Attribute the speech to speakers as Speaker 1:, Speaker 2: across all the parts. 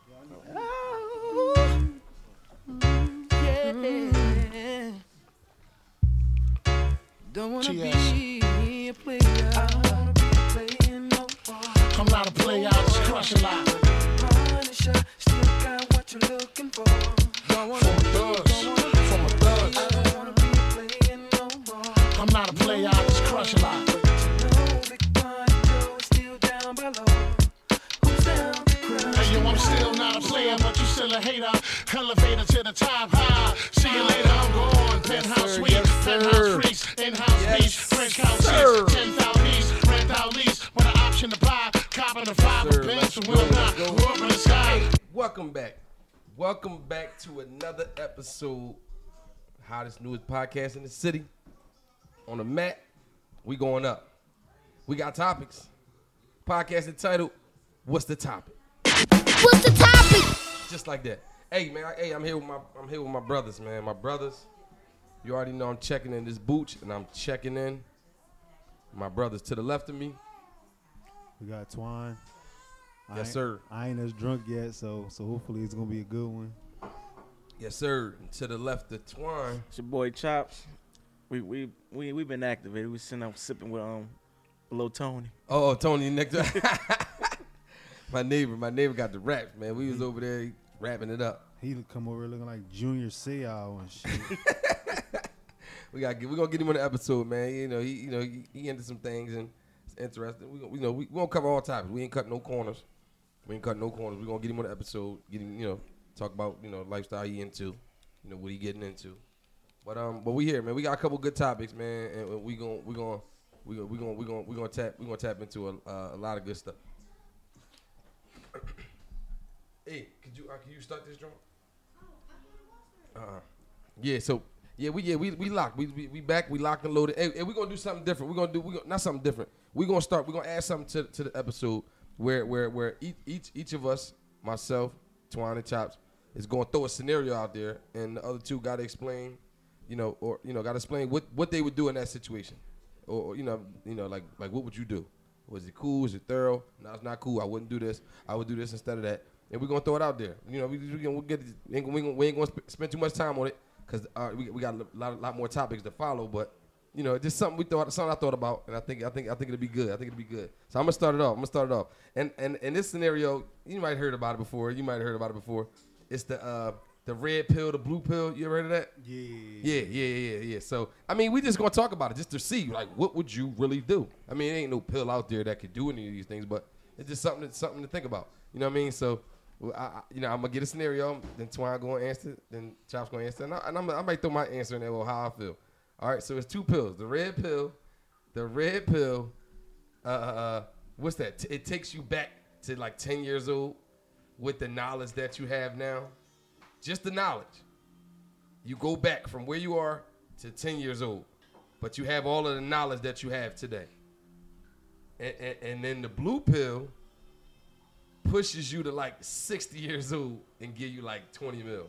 Speaker 1: Yeah. Mm. Don't wanna
Speaker 2: T.S.
Speaker 1: be a player. I don't wanna be a player no more.
Speaker 2: Come out and play out, just crush a lot.
Speaker 1: Punisher, still got what you're looking for. Don't
Speaker 2: From
Speaker 1: wanna,
Speaker 2: a thugs, from a thugs.
Speaker 1: I don't wanna be a player no more.
Speaker 2: Come out and play out, just crush a lot.
Speaker 1: You know Big Pun is still down below. Who's down to crush?
Speaker 2: Hey, yo, I'm still not a player, but you still a hater. Elevator to the top, high. See you later, I'm going. Penthouse
Speaker 3: sir,
Speaker 2: suite,
Speaker 3: yes,
Speaker 2: penthouse
Speaker 3: sir.
Speaker 2: freaks, in-house
Speaker 3: Yes,
Speaker 2: beach, French
Speaker 3: sir.
Speaker 2: couches, 10,000 east, rent out lease. With an option to buy, copping a five,
Speaker 3: sir,
Speaker 2: a
Speaker 3: let's
Speaker 2: bench, and
Speaker 3: go,
Speaker 2: will
Speaker 3: let's
Speaker 2: not.
Speaker 3: go.
Speaker 2: We're up in the sky.
Speaker 3: Welcome back. Welcome back to another episode. Hottest newest podcast in the city. On the mat, we going up. We got topics. Podcast entitled What's the Topic?
Speaker 4: What's the topic?
Speaker 3: Just like that. Hey man, I- hey, I'm here with my I'm here with my brothers, man. My brothers. You already know I'm checking in this booch and I'm checking in. My brothers to the left of me.
Speaker 5: We got Twine. I
Speaker 3: Yes,
Speaker 5: ain't-
Speaker 3: sir.
Speaker 5: I ain't as drunk yet, so so hopefully it's gonna be a good one.
Speaker 3: Yes, sir. And to the left of Twine.
Speaker 6: It's your boy Chops. We we we we been activated. We sitting out sipping with um below Tony.
Speaker 3: Oh, Tony next door. my neighbor, my neighbor got the raps, man. We was over there wrapping it up.
Speaker 5: He come over looking like Junior Seau and shit.
Speaker 3: We got we gonna get him on the episode, man. You know, he you know he, he into some things and it's interesting. We gonna, you know we, we gonna cover all topics. We ain't cut no corners. We ain't cut no corners. We gonna get him on the episode. Get him, you know, talk about you know lifestyle he into, you know what he getting into. But um, but we here, man. We got a couple good topics, man, and we gonna we gonna we gonna we gonna we gonna, we gonna tap we gonna tap into a, uh, a lot of good stuff. hey, could you uh, can you start this drone? Uh, yeah. So yeah, we yeah we we locked. We we, we back. We locked and loaded. Hey, we're gonna do something different. We're gonna do we gonna, not something different. We're gonna start. We're gonna add something to to the episode where where where each each, each of us, myself, Twine and Chops, is gonna throw a scenario out there, and the other two gotta explain, you know, or you know, gotta explain what what they would do in that situation, or, or, you know, you know, like like what would you do? Was it cool? Was it thorough? No, it's not cool. I wouldn't do this. I would do this instead of that. And we're gonna throw it out there. You know, we we gonna we'll get it. We ain't, gonna- we ain't gonna, we ain't gonna sp- spend too much time on it because uh, we, we got a lot, lot more topics to follow. But you know, just something we thought, something I thought about, and I think, I think, I think it'll be good. I think it'll be good. So I'm gonna start it off. I'm gonna start it off. And and in this scenario, you might have heard about it before. You might have heard about it before. It's the uh, the red pill, the blue pill. You ever heard of that?
Speaker 5: yeah.
Speaker 3: Yeah, yeah, yeah, yeah. So I mean, we just gonna talk about it just to see, like, what would you really do? I mean, it ain't no pill out there that could do any of these things, but it's just something, that's something to think about. You know what I mean? So, well, I, I- you know, I'm gonna get a scenario, then Twine gonna answer, it, then Chop's gonna answer, and, I, and I'm, I might throw my answer in there, well, how I feel. All right, so it's two pills: the red pill, the red pill. Uh, uh, what's that? T- it takes you back to like 10 years old with the knowledge that you have now, just the knowledge you go back from where you are to 10 years old, but you have all of the knowledge that you have today. And, and, and then the blue pill pushes you to like 60 years old and give you like 20 mil.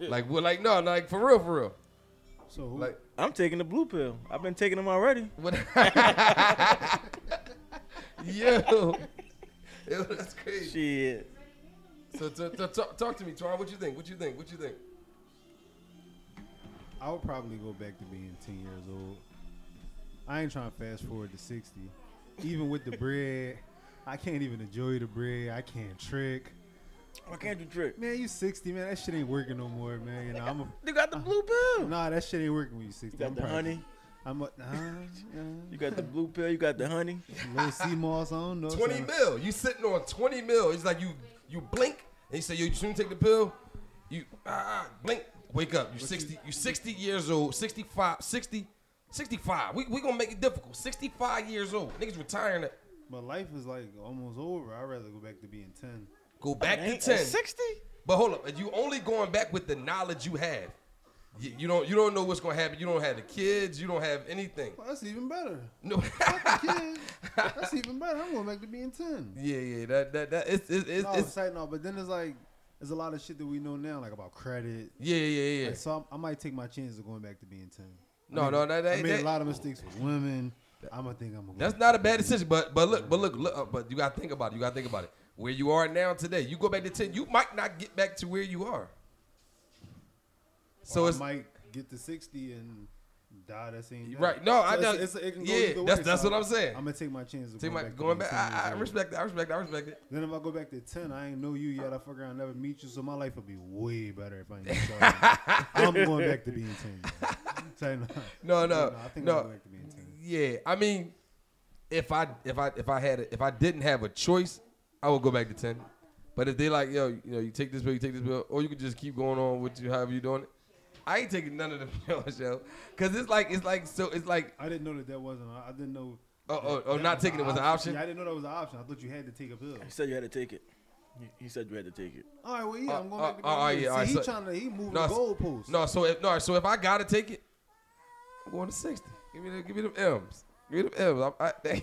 Speaker 3: like, we're like, no, like for real, for real.
Speaker 5: So who,
Speaker 3: Like,
Speaker 6: I'm taking the blue pill. I've been taking them already.
Speaker 3: what? Yo. It was crazy.
Speaker 6: Shit.
Speaker 3: So, so, so talk, talk to me, Twan. What you think? What you think? What you think?
Speaker 5: I would probably go back to being ten years old. I ain't trying to fast forward to sixty. Even with the bread, I can't even enjoy the bread. I can't trick.
Speaker 6: Why can't you trick?
Speaker 5: Man, you sixty, man. That shit ain't working no more, man. You know, I'm a,
Speaker 6: You got the blue pill.
Speaker 5: nah. That shit ain't working when you sixty.
Speaker 6: You got
Speaker 5: I'm
Speaker 6: the
Speaker 5: probably-
Speaker 6: honey.
Speaker 5: I'm a nah,
Speaker 6: You got the blue pill. You got the honey.
Speaker 5: nah. Little sea moss. I don't know.
Speaker 3: 20
Speaker 5: son.
Speaker 3: mil. You sitting on 20 mil. It's like you you blink and you say, yo, you soon take the pill. You ah, ah, blink, wake up. You 60, you 60 years old, 65, 60, 65. We we gonna make it difficult. 65 years old. Niggas retiring at
Speaker 5: My life is like almost over. I'd rather go back to being ten.
Speaker 3: go back to
Speaker 6: Ain't
Speaker 3: 10.
Speaker 6: that 60?
Speaker 3: But hold up, you only going back with the knowledge you have. You, you don't you don't know what's gonna happen. You don't have the kids, you don't have anything.
Speaker 5: Well, that's even better.
Speaker 3: No
Speaker 5: Fuck the kids. That's even better. I'm going back to being ten.
Speaker 3: Yeah, yeah, that that that it's it's, it's,
Speaker 5: no,
Speaker 3: it's-
Speaker 5: it's like no, but then it's like there's a lot of shit that we know now, like about credit.
Speaker 3: yeah, yeah, yeah.
Speaker 5: Like, so I'm- i might take my chances of going back to being ten. I
Speaker 3: No,
Speaker 5: made-
Speaker 3: no, that- that-
Speaker 5: I made
Speaker 3: that-
Speaker 5: a lot of mistakes with women. I'm gonna think I'm gonna.
Speaker 3: That's not a bad decision, but but look, but look, look, uh, but you gotta think about it. You gotta think about it. where you are now today. You go back to ten, you might not get back to where you are. So
Speaker 5: Or I
Speaker 3: it's
Speaker 5: might get to sixty and die that same day.
Speaker 3: Right. No, I
Speaker 5: it's-
Speaker 3: don't-
Speaker 5: it's- it can go
Speaker 3: yeah,
Speaker 5: either
Speaker 3: that's-
Speaker 5: way,
Speaker 3: that's
Speaker 5: so
Speaker 3: what I'm saying.
Speaker 5: I'm gonna take my chances. of
Speaker 3: take my
Speaker 5: to
Speaker 3: going back.
Speaker 5: being 10
Speaker 3: I, I
Speaker 5: years old.
Speaker 3: respect that. I respect that. I respect it.
Speaker 5: Then if I go back to ten, I ain't know you yet. I fuck around, never meet you, so my life will be way better if I ain't started. I'm going back to being ten. Say
Speaker 3: No,
Speaker 5: no.
Speaker 3: no,
Speaker 5: I think
Speaker 3: no.
Speaker 5: I'm going back to being ten.
Speaker 3: Yeah, I mean, if I if I if I had a, if I didn't have a choice, I would go back to ten. But if they like, yo, you know, you take this pill, you take this pill, or you could just keep going on with you however you doing it. I ain't taking none of the pills, yo, because it's like it's like so it's like
Speaker 5: I didn't know that that wasn't. I didn't know.
Speaker 3: oh oh, oh
Speaker 5: that
Speaker 3: not taking it was an option.
Speaker 5: Yeah, I didn't know that was an option. I thought you had to take a pill.
Speaker 6: He said you had to take it. He, he said you had to take it.
Speaker 5: All right, well, yeah, I'm going
Speaker 3: Uh,
Speaker 5: back to
Speaker 3: uh, uh,
Speaker 5: being ten.
Speaker 3: yeah, all
Speaker 5: See,
Speaker 3: right,
Speaker 5: he
Speaker 3: so-
Speaker 5: trying to he moving
Speaker 3: No,
Speaker 5: the
Speaker 3: so-
Speaker 5: goalpost.
Speaker 3: No, so if no, so if I gotta take it, I'm going to sixty. Give me the, give me them M's. Give me them M's. I, I,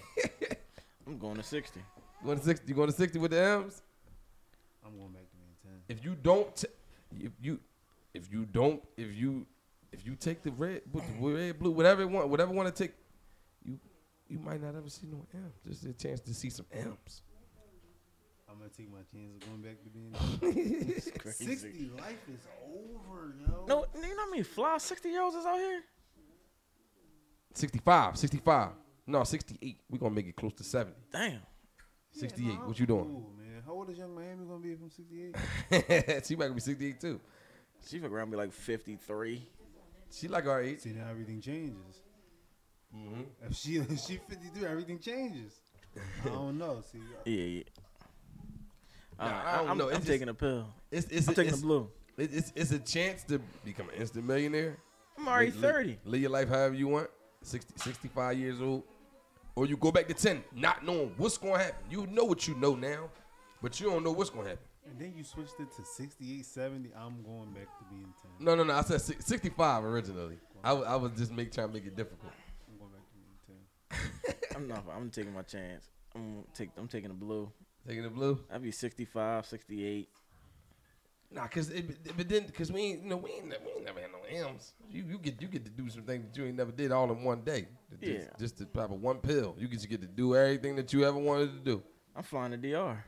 Speaker 6: I'm going to 60.
Speaker 3: going to sixty. You going to sixty with the M's?
Speaker 5: I'm going back to being ten.
Speaker 3: if you don't t- if you if you don't if you if you take the red bu- the red blue whatever one whatever want to take you you might not ever see no M. Just a chance to see some M's.
Speaker 5: I'm gonna take my chances of going back to being
Speaker 6: It's crazy.
Speaker 5: sixty. Life is over, yo.
Speaker 6: No, you know what I mean? Fly 60 year olds is out here?
Speaker 3: 65, 65. No, 68. We're going to make it close to 70.
Speaker 6: Damn.
Speaker 5: Yeah,
Speaker 3: 68.
Speaker 5: nah,
Speaker 3: what
Speaker 5: I'm
Speaker 3: you doing?
Speaker 5: Cool, man. How old is young Miami gonna be from '68?
Speaker 3: she might be 68 too.
Speaker 6: She fuck around be like 53.
Speaker 3: She like our age.
Speaker 5: See now everything changes.
Speaker 3: Mhm.
Speaker 5: If she if she 53, everything changes. I don't know. See, uh,
Speaker 6: Yeah, yeah.
Speaker 3: Nah,
Speaker 6: Uh,
Speaker 3: I don't
Speaker 6: I'm,
Speaker 3: know.
Speaker 6: I'm
Speaker 3: It's just-
Speaker 6: taking a pill.
Speaker 3: It's it's
Speaker 6: I'm taking
Speaker 3: it's,
Speaker 6: the blue.
Speaker 3: it's, it's it's a chance to become an instant millionaire.
Speaker 6: I'm already
Speaker 3: Li- li-
Speaker 6: 30.
Speaker 3: Live your life however you want. 60, 65 years old. Or you go back to 10, not knowing what's going to happen. You know what you know now, but you don't know what's going to happen.
Speaker 5: and then you switched it to 68, 70. I'm going back to being 10.
Speaker 3: No, no, no. I said si- 65 originally. I, w- I was just make, trying to make it difficult.
Speaker 5: I'm going back to being 10.
Speaker 6: I'm not. I'm taking my chance. I'm gonna take. I'm taking the blue.
Speaker 3: Taking the blue?
Speaker 6: I'd be 65, 68.
Speaker 3: Nah, cause it, but- but then cause we ain't you know we ain't, ne- we ain't never had no M's. You you get you get to do some things that you ain't never did all in one day. Just,
Speaker 6: Yeah.
Speaker 3: Just to pop a one pill, you get to get to do everything that you ever wanted to do.
Speaker 6: I'm flying to DR,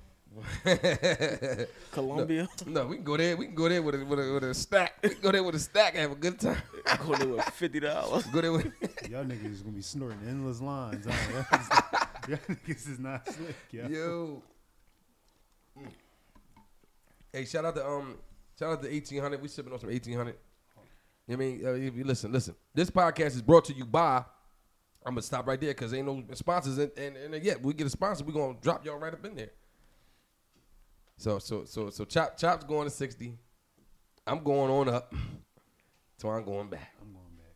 Speaker 6: Colombia.
Speaker 3: No, we can go there. We can go there with a with a, with a stack. We can go there with a stack and have a good time.
Speaker 6: I'm going there with fifty dollars.
Speaker 3: Go there with.
Speaker 5: Y'all niggas is gonna be snorting endless lines. Y'all niggas, y'all niggas is not slick, yo.
Speaker 3: Yo. Mm. Hey, shout out to um, shout out to eighteen hundred. We sipping on some eighteen hundred. You know what I mean, uh, if you listen, listen. This podcast is brought to you by. I'm gonna stop right there because ain't no sponsors, and and, and yet we get a sponsor, we gonna drop y'all right up in there. So so so so chop chop's going to sixty. I'm going on up. So I'm going back.
Speaker 5: I'm going back.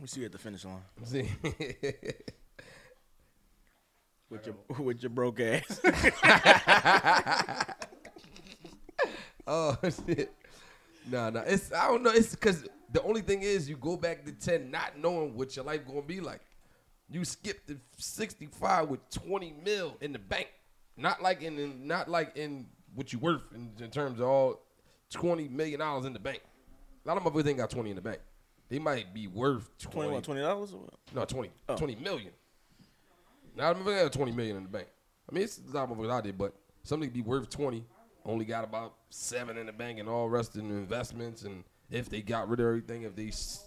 Speaker 6: We see you at the finish line
Speaker 3: See,
Speaker 6: with
Speaker 3: Uh,
Speaker 6: your with your broke ass.
Speaker 3: oh shit. No, no, it's I don't know. It's because the only thing is you go back to ten, not knowing what your life gonna be like. You skip the sixty five with twenty mil in the bank, not like in, in not like in what you worth in, in terms of all twenty million dollars in the bank. A lot of motherfuckers ain't got twenty in the bank. They might be worth 20,
Speaker 6: Twenty-one, twenty dollars or what?
Speaker 3: no 20,
Speaker 6: Oh.
Speaker 3: 20 million. Not even got twenty million in the bank. I mean, it's a lot of motherfuckers out there, but something be worth twenty. Only got about seven in the bank, and all rest in investments. And if they got rid of everything, if they, s-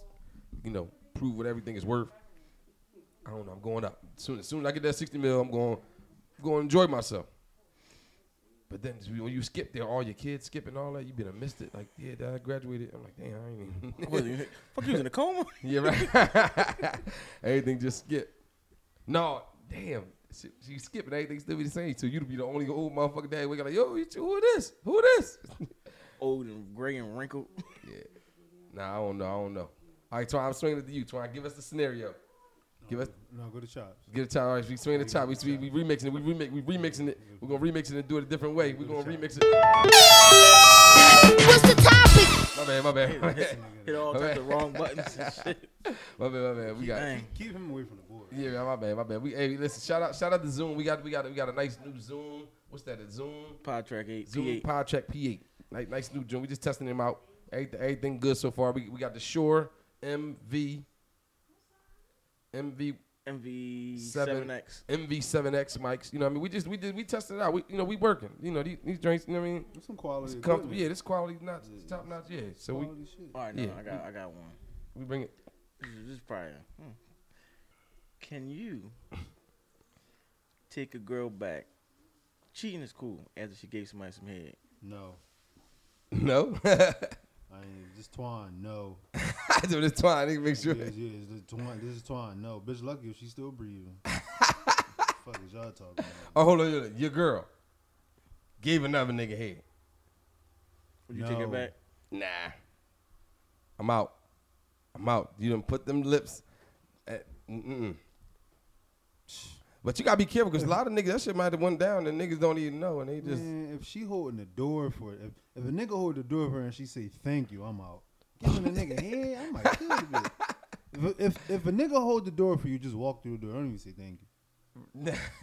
Speaker 3: you know, prove what everything is worth, I don't know. I'm going up soon. As soon as I get that sixty mil, I'm going, going to enjoy myself. But then when you skip there, all your kids skipping all that, you been missed it. Like, yeah, Dad, I graduated. I'm like, damn, I ain't even.
Speaker 6: What, you- Fuck you was in a coma.
Speaker 3: Yeah, right. everything just skip. No, damn. She, she skipping everything still be the same. So you'd be the only old motherfucker that wake up like, yo, you two, who this? Who this?
Speaker 6: Old and gray and wrinkled.
Speaker 3: nah, I don't know. I don't know. All right, Twan, I'm swinging it to you. Twan, give us the scenario. Give us,
Speaker 5: No, go to chops.
Speaker 3: give it time. All right, we swing the top. We, we, we remixing it. We remix, we remixing it. We're gonna remix it and do it a different way. We're gonna remix it.
Speaker 4: What's the topic?
Speaker 3: My bad, my bad, my bad,
Speaker 6: Hit all types of wrong buttons and shit.
Speaker 3: my bad. My bad. We got.
Speaker 6: Dang.
Speaker 5: Keep him away from the board.
Speaker 3: Yeah, man, my bad, my bad. We hey, listen, shout out, shout out to Zoom. We got, we got, we got a nice new Zoom. What's that? A Zoom.
Speaker 6: Pod track eight.
Speaker 3: Zoom
Speaker 6: P8.
Speaker 3: Power Check P8. Nice, nice new joint. We just testing them out. Everything, everything good so far. We, we got the Shore MV. MV. Seven.
Speaker 6: MV7X.
Speaker 3: MV7X mics. You know, what I mean, we just we did we tested it out. We you know we working. You know these, these drinks. You know what I mean?
Speaker 5: There's some quality.
Speaker 3: It's
Speaker 5: equipment.
Speaker 3: comfortable. Yeah, this quality not top notch. Yeah, so we
Speaker 5: quality shit.
Speaker 6: All right, no,
Speaker 3: Yeah.
Speaker 6: I got I got one.
Speaker 3: we bring it.
Speaker 6: This is, this is probably. a- hmm. Can you take a girl back? Cheating is cool after she gave somebody some head.
Speaker 5: No,
Speaker 3: No,
Speaker 5: I ain't. Just twine. No.
Speaker 3: I do this twine. I need to make sure.
Speaker 5: Yes, yes. This is twine. This is twine. No, bitch. Lucky if she's still breathing. fuck is y'all talking about?
Speaker 3: Oh, hold on, hold on. Your girl gave another nigga head.
Speaker 6: Would you take her
Speaker 5: No.
Speaker 6: back?
Speaker 3: Nah. I'm out. I'm out. You done put them lips. At, mm-mm. But you gotta be careful because a lot of niggas that shit might have went down and niggas don't even know and they just
Speaker 5: Man, if she holding the door for it, if, if a nigga hold the door for her and she say thank you, I'm out. Giving a nigga head, I might kill the bitch. If, if if a nigga hold the door for you, just walk through the door. Don't even say thank you.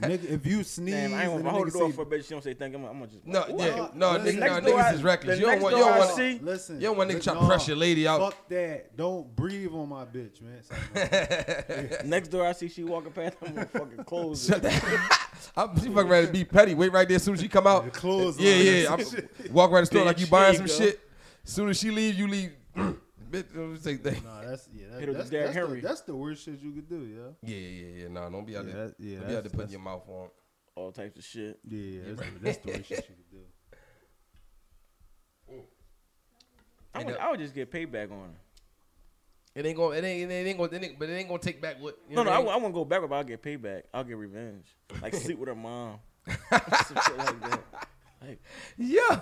Speaker 5: Nigga, if you sneeze,
Speaker 6: Damn, I ain't
Speaker 5: and
Speaker 6: gonna
Speaker 5: the
Speaker 6: hold
Speaker 5: nigga
Speaker 6: the door
Speaker 5: say-
Speaker 6: for a bitch. She don't say thank you. I'm, gonna- I'm gonna just.
Speaker 3: no,
Speaker 6: Ooh,
Speaker 3: yeah,
Speaker 5: What?
Speaker 3: no,
Speaker 5: The
Speaker 3: nigga,
Speaker 5: next
Speaker 3: no,
Speaker 5: door
Speaker 3: niggas
Speaker 6: I-
Speaker 3: is reckless.
Speaker 6: the
Speaker 3: You don't
Speaker 6: next
Speaker 3: want, you
Speaker 6: door
Speaker 3: don't
Speaker 6: I
Speaker 3: want,
Speaker 6: see-
Speaker 5: Listen,
Speaker 3: you don't want nigga trying to
Speaker 5: nah,
Speaker 3: press your lady out.
Speaker 5: Fuck that. Don't breathe on my bitch, man. It's like, nah,
Speaker 6: Next door, I see she walking past. I'm gonna fucking close
Speaker 3: Shut
Speaker 6: it.
Speaker 3: that. I'm, she fucking ready to be petty. Wait right there as soon as she come out.
Speaker 5: The clothes
Speaker 3: Yeah,
Speaker 5: on.
Speaker 3: yeah. I'm, walk right the store like you
Speaker 6: Bitch,
Speaker 3: buying
Speaker 6: here
Speaker 3: some
Speaker 6: you go.
Speaker 3: shit. As soon as she leave, you leave. Bitch, don't say that.
Speaker 5: Nah, that's yeah. That,
Speaker 6: Hit her with
Speaker 5: that's,
Speaker 6: Derrick
Speaker 5: that's, the,
Speaker 6: Henry.
Speaker 5: that's the worst shit you could do, yo.
Speaker 3: Yeah, yeah, yeah. Nah, don't be out
Speaker 5: Yeah,
Speaker 3: there.
Speaker 5: that-
Speaker 3: don't
Speaker 5: yeah,
Speaker 3: be
Speaker 5: that's-
Speaker 3: out there putting
Speaker 5: that's-
Speaker 3: your mouth on.
Speaker 6: All types of shit.
Speaker 5: Yeah, yeah that's, the, that's the worst shit you could do.
Speaker 6: I
Speaker 3: Ain't
Speaker 6: would,
Speaker 3: no-
Speaker 6: I would just get payback on her.
Speaker 3: It ain't gonna, it ain't, it ain't gonna, it ain't, but it ain't gonna take back what. You
Speaker 6: No,
Speaker 3: know
Speaker 6: no,
Speaker 3: what
Speaker 6: I,
Speaker 3: I mean?
Speaker 6: won't- I won't go backward, but I'll get payback. I'll get revenge. Like sleep with her mom. Some shit like that. Like,
Speaker 3: Yeah.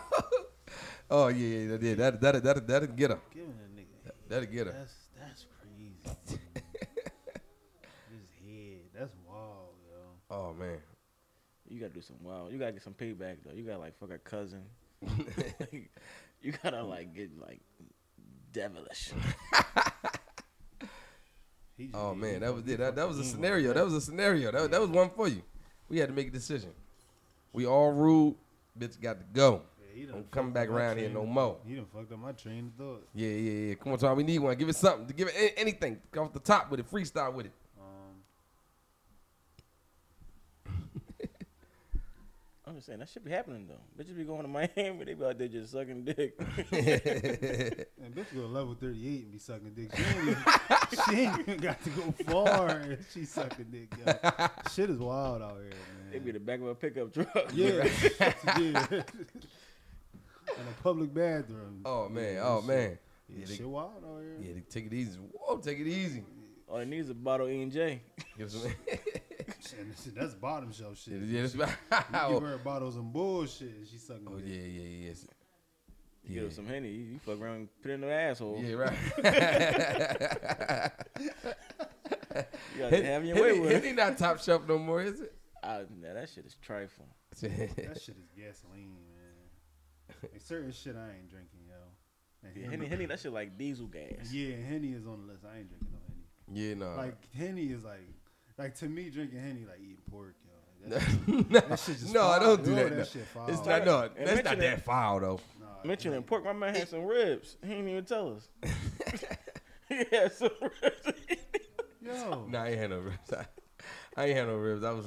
Speaker 3: oh yeah, yeah, yeah. That, that, that, that, will get her.
Speaker 5: Giving a nigga
Speaker 3: That'll get her.
Speaker 5: That's that's crazy. His head, that's wild, yo.
Speaker 3: Oh man.
Speaker 6: you gotta do some wild. You gotta get some payback though. You gotta like fuck her cousin. Like, you gotta like get like devilish.
Speaker 5: He just-
Speaker 3: Oh
Speaker 5: he-
Speaker 3: man,
Speaker 5: he
Speaker 3: that was
Speaker 5: fucking-
Speaker 3: it. That, that was a
Speaker 5: he ain't
Speaker 3: scenario. That was a scenario. That, that was one for you. We had to make a decision. We all ruled. Bitch got to go.
Speaker 5: gonna- yeah, he done
Speaker 3: Don't
Speaker 5: fucked
Speaker 3: come
Speaker 5: up
Speaker 3: back
Speaker 5: my
Speaker 3: around here
Speaker 5: train
Speaker 3: no
Speaker 5: of-
Speaker 3: more.
Speaker 5: He done fucked up my train of thought.
Speaker 3: Yeah, yeah, yeah. Come on, Tom. We need one. Give it something. Give it a- anything. Go off the top with it. Freestyle with it.
Speaker 5: Um,
Speaker 6: I'm just saying that should be happening though. Bitches be going to Miami. They be out there just sucking dick.
Speaker 5: and bitch go to level thirty eight and be sucking dick. She ain't, even, she ain't even got to go far. and she sucking dick, yo. Shit is wild out here, man.
Speaker 6: they be the back of a pickup truck.
Speaker 5: yeah, yeah. In a public bathroom.
Speaker 3: Oh man.
Speaker 5: Yeah,
Speaker 3: Oh
Speaker 5: shit-
Speaker 3: man.
Speaker 5: Yeah,
Speaker 3: Yeah, they-
Speaker 5: shit wild out here.
Speaker 3: Yeah, they take it easy. Whoa, take it easy.
Speaker 6: All it needs is a bottle of E and J.
Speaker 3: Give some.
Speaker 5: Shit, that's bottom shelf shit.
Speaker 3: yeah, that's
Speaker 5: You give her bottles and bullshit. and She sucking.
Speaker 3: Oh
Speaker 5: dick.
Speaker 3: yeah, yeah, yeah. yes.
Speaker 6: You
Speaker 3: Yeah,
Speaker 6: Give her some henny. You, you fuck around, and put it in her asshole.
Speaker 3: yeah, right.
Speaker 6: You gotta have your way
Speaker 3: Henny
Speaker 6: with it.
Speaker 3: Henny not top shelf no more, is
Speaker 6: Ah, nah, that shit is trifling.
Speaker 3: it?
Speaker 5: That shit is gasoline, man. Like certain shit I ain't drinking, yo. And
Speaker 6: Yeah, henny, henny, that shit like diesel gas.
Speaker 5: Yeah, Henny is on the list. I ain't drinking no Henny.
Speaker 3: yeah, no.
Speaker 5: Like Henny is like, like to me drinking Henny like eating pork, yo.
Speaker 3: no,
Speaker 5: Like, that shit- that shit just
Speaker 3: no, I
Speaker 5: foul.
Speaker 3: don't do
Speaker 5: Yo,
Speaker 3: that.
Speaker 5: that
Speaker 3: no.
Speaker 5: shit foul.
Speaker 3: it's not no,
Speaker 6: And
Speaker 3: that's not
Speaker 6: mention
Speaker 3: that
Speaker 6: it.
Speaker 3: foul though.
Speaker 5: nah,
Speaker 6: Mentioning
Speaker 5: Henny-
Speaker 6: pork, my man had some ribs. He didn't even tell us. he had some ribs.
Speaker 5: Yo,
Speaker 3: Nah, I ain't had no ribs. I, I ain't had no ribs. I was,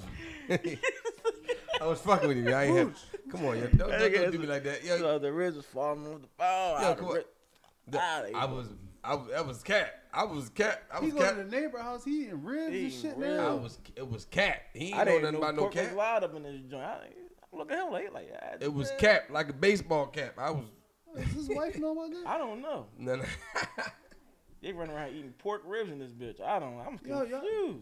Speaker 3: I was fucking with you. I ain't had. Come on, yo, don't,
Speaker 6: That
Speaker 3: don't,
Speaker 6: nigga
Speaker 3: don't
Speaker 6: is
Speaker 3: do me
Speaker 6: a-
Speaker 3: like that. Yo,
Speaker 6: so the ribs was falling off the ball.
Speaker 3: Yo,
Speaker 6: Yo,
Speaker 3: come
Speaker 6: the
Speaker 3: on.
Speaker 6: rib-
Speaker 3: that-
Speaker 6: outta
Speaker 3: I
Speaker 6: here.
Speaker 3: was, I was, that was cat. I was cat. I
Speaker 5: he
Speaker 3: was
Speaker 5: go
Speaker 3: cat.
Speaker 5: to the neighbor house. He eating ribs
Speaker 6: He
Speaker 5: and
Speaker 6: eating
Speaker 5: shit
Speaker 6: ribs.
Speaker 3: I
Speaker 5: now.
Speaker 3: was, it was cat. He ain't
Speaker 6: I
Speaker 3: know
Speaker 6: didn't
Speaker 3: nothing
Speaker 6: know
Speaker 3: about no
Speaker 6: pork
Speaker 3: cat.
Speaker 6: was wild up in this joint. I, I look at him like, like I,
Speaker 3: It was
Speaker 6: man,
Speaker 3: cap, like a baseball cap. I was,
Speaker 5: Does his wife know about this?
Speaker 6: I don't know.
Speaker 3: no, no.
Speaker 6: They run around eating pork ribs in this bitch. I don't. I'm
Speaker 5: Yo,
Speaker 6: confused.
Speaker 5: yo.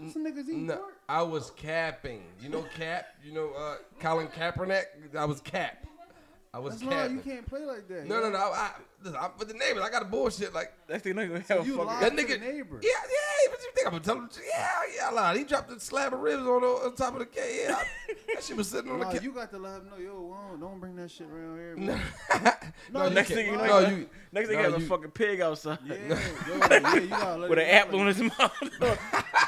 Speaker 5: This niggas eating
Speaker 3: No,
Speaker 5: pork.
Speaker 3: I was capping. You know cap. You know uh, Colin Kaepernick. I was cap. I was
Speaker 5: That's not. You
Speaker 3: capping.
Speaker 5: can't play like that.
Speaker 3: No,
Speaker 5: yo.
Speaker 3: no, no. I, I, listen, I'm with the neighbors. I got a bullshit like
Speaker 6: That's the nigga have
Speaker 5: You
Speaker 6: a
Speaker 5: lied
Speaker 6: fucking.
Speaker 3: that
Speaker 5: to
Speaker 3: nigga.
Speaker 5: the neighbor.
Speaker 3: Yeah, yeah. But you think I'm gonna tell him? Yeah, yeah. I lied. He dropped a slab of ribs on, the, on top of the cake. Yeah, I- that shit was sitting on the
Speaker 5: Nah,
Speaker 3: cake.
Speaker 5: you got to let him know, yo, don't, don't bring that shit around here.
Speaker 3: no,
Speaker 5: man.
Speaker 3: no, you
Speaker 6: Next
Speaker 3: can't.
Speaker 6: thing you know,
Speaker 3: no,
Speaker 6: you-
Speaker 3: you.
Speaker 6: Next thing
Speaker 3: no,
Speaker 6: you have a
Speaker 3: you-
Speaker 6: fucking pig outside
Speaker 5: Yeah, yo, yeah, you gotta let
Speaker 6: with
Speaker 5: him
Speaker 6: an
Speaker 5: know,
Speaker 6: apple in
Speaker 5: like,
Speaker 6: his mouth.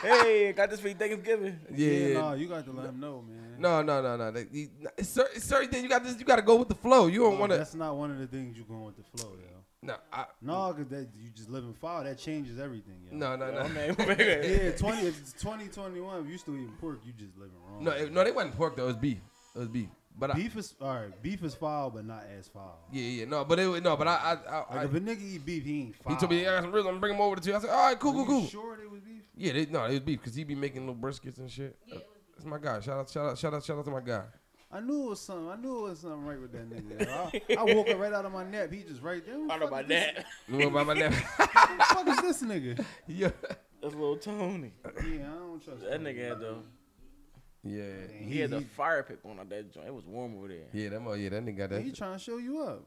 Speaker 6: hey, got this for your Thanksgiving.
Speaker 3: Yeah,
Speaker 5: Yeah,
Speaker 3: yeah.
Speaker 5: nah, you got to let him know, man.
Speaker 3: No, no, no, no. They- you- It's cer- it's certain things you got. This, you got to go with the flow. You don't
Speaker 5: Nah,
Speaker 3: want to.
Speaker 5: That's not one of the things you going with the flow, yo.
Speaker 3: No, I,
Speaker 5: No, cause that you just live in foul. That changes everything. Yo.
Speaker 3: no, no,
Speaker 6: I
Speaker 3: no.
Speaker 6: mean, nigga,
Speaker 5: Yeah, 20, it's 2021. If you still eating pork, you just living wrong.
Speaker 3: No, it- no, they wasn't pork though. It was beef. It was beef. But I,
Speaker 5: beef is all right. Beef is foul, but not as foul.
Speaker 3: yeah, yeah, no, but it, was- no, but I, I, I,
Speaker 5: Like
Speaker 3: I
Speaker 5: if a nigga eat beef, he ain't foul.
Speaker 3: he told me I got some ribs. I'm gonna bring them over to you. I said, all right, cool,
Speaker 5: Are
Speaker 3: cool,
Speaker 5: you
Speaker 3: cool.
Speaker 5: Sure, it was beef.
Speaker 3: Yeah, they, no, it was beef because he be making little briskets and shit. That's my guy. Shout out, shout out, shout out, shout out to my guy.
Speaker 5: I knew it was something. I knew it was something right with that nigga. yo. I, I woke up right out of my nap. He just right there. Who the
Speaker 6: Part
Speaker 5: fuck
Speaker 6: of my
Speaker 5: is this-
Speaker 6: dad.
Speaker 3: You know about my name?
Speaker 5: Who the fuck is this nigga?
Speaker 3: yeah,
Speaker 6: That's little Tony.
Speaker 5: Yeah, I don't trust
Speaker 6: That nigga had the
Speaker 3: yeah,
Speaker 5: And
Speaker 6: he, had the fire pit on that joint. It was warm over there.
Speaker 3: yeah. That mo, yeah, that nigga got that.
Speaker 5: he trying to show you up.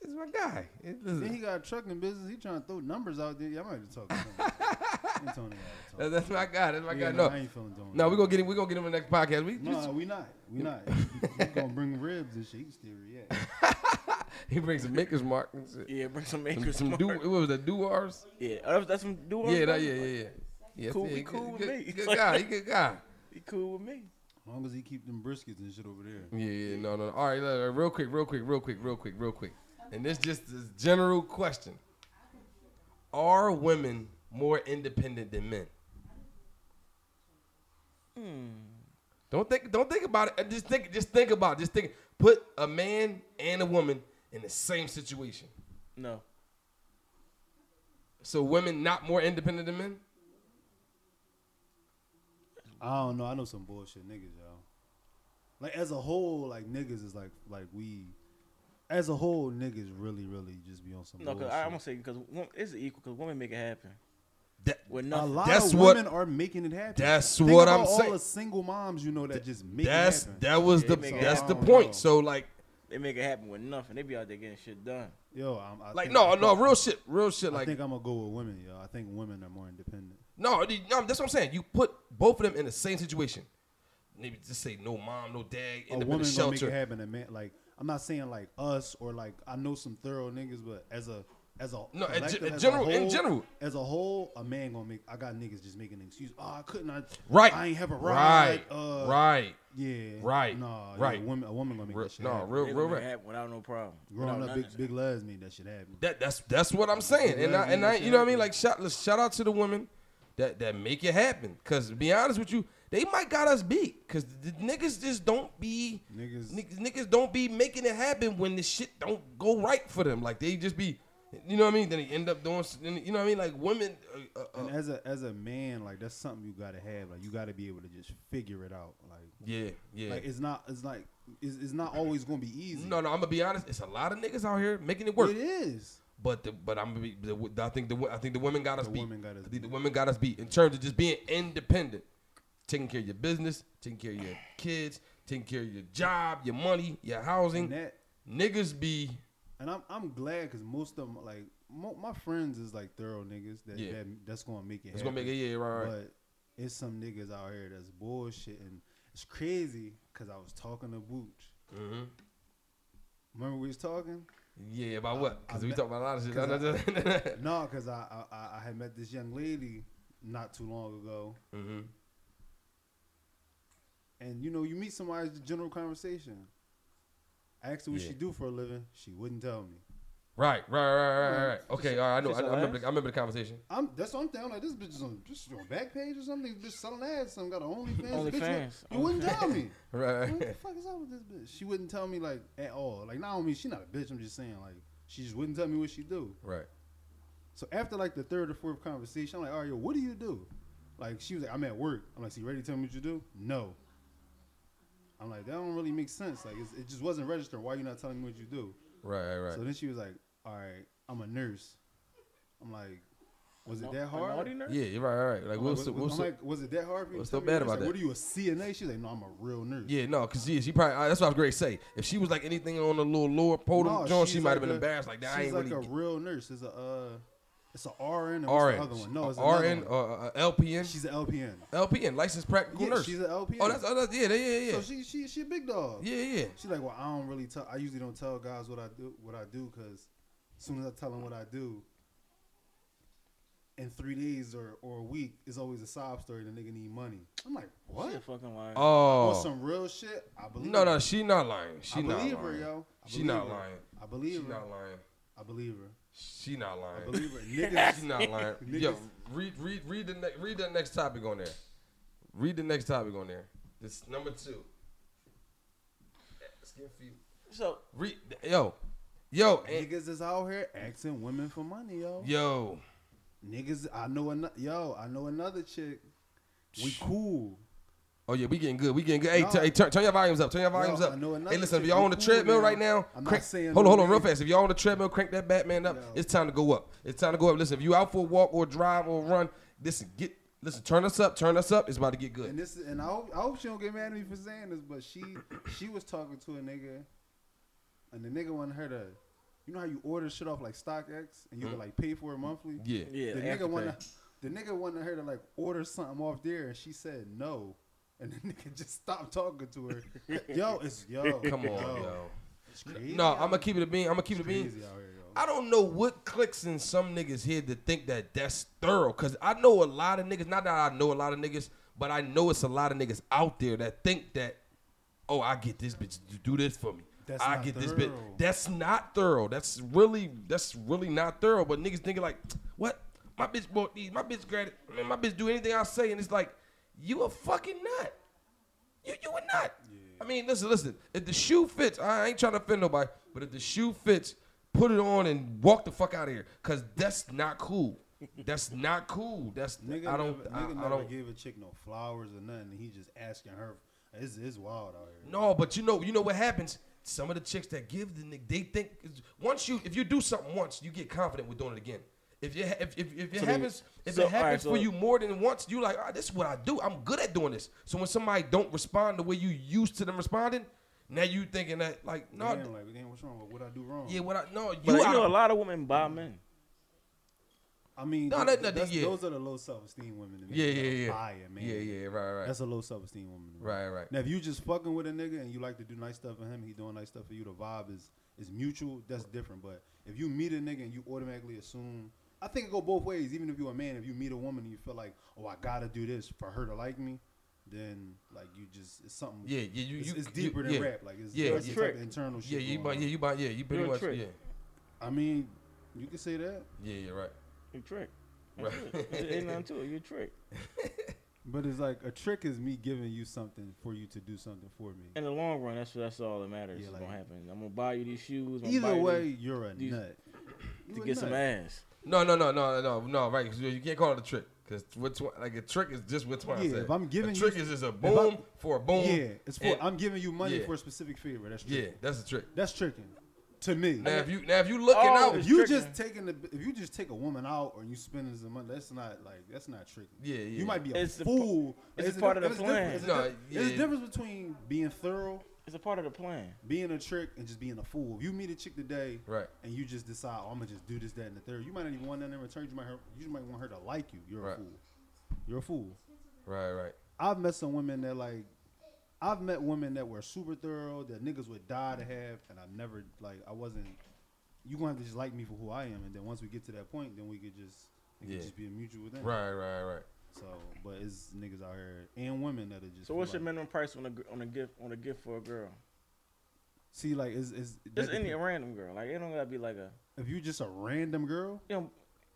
Speaker 3: It's my guy. It-
Speaker 5: Then
Speaker 3: listen,
Speaker 5: he got a trucking business. He trying to throw numbers out there. Y'all might have to talk to him. Me and Tony gotta
Speaker 3: that-
Speaker 5: talk.
Speaker 3: that's my guy. That's my
Speaker 5: Yeah,
Speaker 3: guy.
Speaker 5: I
Speaker 3: No,
Speaker 5: ain't feeling Tony.
Speaker 3: no, we gonna get him. We gonna get him in the next podcast. We
Speaker 5: No, we not. We not. we gonna bring ribs and shit. He still react.
Speaker 3: he brings some maker's mark and shit.
Speaker 6: Yeah, bring some
Speaker 3: Some,
Speaker 6: acres.
Speaker 3: some
Speaker 6: Mark.
Speaker 3: do what was that? Duars?
Speaker 6: yeah, oh, that's- that's some do.
Speaker 3: Yeah, that, yeah, yeah, yeah. Yes,
Speaker 6: Cool,
Speaker 3: yeah,
Speaker 6: he cool with
Speaker 3: good,
Speaker 6: me.
Speaker 3: Good guy. He good guy.
Speaker 6: He cool with me.
Speaker 5: As long as he keep them briskets and shit over there.
Speaker 3: Yeah, yeah, no, no. no. All right, look, look, real quick, real quick, real quick, real quick, real quick. And this just this general question: Are women more independent than men?
Speaker 6: Hmm.
Speaker 3: Don't think, don't think about it. Uh, Just think, just think about it. Just think. Put a man and a woman in the same situation.
Speaker 6: No,
Speaker 3: So women not more independent than men?
Speaker 5: I don't know. I know some bullshit niggas, yo. Like as a whole, like niggas is like like we. As a whole, niggas really, really just be on some.
Speaker 6: no, cause
Speaker 5: bullshit.
Speaker 6: I, I'm gonna say because it's equal. Cause women make it happen.
Speaker 3: That,
Speaker 6: With
Speaker 5: a
Speaker 6: nothing.
Speaker 5: lot
Speaker 3: That's
Speaker 5: of
Speaker 3: what-
Speaker 5: women are making it happen.
Speaker 3: that's
Speaker 5: Think
Speaker 3: what
Speaker 5: about
Speaker 3: I'm
Speaker 5: all
Speaker 3: saying.
Speaker 5: All the single moms you know that just make
Speaker 3: that's
Speaker 5: it happen.
Speaker 3: that was the
Speaker 6: they make it
Speaker 3: that's the
Speaker 5: happen.
Speaker 3: point. So like,
Speaker 6: They make it happen with nothing. They be out there getting shit done.
Speaker 5: Yo, I'm, I
Speaker 3: like
Speaker 5: think-
Speaker 3: no, no, real shit, real shit.
Speaker 5: I
Speaker 3: Like
Speaker 5: think I'm gonna go with women, yo. I think women are more independent.
Speaker 3: No, the- no, that's what I'm saying. You put both of them in the same situation. Maybe just say no mom, no dad,
Speaker 5: a
Speaker 3: independent
Speaker 5: woman gonna make it
Speaker 3: shelter.
Speaker 5: happen. A man, like I'm not saying like us or like I know some thorough niggas, but as a as a
Speaker 3: No, in ge-
Speaker 5: collective,
Speaker 3: in
Speaker 5: as
Speaker 3: general-
Speaker 5: a
Speaker 3: in
Speaker 5: whole-
Speaker 3: general.
Speaker 5: as a whole, a man gonna make. I got niggas just making an excuse. Oh, I couldn't. I,
Speaker 3: Right.
Speaker 5: I ain't have a ride.
Speaker 3: Right.
Speaker 5: Uh,
Speaker 3: right.
Speaker 5: Yeah.
Speaker 3: Right.
Speaker 5: No.
Speaker 3: Right.
Speaker 5: Yeah, a woman. A woman gonna make
Speaker 3: Real,
Speaker 5: that shit.
Speaker 3: no,
Speaker 5: happen.
Speaker 3: real,
Speaker 6: They
Speaker 3: real
Speaker 6: gonna make
Speaker 3: rap.
Speaker 6: it happen without no problem.
Speaker 5: Growing
Speaker 6: Without
Speaker 5: up,
Speaker 6: nothing.
Speaker 5: big big lads made that shit happen.
Speaker 3: That that's that's what I'm saying. And I, and I you know what I mean? Like shout let's shout out to the women that that make it happen. Cause to be honest with you, they might got us beat. Cause the niggas just don't be
Speaker 5: Niggas-
Speaker 3: niggas, niggas don't be making it happen when the shit don't go right for them. Like they just be, you know what I mean? Then they end up doing, s- you know what I mean? Like women. Uh, uh, uh,
Speaker 5: and as a as a man, like that's something you gotta have. Like you gotta be able to just figure it out. Like
Speaker 3: yeah, yeah.
Speaker 5: like it's not it's like it's, it's not always gonna be easy.
Speaker 3: No, no, I'm gonna be honest. It's a lot of niggas out here making it work.
Speaker 5: it is.
Speaker 3: But the, but I'm gonna be, the, I think the wo- I think the women got us
Speaker 5: The
Speaker 3: beat.
Speaker 5: women got us
Speaker 3: I think the
Speaker 5: beat.
Speaker 3: women got us beat in terms of just being independent, taking care of your business, taking care of your kids, taking care of your job, your money, your housing.
Speaker 5: And that
Speaker 3: niggas be
Speaker 5: and I'm I'm glad because most of 'em, like mo- my friends is like thorough niggas that,
Speaker 3: Yeah.
Speaker 5: that that's gonna make it.
Speaker 3: it's gonna make
Speaker 5: happen.
Speaker 3: it yeah right. right.
Speaker 5: But it's some niggas out here that's bullshit and it's crazy because I was talking to Booch.
Speaker 3: Mhm.
Speaker 5: Remember we was talking?
Speaker 3: Yeah, about what? Because
Speaker 5: I
Speaker 3: we
Speaker 5: bet-
Speaker 3: talk about a lot of shit.
Speaker 5: 'cause I-
Speaker 3: mm-hmm.
Speaker 5: no, because I, I- I I had met this young lady not too long ago,
Speaker 3: Mm-hmm.
Speaker 5: and you know you meet somebody it's a general conversation. I asked her what
Speaker 3: Yeah.
Speaker 5: she do for a living. She wouldn't tell me.
Speaker 3: Right, right, right, right, right, right.
Speaker 5: Mm-hmm.
Speaker 3: Okay, all right. I know.
Speaker 6: She
Speaker 3: I,
Speaker 6: sell
Speaker 3: I remember.
Speaker 6: ass?
Speaker 3: The, I remember the conversation.
Speaker 5: I'm that's what I'm down like this bitch is on just on back page or something. This bitch selling ass. Some got an OnlyFans.
Speaker 6: OnlyFans.
Speaker 5: Bitch, you- you
Speaker 6: OnlyFans.
Speaker 5: wouldn't tell me.
Speaker 3: Right,
Speaker 5: what
Speaker 3: right.
Speaker 5: the fuck is up with this bitch? She wouldn't tell me like at all. Like, not I mean she not a bitch. I'm just saying like she just wouldn't tell me what she do.
Speaker 3: right.
Speaker 5: So after like the third or fourth conversation, I'm like, all right, yo, what do you do? Like she was like, I'm at work. I'm like, so you ready to tell me what you do? No. I'm like, that don't really make sense. Like it's, it just wasn't registered. Why you not telling me what you do?
Speaker 3: Right, right, right.
Speaker 5: So then she was like, all right, I'm a nurse. I'm like, was it that
Speaker 6: An
Speaker 5: hard?
Speaker 6: ordinary?
Speaker 3: yeah, you're right, right, right. Like
Speaker 5: I'm like,
Speaker 3: what's the
Speaker 5: "Was- was-
Speaker 3: what's
Speaker 5: I'm
Speaker 3: the-
Speaker 5: like, was it that hard for you?
Speaker 3: what's
Speaker 5: to tell
Speaker 3: so
Speaker 5: me
Speaker 3: bad
Speaker 5: this?"
Speaker 3: about
Speaker 5: Like,
Speaker 3: that?
Speaker 5: What are you a CNA? She's like, no, I'm a real nurse.
Speaker 3: Yeah, no, cause she, she probably I- that's what I was great to say. If she was like anything on the little lower podium,
Speaker 5: No,
Speaker 3: joint, she
Speaker 5: she's
Speaker 3: might
Speaker 5: like
Speaker 3: have been
Speaker 5: a-
Speaker 3: embarrassed. Like that, I
Speaker 5: she's
Speaker 3: ain't
Speaker 5: like
Speaker 3: really
Speaker 5: a real nurse. It's a uh, it's a
Speaker 3: RN,
Speaker 5: RN. Or what's the other one? No, it's
Speaker 3: a
Speaker 5: another
Speaker 3: RN
Speaker 5: one.
Speaker 3: or a- a LPN.
Speaker 5: She's an LPN.
Speaker 3: LPN, licensed practical
Speaker 5: Yeah,
Speaker 3: nurse.
Speaker 5: she's an LPN.
Speaker 3: oh, that's, oh, that's yeah, yeah, yeah, yeah,
Speaker 5: So she she she a big dog.
Speaker 3: yeah, yeah.
Speaker 5: She's like, well, I don't really tell. I usually don't tell guys what I do. What I do, cause as soon as I tell them what I do, in three days or or a week, it's always a sob story. The nigga need money. I'm like, what?
Speaker 6: She a fucking liar.
Speaker 5: On
Speaker 3: Oh,
Speaker 5: some real shit. I believe.
Speaker 3: no,
Speaker 5: her.
Speaker 3: no, she not lying. She
Speaker 5: I
Speaker 3: not
Speaker 5: believe
Speaker 3: lying.
Speaker 5: her, yo. I
Speaker 3: She not
Speaker 5: believe her.
Speaker 3: lying.
Speaker 5: I
Speaker 3: She
Speaker 5: believe her.
Speaker 3: not lying.
Speaker 5: I believe her.
Speaker 3: She not
Speaker 5: I
Speaker 3: lying.
Speaker 5: believe her. Niggas,
Speaker 3: She not lying.
Speaker 5: Niggas.
Speaker 3: Yo, read read read the ne- read that next topic on there. Read the next topic on there. This number two. Skin fever.
Speaker 6: So
Speaker 3: Read yo, yo, and-
Speaker 5: niggas is out here asking women for money, yo.
Speaker 3: yo.
Speaker 5: Niggas, I know another. Yo, I know another chick. We cool.
Speaker 3: Oh yeah, we getting good. We getting good. Hey,
Speaker 5: No.
Speaker 3: tu- hey turn, turn your volumes up. Turn your volumes
Speaker 5: I
Speaker 3: up.
Speaker 5: know another
Speaker 3: Hey, listen, if
Speaker 5: shit.
Speaker 3: y'all
Speaker 5: We
Speaker 3: on the
Speaker 5: cool
Speaker 3: treadmill
Speaker 5: now.
Speaker 3: right now,
Speaker 5: I'm not
Speaker 3: crank,
Speaker 5: saying
Speaker 3: hold on,
Speaker 5: no
Speaker 3: hold on, real
Speaker 5: name.
Speaker 3: fast. If y'all on the treadmill, crank that Batman up.
Speaker 5: Yo.
Speaker 3: It's time to go up. It's time to go up. Listen, if you out for a walk or drive or run, listen, get listen, turn us up, turn us up. It's about to get
Speaker 5: And
Speaker 3: good.
Speaker 5: this, and I hope, I hope she don't get mad at me for saying this, but she, she was talking to a nigga, and the nigga wanted her to, you know how you order shit off like StockX and you can like pay for it monthly.
Speaker 3: Hmm? Yeah.
Speaker 6: Yeah,
Speaker 5: The
Speaker 6: afterpay.
Speaker 5: nigga wanted, the nigga wanted her to like order something off there, and she said no, and the nigga just stopped talking to her. yo, it's yo.
Speaker 3: Come on,
Speaker 5: yo.
Speaker 3: yo.
Speaker 5: It's crazy
Speaker 3: No,
Speaker 5: out
Speaker 3: I'm gonna keep it a bean. I'm gonna keep it a
Speaker 5: here. It's
Speaker 3: bean.
Speaker 5: crazy out here, yo.
Speaker 3: I don't know what clicks in some niggas here to think that that's thorough. Cause I know a lot of niggas. Not that I know a lot of niggas, but I know it's a lot of niggas out there that think that, oh, I get this bitch to do this for me.
Speaker 5: That's
Speaker 3: I
Speaker 5: not
Speaker 3: get this bitch.
Speaker 5: thorough.
Speaker 3: That's not thorough. That's really that's really not thorough. But niggas thinking like, what? My bitch bought these. My bitch granted. Man, my bitch do anything I say, and it's like, you a fucking nut. You you would not. I mean, listen, listen. If the shoe fits, I ain't trying to offend nobody, but if the shoe fits, put it on and walk the fuck out of here, cause that's not cool. That's not cool. That's
Speaker 5: Nigga
Speaker 3: I don't.
Speaker 5: never,
Speaker 3: I,
Speaker 5: nigga
Speaker 3: I
Speaker 5: never
Speaker 3: don't.
Speaker 5: gave a chick no flowers or nothing. And he just asking her. It's, it's wild out here.
Speaker 3: No, but you know, you know what happens. Some of the chicks that give the nigga, they think once you if you do something once, you get confident with doing it again. If you ha- if if, if it
Speaker 6: So they-
Speaker 3: happens if
Speaker 6: so,
Speaker 3: it
Speaker 6: all right,
Speaker 3: happens for
Speaker 6: so-
Speaker 3: you more than once, you like, all right, this is what I do. I'm good at doing this. So when somebody don't respond the way you used to them responding, now you thinking that like no,
Speaker 5: Damn, like, damn, what's wrong? What I do wrong?
Speaker 3: Yeah, what I no, you,
Speaker 6: but you,
Speaker 3: out
Speaker 6: know, a
Speaker 3: of-
Speaker 6: lot of women buy men.
Speaker 5: I mean,
Speaker 3: No,
Speaker 5: th-
Speaker 3: that- that-
Speaker 5: that's-
Speaker 3: yeah.
Speaker 5: those are the low self esteem women. to me.
Speaker 3: yeah,
Speaker 5: They're
Speaker 3: yeah, yeah,
Speaker 5: fire, man.
Speaker 3: yeah, yeah, right, right,
Speaker 5: That's a low self esteem woman. to me.
Speaker 3: right, right.
Speaker 5: Now, if you just fucking with a nigga and you like to do nice stuff for him, he doing nice stuff for you. The vibe is is mutual. That's different. But if you meet a nigga and you automatically assume, I think it go both ways. Even if you're a man, if you meet a woman and you feel like, oh, I gotta do this for her to like me, then like you just it's something.
Speaker 3: Yeah, yeah, you,
Speaker 5: it's,
Speaker 3: you,
Speaker 5: it's
Speaker 3: you-
Speaker 5: deeper than
Speaker 3: yeah.
Speaker 5: rap. Like it's
Speaker 3: Yeah,
Speaker 5: yeah,
Speaker 6: yeah.
Speaker 5: type of internal shit.
Speaker 3: Yeah, you,
Speaker 5: going
Speaker 3: buy,
Speaker 5: on.
Speaker 3: yeah, you buy, yeah, you pretty
Speaker 6: Real
Speaker 3: much,
Speaker 6: trick.
Speaker 3: yeah,
Speaker 5: I mean, you can say that,
Speaker 3: yeah, yeah, right.
Speaker 6: You trick. That's
Speaker 3: Right.
Speaker 6: it. It ain't nothing to it. You trick.
Speaker 5: but it's like a trick is me giving you something for you to do something for me.
Speaker 6: In the long run, that's that's all that matters.
Speaker 5: Yeah,
Speaker 6: It's
Speaker 5: like-
Speaker 6: gonna happen. I'm gonna buy you these shoes. I'm gonna buy
Speaker 5: Either
Speaker 6: you
Speaker 5: way, you're a
Speaker 6: these-
Speaker 5: nut.
Speaker 6: these
Speaker 5: You
Speaker 6: to
Speaker 5: a
Speaker 6: get some
Speaker 5: nut.
Speaker 6: ass.
Speaker 3: No, no, no, no, no, no. Right, 'cause you- you can't call it a trick because like a trick is just what Twan
Speaker 5: Yeah,
Speaker 3: said.
Speaker 5: if I'm giving
Speaker 3: a
Speaker 5: you-
Speaker 3: trick is just a
Speaker 5: I'm-
Speaker 3: boom for a boom.
Speaker 5: Yeah, it's for
Speaker 3: and-
Speaker 5: I'm giving you money
Speaker 3: yeah.
Speaker 5: for a specific favor. That's tricking.
Speaker 3: yeah, that's a trick.
Speaker 5: That's tricking. To me,
Speaker 3: Now if you now if you looking
Speaker 6: Oh,
Speaker 3: out,
Speaker 5: if
Speaker 6: it's
Speaker 5: you
Speaker 6: tricking.
Speaker 5: just taking the if you just take a woman out or you spending some money, that's not like that's not tricking.
Speaker 3: Yeah, yeah.
Speaker 5: You might be a
Speaker 6: It's the-
Speaker 5: fool.
Speaker 6: it's
Speaker 5: a
Speaker 6: part
Speaker 5: diff-
Speaker 6: of
Speaker 5: it's
Speaker 6: the
Speaker 5: different-
Speaker 6: plan.
Speaker 5: it's a
Speaker 3: No,
Speaker 5: diff- There's
Speaker 3: yeah.
Speaker 5: a difference between being thorough,
Speaker 6: It's a part of the plan.
Speaker 5: being a trick, and just being a fool. If you meet a chick today,
Speaker 3: Right.
Speaker 5: and you just decide, oh, I'm gonna just do this, that, and the third. You might not even want nothing in return. You might her, you might want her to like you. You're
Speaker 3: Right.
Speaker 5: a fool. You're a fool.
Speaker 3: right, right.
Speaker 5: I've met some women that like I've met women that were super thorough that niggas would die to have and I never like I wasn't you gonna have to just like me for who I am and then once we get to that point then we could just it
Speaker 3: Yeah.
Speaker 5: could just be a mutual thing.
Speaker 3: Right, right, right.
Speaker 5: So but it's niggas out here and women that are just
Speaker 6: So what's
Speaker 5: feel
Speaker 6: your
Speaker 5: like-
Speaker 6: minimum price on a gr- on a gift on a gift for a girl?
Speaker 5: See like is is
Speaker 6: Just any random girl. Like it don't gotta be like a
Speaker 5: if you just a random girl
Speaker 6: you know.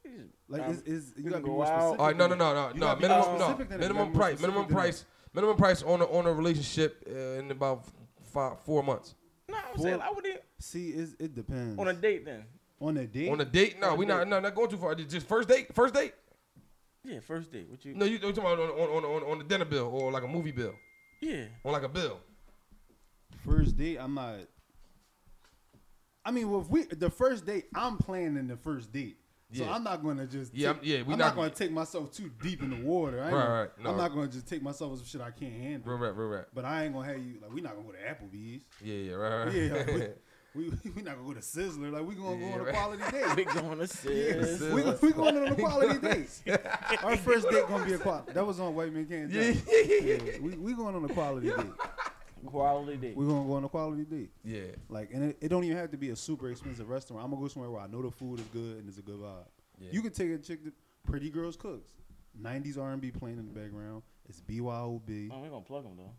Speaker 6: you just-
Speaker 5: like
Speaker 6: um,
Speaker 5: is is you
Speaker 6: can
Speaker 5: gotta be
Speaker 6: go
Speaker 5: more
Speaker 6: out.
Speaker 5: specific.
Speaker 3: All right, no, no,
Speaker 5: than
Speaker 3: no,
Speaker 5: that.
Speaker 3: no,
Speaker 5: You
Speaker 3: no.
Speaker 5: gotta be
Speaker 3: Minimum,
Speaker 5: more
Speaker 3: no.
Speaker 5: specific than that. You gotta
Speaker 3: Minimum
Speaker 5: be more
Speaker 3: price. Minimum
Speaker 5: specific than that.
Speaker 3: price. Minimum price on a on a relationship uh, in about five four months.
Speaker 6: No, I'm
Speaker 5: Four-
Speaker 6: saying I would not
Speaker 5: See, is it depends
Speaker 6: on a date then.
Speaker 5: On a date.
Speaker 3: On a date? No,
Speaker 6: On a
Speaker 3: we not.
Speaker 6: date.
Speaker 3: No, not going too far. Just first date. First date.
Speaker 6: Yeah, first date. What you?
Speaker 3: No, you you talking about on on on on, on the dinner bill or like a movie bill,
Speaker 6: Yeah.
Speaker 3: on like a bill.
Speaker 5: First date, I'm not. I mean, well, if we the first date, I'm planning the first date, so
Speaker 3: Yeah.
Speaker 5: I'm not gonna just.
Speaker 3: Yeah,
Speaker 5: take-
Speaker 3: I'm- yeah, we not-
Speaker 5: I'm not, gonna take myself too deep in the water. I ain't
Speaker 3: Right,
Speaker 5: gonna-
Speaker 3: right, no.
Speaker 5: I'm not gonna just take myself with some shit I can't handle.
Speaker 3: Real rap, real rap.
Speaker 5: But I ain't gonna have you like we not gonna go to Applebee's.
Speaker 3: Yeah, yeah, right, right.
Speaker 5: Yeah, like, we, we we not gonna go to Sizzler. Like we gonna
Speaker 3: Yeah,
Speaker 5: go on a
Speaker 3: right.
Speaker 5: quality
Speaker 6: We
Speaker 5: date.
Speaker 6: going to
Speaker 3: Yes.
Speaker 6: sis.
Speaker 5: we,
Speaker 3: Sizzler.
Speaker 5: we going on a quality date. Our first date gonna be a quality. That was on White Man Can't
Speaker 3: yeah,
Speaker 5: Jump.
Speaker 3: yeah, yeah,
Speaker 5: Yeah, we we going on a quality date.
Speaker 6: Quality date.
Speaker 5: We gonna go on a quality date.
Speaker 3: yeah.
Speaker 5: Like, and it, it don't even have to be a super expensive restaurant. I'm gonna go somewhere where I know the food is good and it's a good vibe.
Speaker 3: Yeah.
Speaker 5: You can take a chick that Pretty Girls Cooks, '90s R&B playing in the background. It's BYOB.
Speaker 6: Oh, we gonna plug them though.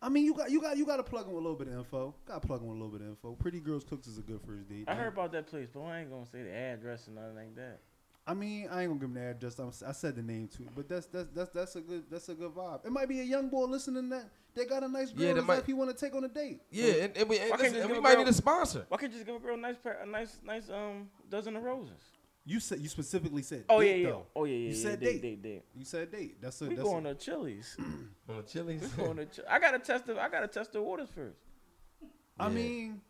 Speaker 5: I mean, you got you got you got to plug in with a little bit of info. Got to plug in with a little bit of info. Pretty girls cooks is a good first date.
Speaker 6: I heard about that place, but I ain't gonna say the address or nothing like that.
Speaker 5: I mean, I ain't gonna give him the address. I'm, I said the name too, but that's that's that's that's a good that's a good vibe. It might be a young boy listening that they got a nice girl
Speaker 3: Yeah,
Speaker 5: in
Speaker 3: that
Speaker 5: his
Speaker 3: might-
Speaker 5: life he want to take on a date.
Speaker 3: Yeah, and, and we, and
Speaker 6: Why can't
Speaker 3: listen,
Speaker 6: you
Speaker 3: and we
Speaker 6: give a
Speaker 3: might
Speaker 6: girl-
Speaker 3: need a sponsor.
Speaker 6: Why can't you just give a girl a nice pair, a nice, nice um dozen of roses?
Speaker 5: You said you specifically said.
Speaker 6: Oh
Speaker 5: date,
Speaker 6: yeah, yeah.
Speaker 5: though.
Speaker 6: Oh yeah, yeah.
Speaker 5: You
Speaker 6: yeah,
Speaker 5: said
Speaker 6: date,
Speaker 5: date.
Speaker 6: date, date.
Speaker 5: You said date. That's a
Speaker 6: We
Speaker 5: that's
Speaker 6: going
Speaker 5: a,
Speaker 6: to Chili's.
Speaker 3: On Chili's.
Speaker 6: We going to. Chi- I gotta test the. I gotta test the waters first.
Speaker 5: I
Speaker 3: Yeah.
Speaker 5: mean,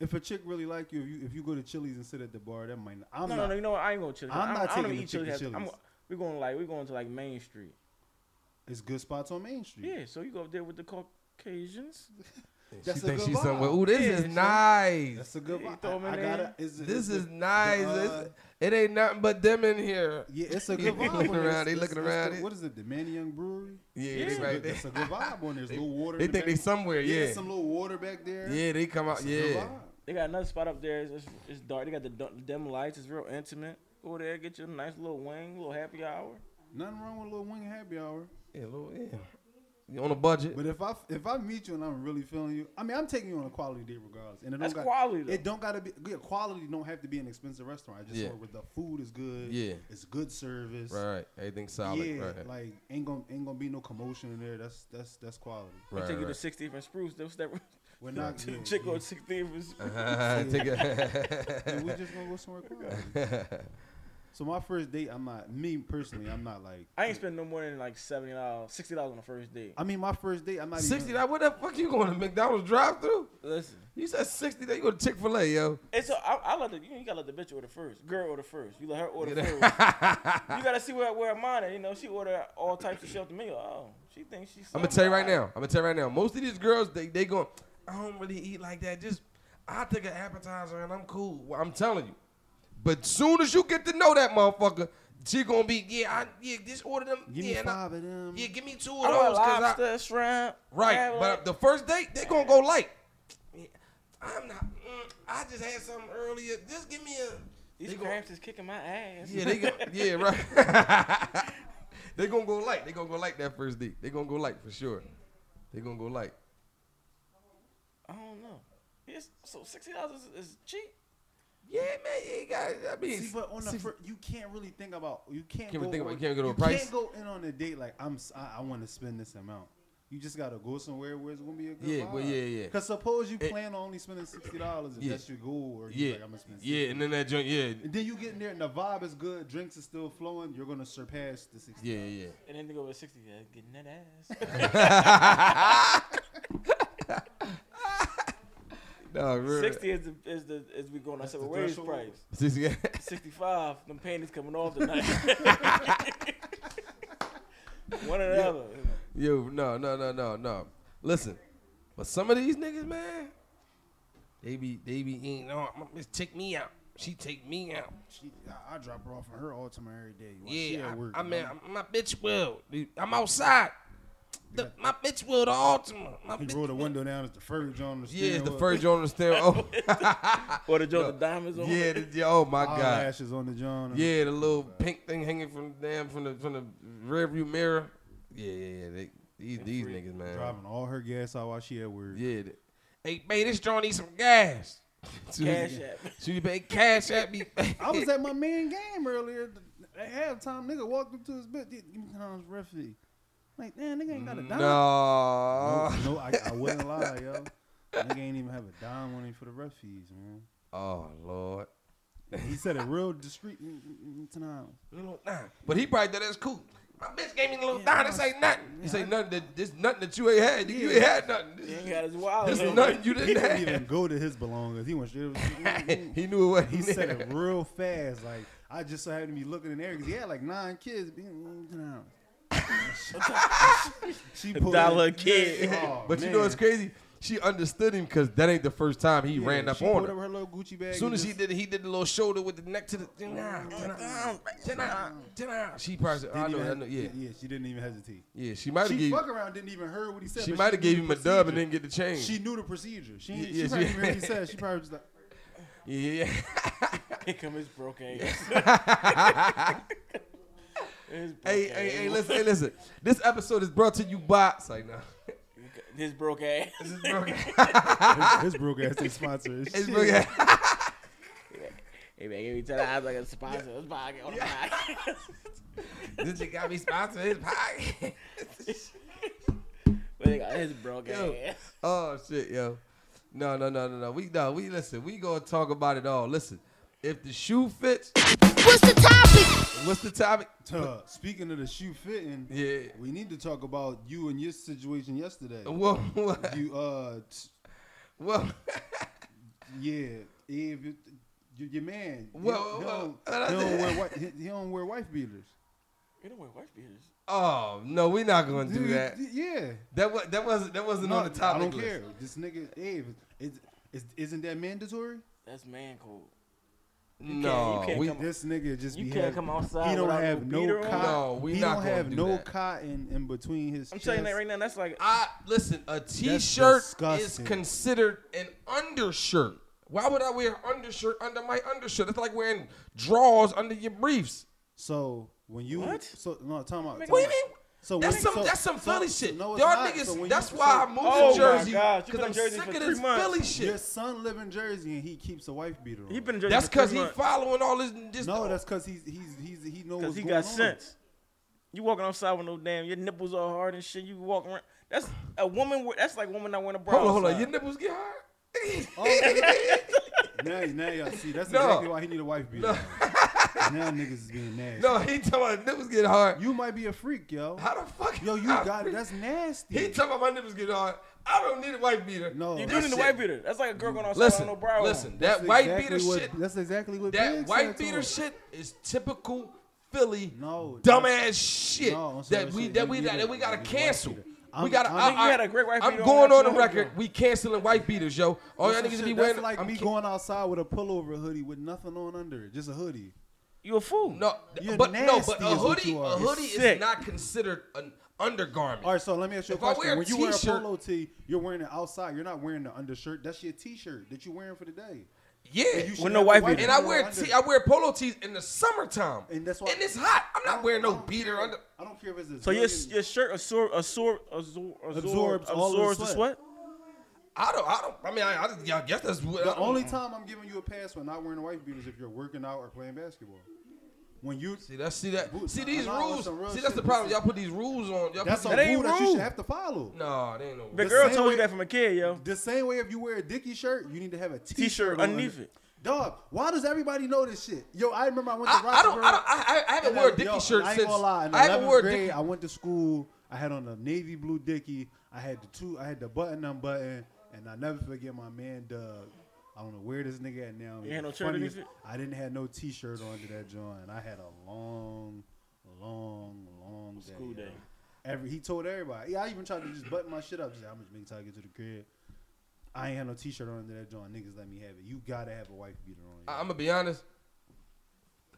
Speaker 5: if a chick really like you, if you if you go to Chili's and sit at the bar, that might. Not, I'm
Speaker 6: no,
Speaker 5: not.
Speaker 6: no, no. You know what? I ain't going to Chili's.
Speaker 5: I'm
Speaker 6: I don't-
Speaker 5: not
Speaker 6: I don't
Speaker 5: taking
Speaker 6: even
Speaker 5: the
Speaker 6: eat Chili's.
Speaker 5: chick to
Speaker 6: after- I'm,
Speaker 5: Chili's.
Speaker 6: we're going like we're going to like Main Street.
Speaker 5: It's good spots on Main Street.
Speaker 6: Yeah, so you go up there with the Caucasians.
Speaker 5: That's
Speaker 3: she
Speaker 5: a
Speaker 3: thinks
Speaker 5: good
Speaker 3: she's
Speaker 5: vibe.
Speaker 3: somewhere. Ooh, this
Speaker 6: Yeah,
Speaker 3: is
Speaker 6: son.
Speaker 3: nice.
Speaker 5: That's a good
Speaker 6: Yeah, you
Speaker 5: vibe.
Speaker 6: throw 'em
Speaker 5: I,
Speaker 6: in
Speaker 5: gotta.
Speaker 6: there.
Speaker 5: It's, it's
Speaker 3: this
Speaker 5: the-
Speaker 3: is nice.
Speaker 5: the, uh,
Speaker 3: It's- it ain't nothing but them in here.
Speaker 5: yeah, it's a
Speaker 3: They
Speaker 5: good vibe. on
Speaker 3: looking
Speaker 5: there.
Speaker 3: around, they
Speaker 5: It's-
Speaker 3: looking
Speaker 5: it's the-
Speaker 3: around it.
Speaker 5: What is it? The Manny Young Brewery.
Speaker 3: Yeah,
Speaker 6: Yeah.
Speaker 3: they
Speaker 5: It's a
Speaker 3: right
Speaker 5: good-
Speaker 3: there.
Speaker 5: That's a good vibe on there. There's a little water.
Speaker 3: They
Speaker 5: in the
Speaker 3: think they
Speaker 5: back.
Speaker 3: somewhere.
Speaker 5: Yeah,
Speaker 3: Yeah,
Speaker 5: there's some little water back there.
Speaker 3: yeah, they come out.
Speaker 5: It's a good
Speaker 3: Yeah,
Speaker 5: vibe.
Speaker 6: They got another spot up there. It's, it's, it's dark. They got the dun- dim lights. It's real intimate. Go there, get you a nice little wing, little happy hour.
Speaker 5: Nothing wrong with a little wing happy hour.
Speaker 3: yeah, little, yeah. You on a budget.
Speaker 5: But if I if I meet you and I'm really feeling you, I mean I'm taking you on a quality date regardless. And it
Speaker 6: That's
Speaker 5: don't got,
Speaker 6: quality, though.
Speaker 5: It don't gotta be yeah, quality. Don't have to be an expensive restaurant. I just
Speaker 3: Yeah.
Speaker 5: want where the food is good.
Speaker 3: Yeah.
Speaker 5: it's good service.
Speaker 3: Right, right. Everything solid.
Speaker 5: yeah,
Speaker 3: right, right.
Speaker 5: like ain't gonna ain't gonna be no commotion in there. That's that's that's quality.
Speaker 6: They
Speaker 3: right,
Speaker 6: take you to
Speaker 3: right.
Speaker 6: 60th and Spruce. That was that
Speaker 5: We're not
Speaker 6: to
Speaker 5: yeah,
Speaker 6: the chick
Speaker 5: yeah.
Speaker 6: on 60th and Spruce.
Speaker 3: Uh-huh. Take
Speaker 5: Yeah, we
Speaker 3: it.
Speaker 5: just gonna go somewhere quality. so my first date, I'm not me personally. I'm not like.
Speaker 6: I ain't spend no more than like seventy dollars, sixty dollars on the first date.
Speaker 5: I mean, my first date, I'm not
Speaker 3: Sixty.
Speaker 5: even.
Speaker 3: dollars. What the fuck you going to McDonald's drive through?
Speaker 6: Listen,
Speaker 3: You said sixty. dollars. You go to Chick Fil A, yo.
Speaker 6: it's a, I, I let the you, know, you gotta let the bitch order first, girl order first. You let her order first.
Speaker 3: I'm
Speaker 6: You gotta see where where mine. at, You know, she order all types of shelf to me. Oh, she thinks she's.
Speaker 3: gonna tell you right now. I'm gonna tell you right now. Most of these girls, they they going. I don't really eat like that. Just I take an appetizer and I'm cool. Well, I'm telling you. But soon as you get to know that motherfucker, she gonna be yeah. I yeah. Just order them.
Speaker 5: Give
Speaker 3: yeah,
Speaker 5: me
Speaker 3: and I-
Speaker 5: five of them.
Speaker 3: yeah, give me two of
Speaker 6: I want
Speaker 3: those. 'cause I-
Speaker 6: lobster, shrimp. crab
Speaker 3: Right,
Speaker 6: leg.
Speaker 3: but the first date they gonna go light. I'm not. mm, I just had something earlier. Just give me a.
Speaker 6: These
Speaker 3: They gon-
Speaker 6: cramps is kicking my ass.
Speaker 3: yeah, they go, yeah, right. they gonna go light. They gonna go light that first date. They gonna go light for sure. They gonna go light.
Speaker 6: I don't know. It's, so sixty dollars is, is cheap.
Speaker 3: Yeah, man. You got. I mean,
Speaker 5: See, but on the
Speaker 3: see,
Speaker 5: fir- you can't really think about you can't,
Speaker 3: Can't really think
Speaker 5: go
Speaker 3: about-
Speaker 5: on-
Speaker 3: you can't go to a
Speaker 5: you
Speaker 3: price?
Speaker 5: Can't go in on a date like I'm. s- I, want to spend this amount. You just gotta go somewhere where it's gonna be a good
Speaker 3: Yeah,
Speaker 5: vibe.
Speaker 3: well, yeah, yeah.
Speaker 5: Cause suppose you
Speaker 3: It-
Speaker 5: plan on only spending sixty dollars and
Speaker 3: Yeah.
Speaker 5: that's your goal, or you
Speaker 3: yeah,
Speaker 5: like I'm gonna spend. 60.
Speaker 3: yeah, and then that joint. Yeah,
Speaker 5: And then you get in there and the vibe is good, drinks is still flowing. You're gonna surpass the sixty.
Speaker 3: yeah, yeah.
Speaker 6: And then they go over sixty. Yeah, getting that ass.
Speaker 3: No, real-
Speaker 6: Sixty is the is the is we going our
Speaker 5: That's the
Speaker 6: separate ways
Speaker 5: threshold.
Speaker 6: price.
Speaker 3: 60.
Speaker 6: Sixty five, them panties coming off tonight. One or the other.
Speaker 3: Yo, no, no, no, no, no. Listen, but some of these niggas, man, they be they be eating. Oh, my bitch, take me out. She take me out.
Speaker 5: She, I, I drop her off on her ultimate every day. While she
Speaker 3: yeah,
Speaker 5: at work,
Speaker 3: I, I
Speaker 5: you
Speaker 3: mean,
Speaker 5: know?
Speaker 3: my bitch will. I'm outside. The, my bitch will the ultimate. My
Speaker 5: he
Speaker 3: bitch
Speaker 5: rolled the
Speaker 3: will.
Speaker 5: window down. It's the fur John.
Speaker 3: Yeah, it's the first joint on the stand. Oh,
Speaker 6: Or the Joe the diamonds on.
Speaker 3: yeah, the, yeah, oh my god.
Speaker 5: Eyelashes on the John.
Speaker 3: Yeah, the little pink thing hanging from the damn from the from the rearview mirror. Yeah, yeah, yeah. They, these these niggas, man.
Speaker 5: driving all her gas out while she at work.
Speaker 3: Yeah. th- Hey, man, this joint need some gas.
Speaker 6: Cash App.
Speaker 3: So you pay cash at me.
Speaker 5: I was at my man game earlier. th- At halftime, nigga walked up to his bed. Give me Tom's referee. Like, damn, nigga ain't got a
Speaker 3: Mm,
Speaker 5: dime.
Speaker 3: no.
Speaker 5: no, no, I, I wouldn't lie, yo. Nigga ain't even have a dime on him for the ref fees, man.
Speaker 3: Oh Lord.
Speaker 5: He said it real discreet. "Mm, mm, mm, Tom.
Speaker 3: Little dime. But he probably thought that's cool. My bitch gave me a little
Speaker 5: Yeah,
Speaker 3: dime. This
Speaker 5: I-
Speaker 3: ain't nothing. This ain't nothing. That, this nothing that you ain't had. You
Speaker 5: Yeah.
Speaker 3: ain't had nothing.
Speaker 6: He
Speaker 3: This,
Speaker 6: ain't got his wallet.
Speaker 3: this
Speaker 6: on.
Speaker 3: is nothing you
Speaker 5: He
Speaker 3: didn't
Speaker 5: didn't
Speaker 3: have.
Speaker 5: even go to his belongings. He went straight. up- mm, mm.
Speaker 3: he knew what
Speaker 5: He
Speaker 3: he
Speaker 5: said it
Speaker 3: said.
Speaker 5: real fast. Like I just so happened to be looking in there because he had like nine kids. Mm, mm, mm, Tom. she pulled
Speaker 6: dollar
Speaker 5: it-
Speaker 6: a kid.
Speaker 5: Oh,
Speaker 3: But you know
Speaker 5: man.
Speaker 3: what's crazy? She understood him because that ain't the first time he
Speaker 5: Yeah,
Speaker 3: ran up
Speaker 5: she
Speaker 3: on
Speaker 5: pulled
Speaker 3: her.
Speaker 5: up her little Gucci bag.
Speaker 3: As soon
Speaker 5: and
Speaker 3: as he
Speaker 5: just-
Speaker 3: did it, he did the little shoulder with the neck to the. Nah, nah, nah, nah. She probably said,
Speaker 5: didn't
Speaker 3: I know,
Speaker 5: even
Speaker 3: I
Speaker 5: have-
Speaker 3: know, yeah.
Speaker 5: yeah, she didn't even hesitate.
Speaker 3: Yeah, she might have
Speaker 5: She
Speaker 3: gave
Speaker 5: fuck around didn't even heard what he said.
Speaker 3: she
Speaker 5: but
Speaker 3: might have
Speaker 5: knew
Speaker 3: gave
Speaker 5: the
Speaker 3: him a dub and
Speaker 5: procedure.
Speaker 3: didn't get the change.
Speaker 5: She knew the procedure. She
Speaker 3: Yeah,
Speaker 5: she
Speaker 3: yeah,
Speaker 5: probably
Speaker 3: she-
Speaker 5: didn't really said. it. She probably was like,
Speaker 3: yeah, yeah.
Speaker 6: Here come his broke ass. his broke
Speaker 3: hey,
Speaker 6: ass.
Speaker 3: hey, hey, listen, hey, listen. This episode is brought to you by. It's like, nah.
Speaker 6: His broke ass.
Speaker 3: This broke
Speaker 5: His broke ass ain't sponsored.
Speaker 3: It's
Speaker 5: Shit.
Speaker 3: broke ass.
Speaker 6: hey man, give me ten dollars. I got a sponsor. This podcast on the podcast.
Speaker 3: This nigga got me sponsored his pocket.
Speaker 6: But they got his broke
Speaker 3: Yo.
Speaker 6: ass.
Speaker 3: Oh shit, yo. No, no, no, no, no. We no, we listen, we gonna talk about it all. Listen, if the shoe fits,
Speaker 4: What's the topic?
Speaker 3: what's the topic?
Speaker 5: Tuh, speaking of the shoe fitting,
Speaker 3: Yeah.
Speaker 5: we need to talk about you and your situation yesterday.
Speaker 3: Well, well,
Speaker 5: You uh, t-
Speaker 3: well,
Speaker 5: yeah, if you, your, your man, he-
Speaker 3: Whoa,
Speaker 5: he,
Speaker 3: whoa,
Speaker 5: don't-
Speaker 3: whoa.
Speaker 5: he don't wear wi- he, he don't wear wife beaters.
Speaker 6: You don't wear wife beaters.
Speaker 3: oh no, we're not gonna do
Speaker 5: Dude,
Speaker 3: that.
Speaker 5: d- Yeah,
Speaker 3: That was that wasn't that wasn't on the
Speaker 5: No,
Speaker 3: topic
Speaker 5: I don't
Speaker 3: list.
Speaker 5: care. This nigga, Dave, is, is, isn't that mandatory?
Speaker 6: That's man code.
Speaker 3: No,
Speaker 6: you can't
Speaker 3: we
Speaker 6: come-
Speaker 5: This nigga just
Speaker 6: You
Speaker 5: be
Speaker 6: can't
Speaker 5: having-
Speaker 6: come outside
Speaker 5: He don't
Speaker 6: without
Speaker 5: have
Speaker 6: no
Speaker 5: no,
Speaker 6: beater on.
Speaker 5: cotton.
Speaker 3: No, we
Speaker 5: he
Speaker 3: not
Speaker 5: don't
Speaker 3: gonna
Speaker 5: have
Speaker 3: do
Speaker 5: no
Speaker 3: that.
Speaker 5: cotton in between his.
Speaker 6: I'm telling you that
Speaker 5: chest.
Speaker 6: right now. That's like
Speaker 3: I listen. A T-shirt is
Speaker 5: disgusting.
Speaker 3: considered an undershirt. Why would I wear undershirt under my undershirt? It's like wearing drawers under your briefs.
Speaker 5: So when you
Speaker 6: What?
Speaker 5: so no time out.
Speaker 6: What
Speaker 5: Time
Speaker 6: do you
Speaker 5: out.
Speaker 3: mean?
Speaker 5: So
Speaker 3: that's
Speaker 5: when-
Speaker 3: some
Speaker 5: so-
Speaker 3: that's some
Speaker 5: so-
Speaker 3: Philly
Speaker 5: so
Speaker 3: shit.
Speaker 5: no, it's
Speaker 3: Y'all
Speaker 5: not.
Speaker 3: niggas.
Speaker 5: So when
Speaker 3: that's
Speaker 5: you-
Speaker 3: why I
Speaker 5: so-
Speaker 3: moved
Speaker 6: Oh
Speaker 3: to
Speaker 6: my
Speaker 3: Jersey
Speaker 6: gosh, you've been
Speaker 3: I'm
Speaker 6: in Jersey
Speaker 3: sick
Speaker 6: for
Speaker 3: of
Speaker 6: three
Speaker 3: this
Speaker 6: months.
Speaker 3: Philly
Speaker 5: Your
Speaker 3: shit.
Speaker 5: son live in Jersey and he keeps a wife beater. On.
Speaker 6: he been in Jersey
Speaker 3: That's
Speaker 6: for three
Speaker 3: because he
Speaker 6: months.
Speaker 3: following all this. this
Speaker 5: no, that's because he's he's he's he knows
Speaker 6: Cause
Speaker 5: what's
Speaker 6: he
Speaker 5: going
Speaker 6: got
Speaker 5: on.
Speaker 6: sense. You walking outside with no damn, your nipples all hard and shit. You walking around. That's a woman. with- That's like woman that want a bra.
Speaker 3: Hold on, hold on.
Speaker 6: outside.
Speaker 3: Your nipples get hard.
Speaker 5: Oh, okay. now, now y'all see. That's
Speaker 3: No.
Speaker 5: exactly why he need a wife beater. now niggas is being nasty.
Speaker 3: no, he talking about nipples get hard.
Speaker 5: You might be a freak, yo.
Speaker 3: How the fuck?
Speaker 5: Yo, you
Speaker 3: I-
Speaker 5: got it. That's nasty.
Speaker 3: He talking about my nipples get hard. I don't need a white beater.
Speaker 5: no,
Speaker 6: You
Speaker 5: that's
Speaker 6: do need a
Speaker 3: shit.
Speaker 6: white beater. That's like a girl going outside
Speaker 3: Listen,
Speaker 6: with no bra. on.
Speaker 3: listen. That white
Speaker 5: exactly
Speaker 3: beater
Speaker 5: what,
Speaker 3: shit.
Speaker 5: That's exactly what
Speaker 3: That
Speaker 5: Big
Speaker 3: white
Speaker 5: said to
Speaker 3: beater
Speaker 5: him.
Speaker 3: shit is typical Philly
Speaker 5: No,
Speaker 3: dumbass shit
Speaker 5: No, I'm sorry,
Speaker 3: that we
Speaker 5: shit,
Speaker 3: that
Speaker 5: you
Speaker 3: we
Speaker 5: need
Speaker 3: that,
Speaker 5: a-
Speaker 3: that we gotta
Speaker 5: you need a white
Speaker 3: cancel.
Speaker 5: beater.
Speaker 3: We
Speaker 5: I'm-
Speaker 3: gotta.
Speaker 5: I'm-
Speaker 3: I,
Speaker 6: Nigga, you had a great white
Speaker 3: I'm
Speaker 6: beater on
Speaker 3: going
Speaker 6: that
Speaker 3: on the
Speaker 6: show,
Speaker 3: record.
Speaker 6: though.
Speaker 3: We canceling white beaters, yo. All y'all
Speaker 5: That's
Speaker 3: niggas
Speaker 5: shit-
Speaker 3: be
Speaker 5: that's
Speaker 3: wearing.
Speaker 5: like
Speaker 3: I'm
Speaker 5: me
Speaker 3: ki-
Speaker 5: going outside with a pullover hoodie with nothing on under it, just a hoodie.
Speaker 6: You a fool.
Speaker 3: No,
Speaker 5: You're
Speaker 3: but no,
Speaker 5: nasty
Speaker 3: but a
Speaker 5: is what
Speaker 3: hoodie,
Speaker 5: you
Speaker 3: a
Speaker 5: are.
Speaker 3: hoodie
Speaker 6: You're
Speaker 3: is
Speaker 6: sick.
Speaker 3: not considered an undergarment.
Speaker 5: All right, so let me ask you a
Speaker 3: If I
Speaker 5: question.
Speaker 3: wear a
Speaker 5: when you wear a
Speaker 3: t-shirt-
Speaker 5: polo tee, you're wearing it outside. You're not wearing the undershirt. That's your t-shirt that you're wearing for the day.
Speaker 3: yeah,
Speaker 5: You should
Speaker 6: With no
Speaker 5: have a
Speaker 6: wife beater.
Speaker 3: and I
Speaker 5: beater
Speaker 3: wear
Speaker 5: under
Speaker 3: te-
Speaker 5: it.
Speaker 3: I wear polo tees in the summertime,
Speaker 5: And that's why-
Speaker 3: it's hot. I'm
Speaker 5: I
Speaker 3: not
Speaker 5: don't-
Speaker 3: wearing
Speaker 5: I
Speaker 3: no
Speaker 5: don't
Speaker 3: beater
Speaker 5: care-
Speaker 3: under.
Speaker 5: I don't care if it's a
Speaker 6: So your
Speaker 5: zillion-
Speaker 6: your shirt absorb absorb absorb absorbs,
Speaker 5: Absorbs all the
Speaker 6: absorbs the
Speaker 5: sweat.
Speaker 6: sweat.
Speaker 3: I don't. I don't. I mean, I, I, just- I guess that's what. I
Speaker 5: The
Speaker 3: don't-
Speaker 5: only time I'm giving you a pass for not wearing a wife beater is if you're working out or playing basketball. When you
Speaker 3: See that's see that
Speaker 5: Boots.
Speaker 3: see these
Speaker 5: Nah, nah,
Speaker 3: rules.
Speaker 5: listen, real
Speaker 3: See that's the
Speaker 5: shit.
Speaker 3: problem. Y'all put these rules on. Y'all
Speaker 5: that's
Speaker 3: put
Speaker 5: a
Speaker 6: That ain't
Speaker 5: rule that you
Speaker 6: rules.
Speaker 5: should have to follow.
Speaker 3: these, no, they ain't no.
Speaker 6: The
Speaker 3: rules.
Speaker 6: girl
Speaker 5: same
Speaker 6: told you
Speaker 5: way-
Speaker 6: that from a kid, yo.
Speaker 5: The same way if you wear a Dickie shirt, you need to have a t-shirt,
Speaker 6: T-shirt
Speaker 5: on
Speaker 6: underneath it.
Speaker 5: Dog, why does everybody know this shit? Yo, I remember I went
Speaker 3: I,
Speaker 5: to
Speaker 3: I don't.
Speaker 5: Roxbury.
Speaker 3: I don't. I, I, I haven't worn a
Speaker 5: Yo,
Speaker 3: Dickie shirt
Speaker 5: I ain't
Speaker 3: since.
Speaker 5: gonna lie. In
Speaker 3: I haven't
Speaker 5: 11th
Speaker 3: worn a
Speaker 5: grade,
Speaker 3: Dickie.
Speaker 5: I went to school. I had on a navy blue Dickie. I had the two. I had the button unbutton, and I never forget my man Doug. I don't know where this nigga at now.
Speaker 6: You had no
Speaker 5: The
Speaker 6: shirt
Speaker 5: funniest-
Speaker 6: underneath it?
Speaker 5: I didn't have no T-shirt under that joint. and I had a long, long, long day,
Speaker 6: School
Speaker 5: yo.
Speaker 6: day.
Speaker 5: Every he told everybody. Yeah, I even tried to just button my shit up. Just, I'm just making time to get to the crib. I ain't had no T-shirt under that joint. Niggas let me have it. You gotta have a wife beater on. yo.
Speaker 3: I, am gonna be honest.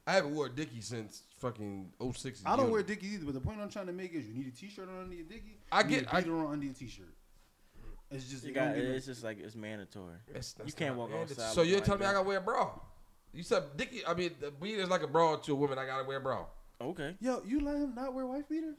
Speaker 3: I haven't worn a Dickie since fucking 06.
Speaker 5: I don't
Speaker 3: June.
Speaker 5: wear dickies either, but the point I'm trying to make is you need a t-shirt on under your dickie.
Speaker 3: I
Speaker 5: you
Speaker 3: get-
Speaker 5: need a
Speaker 3: I-
Speaker 5: beater on under your t-shirt. It's just
Speaker 6: You
Speaker 5: you
Speaker 6: got
Speaker 5: don't get
Speaker 6: it's just like it's mandatory.
Speaker 3: That's- that's
Speaker 6: you can't
Speaker 3: not
Speaker 6: walk
Speaker 3: mandatory.
Speaker 6: outside.
Speaker 3: So
Speaker 6: with
Speaker 3: you're
Speaker 6: no
Speaker 3: telling me I
Speaker 6: wife
Speaker 3: gotta wear a bra? You said Dickie. I mean, the beat is like a bra to a woman. I gotta wear a bra.
Speaker 6: beater. Okay.
Speaker 5: no- Yo, you let him not wear wife beater?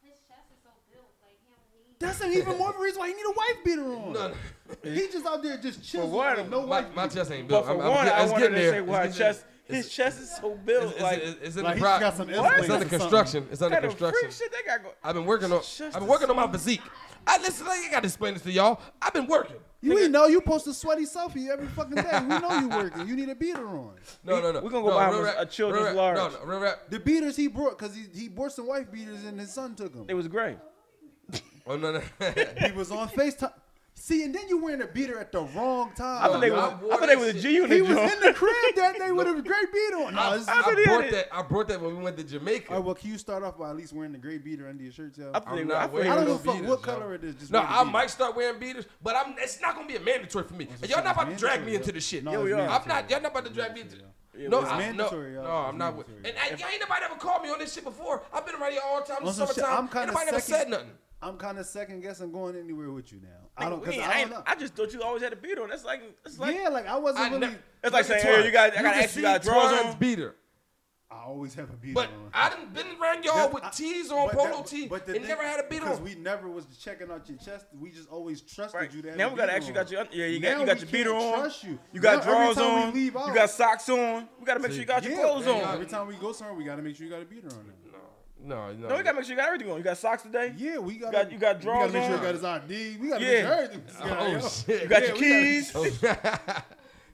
Speaker 7: His chest is so built, like he don't need.
Speaker 5: That's an even more of a reason why you need a wife beater on.
Speaker 3: No, no.
Speaker 5: He just out there just chilling.
Speaker 6: what?
Speaker 5: with No
Speaker 3: my,
Speaker 5: wife
Speaker 3: my
Speaker 5: beater.
Speaker 3: chest ain't built.
Speaker 6: But for
Speaker 3: I'm,
Speaker 6: one,
Speaker 3: I'm, get-
Speaker 6: I
Speaker 3: it's
Speaker 6: wanted
Speaker 3: getting
Speaker 6: to
Speaker 3: there.
Speaker 6: say
Speaker 3: It's
Speaker 6: why
Speaker 3: getting
Speaker 6: chest
Speaker 3: there.
Speaker 6: his
Speaker 3: It's-
Speaker 6: chest is so built.
Speaker 3: it's-
Speaker 6: like
Speaker 3: it's- it's in
Speaker 5: Like
Speaker 3: the
Speaker 5: he's
Speaker 3: pro-
Speaker 5: got some
Speaker 3: It's
Speaker 5: implants
Speaker 3: under
Speaker 5: or something.
Speaker 3: construction. It's under
Speaker 6: kind of
Speaker 3: construction.
Speaker 6: freak shit they got going.
Speaker 3: I've been working on.
Speaker 6: Just
Speaker 3: I've been
Speaker 6: the
Speaker 3: working on my physique. I listen. I ain't got to explain this to y'all. I've been working.
Speaker 5: You ain't know you post a sweaty selfie every fucking day. We know you working. You need a beater on.
Speaker 3: No, no, no.
Speaker 6: We gonna go
Speaker 3: no,
Speaker 6: buy
Speaker 3: real
Speaker 6: him a-
Speaker 3: rap,
Speaker 6: a children's
Speaker 3: real rap.
Speaker 6: large.
Speaker 3: No, no, real rap.
Speaker 5: The beaters he brought, cause he, he bought some wife beaters and his son took
Speaker 6: It
Speaker 5: them.
Speaker 6: was great.
Speaker 3: Oh no, no.
Speaker 5: He was on FaceTime. See, and then you wearing a beater at the wrong time.
Speaker 6: I thought they
Speaker 3: yo,
Speaker 6: was,
Speaker 3: I
Speaker 6: I
Speaker 3: wore
Speaker 6: thought they
Speaker 3: that
Speaker 6: was a
Speaker 3: shit.
Speaker 6: G
Speaker 5: He
Speaker 6: unit.
Speaker 5: was in the crib that day with a great beater on. No,
Speaker 3: I,
Speaker 5: this-
Speaker 6: I thought
Speaker 3: I
Speaker 6: he
Speaker 3: brought
Speaker 6: had
Speaker 3: that. I brought that when we went to Jamaica.
Speaker 5: All right, Oh, well, can you start off by at least wearing the gray beater under your shirt, Sal?
Speaker 6: I thought
Speaker 3: I'm
Speaker 6: they
Speaker 3: not
Speaker 6: was- I thought
Speaker 3: wearing
Speaker 6: they
Speaker 5: I don't
Speaker 3: no
Speaker 5: give a fuck
Speaker 3: beaters,
Speaker 5: what
Speaker 3: yo.
Speaker 5: color it is. Just
Speaker 3: no,
Speaker 5: wear the
Speaker 3: I
Speaker 5: beater.
Speaker 3: might start wearing beaters, but I'm. It's not gonna be a mandatory for me. And y'all not about to drag me into this shit.
Speaker 5: No,
Speaker 6: Yo,
Speaker 5: it's
Speaker 6: yo.
Speaker 3: I'm not.
Speaker 5: mandatory.
Speaker 3: Y'all not about to drag me into.
Speaker 6: Yeah,
Speaker 3: No,
Speaker 6: it's
Speaker 3: I, no, no,
Speaker 5: mandatory, y'all.
Speaker 3: I'm
Speaker 5: It's
Speaker 3: not. with-
Speaker 5: mandatory.
Speaker 3: And I, y'all ain't nobody ever called me on this shit before. I've been around here all the time.
Speaker 5: On
Speaker 3: It's
Speaker 5: some shit,
Speaker 3: summertime.
Speaker 5: I'm
Speaker 3: Ain't
Speaker 5: kind of
Speaker 3: nobody never said nothing.
Speaker 5: I'm kind of second guessing going anywhere with you now. I
Speaker 6: Nigga,
Speaker 5: don't.
Speaker 6: we
Speaker 5: Cause
Speaker 6: ain't-
Speaker 5: I
Speaker 6: I,
Speaker 5: don't know.
Speaker 6: ain't- I just thought you always had a beat on. That's like, that's like,
Speaker 5: yeah, like I wasn't
Speaker 3: I
Speaker 5: really.
Speaker 3: never-
Speaker 6: that's like
Speaker 3: Look at
Speaker 6: saying, hey,
Speaker 3: Twan.
Speaker 6: you got, I
Speaker 3: You
Speaker 6: gotta
Speaker 3: can
Speaker 6: ask you,
Speaker 3: see
Speaker 6: got drawers
Speaker 3: Twan's
Speaker 6: on.
Speaker 3: beater.
Speaker 5: I always have a beat
Speaker 3: But
Speaker 5: on.
Speaker 3: I done been around y'all
Speaker 5: That's-
Speaker 3: with
Speaker 5: I-
Speaker 3: tees on,
Speaker 5: but
Speaker 3: polo
Speaker 5: that-
Speaker 3: tee,
Speaker 5: but the
Speaker 3: and
Speaker 5: thing-
Speaker 3: never had a beat
Speaker 5: because
Speaker 3: on.
Speaker 5: we never was checking out your chest. We just always trusted
Speaker 6: Right.
Speaker 5: you. To have
Speaker 6: Now
Speaker 5: a
Speaker 6: we gotta
Speaker 5: beat
Speaker 6: ask you got
Speaker 5: on.
Speaker 6: your yeah, you
Speaker 5: Now
Speaker 6: got you
Speaker 5: we
Speaker 6: got your
Speaker 5: can't
Speaker 6: beater on.
Speaker 5: trust you.
Speaker 6: You got
Speaker 5: Now every
Speaker 6: drawers
Speaker 5: time we
Speaker 6: on.
Speaker 5: leave
Speaker 6: You
Speaker 5: out-
Speaker 6: got socks on. We gotta make sure you got your
Speaker 5: Yeah,
Speaker 6: clothes
Speaker 5: yeah,
Speaker 6: on.
Speaker 5: Every time we go somewhere, we gotta make sure you got a beater on. it.
Speaker 3: no, no.
Speaker 6: No, you gotta make sure you got everything on. You got socks today.
Speaker 5: Yeah, we gotta,
Speaker 6: got- you got
Speaker 5: we gotta
Speaker 6: drawers
Speaker 5: make sure
Speaker 6: on.
Speaker 5: you got his ID. We gotta
Speaker 6: Yeah.
Speaker 5: make sure everything's
Speaker 3: Oh shit.
Speaker 6: You got
Speaker 5: Yeah,
Speaker 6: your
Speaker 5: we gotta-
Speaker 6: keys.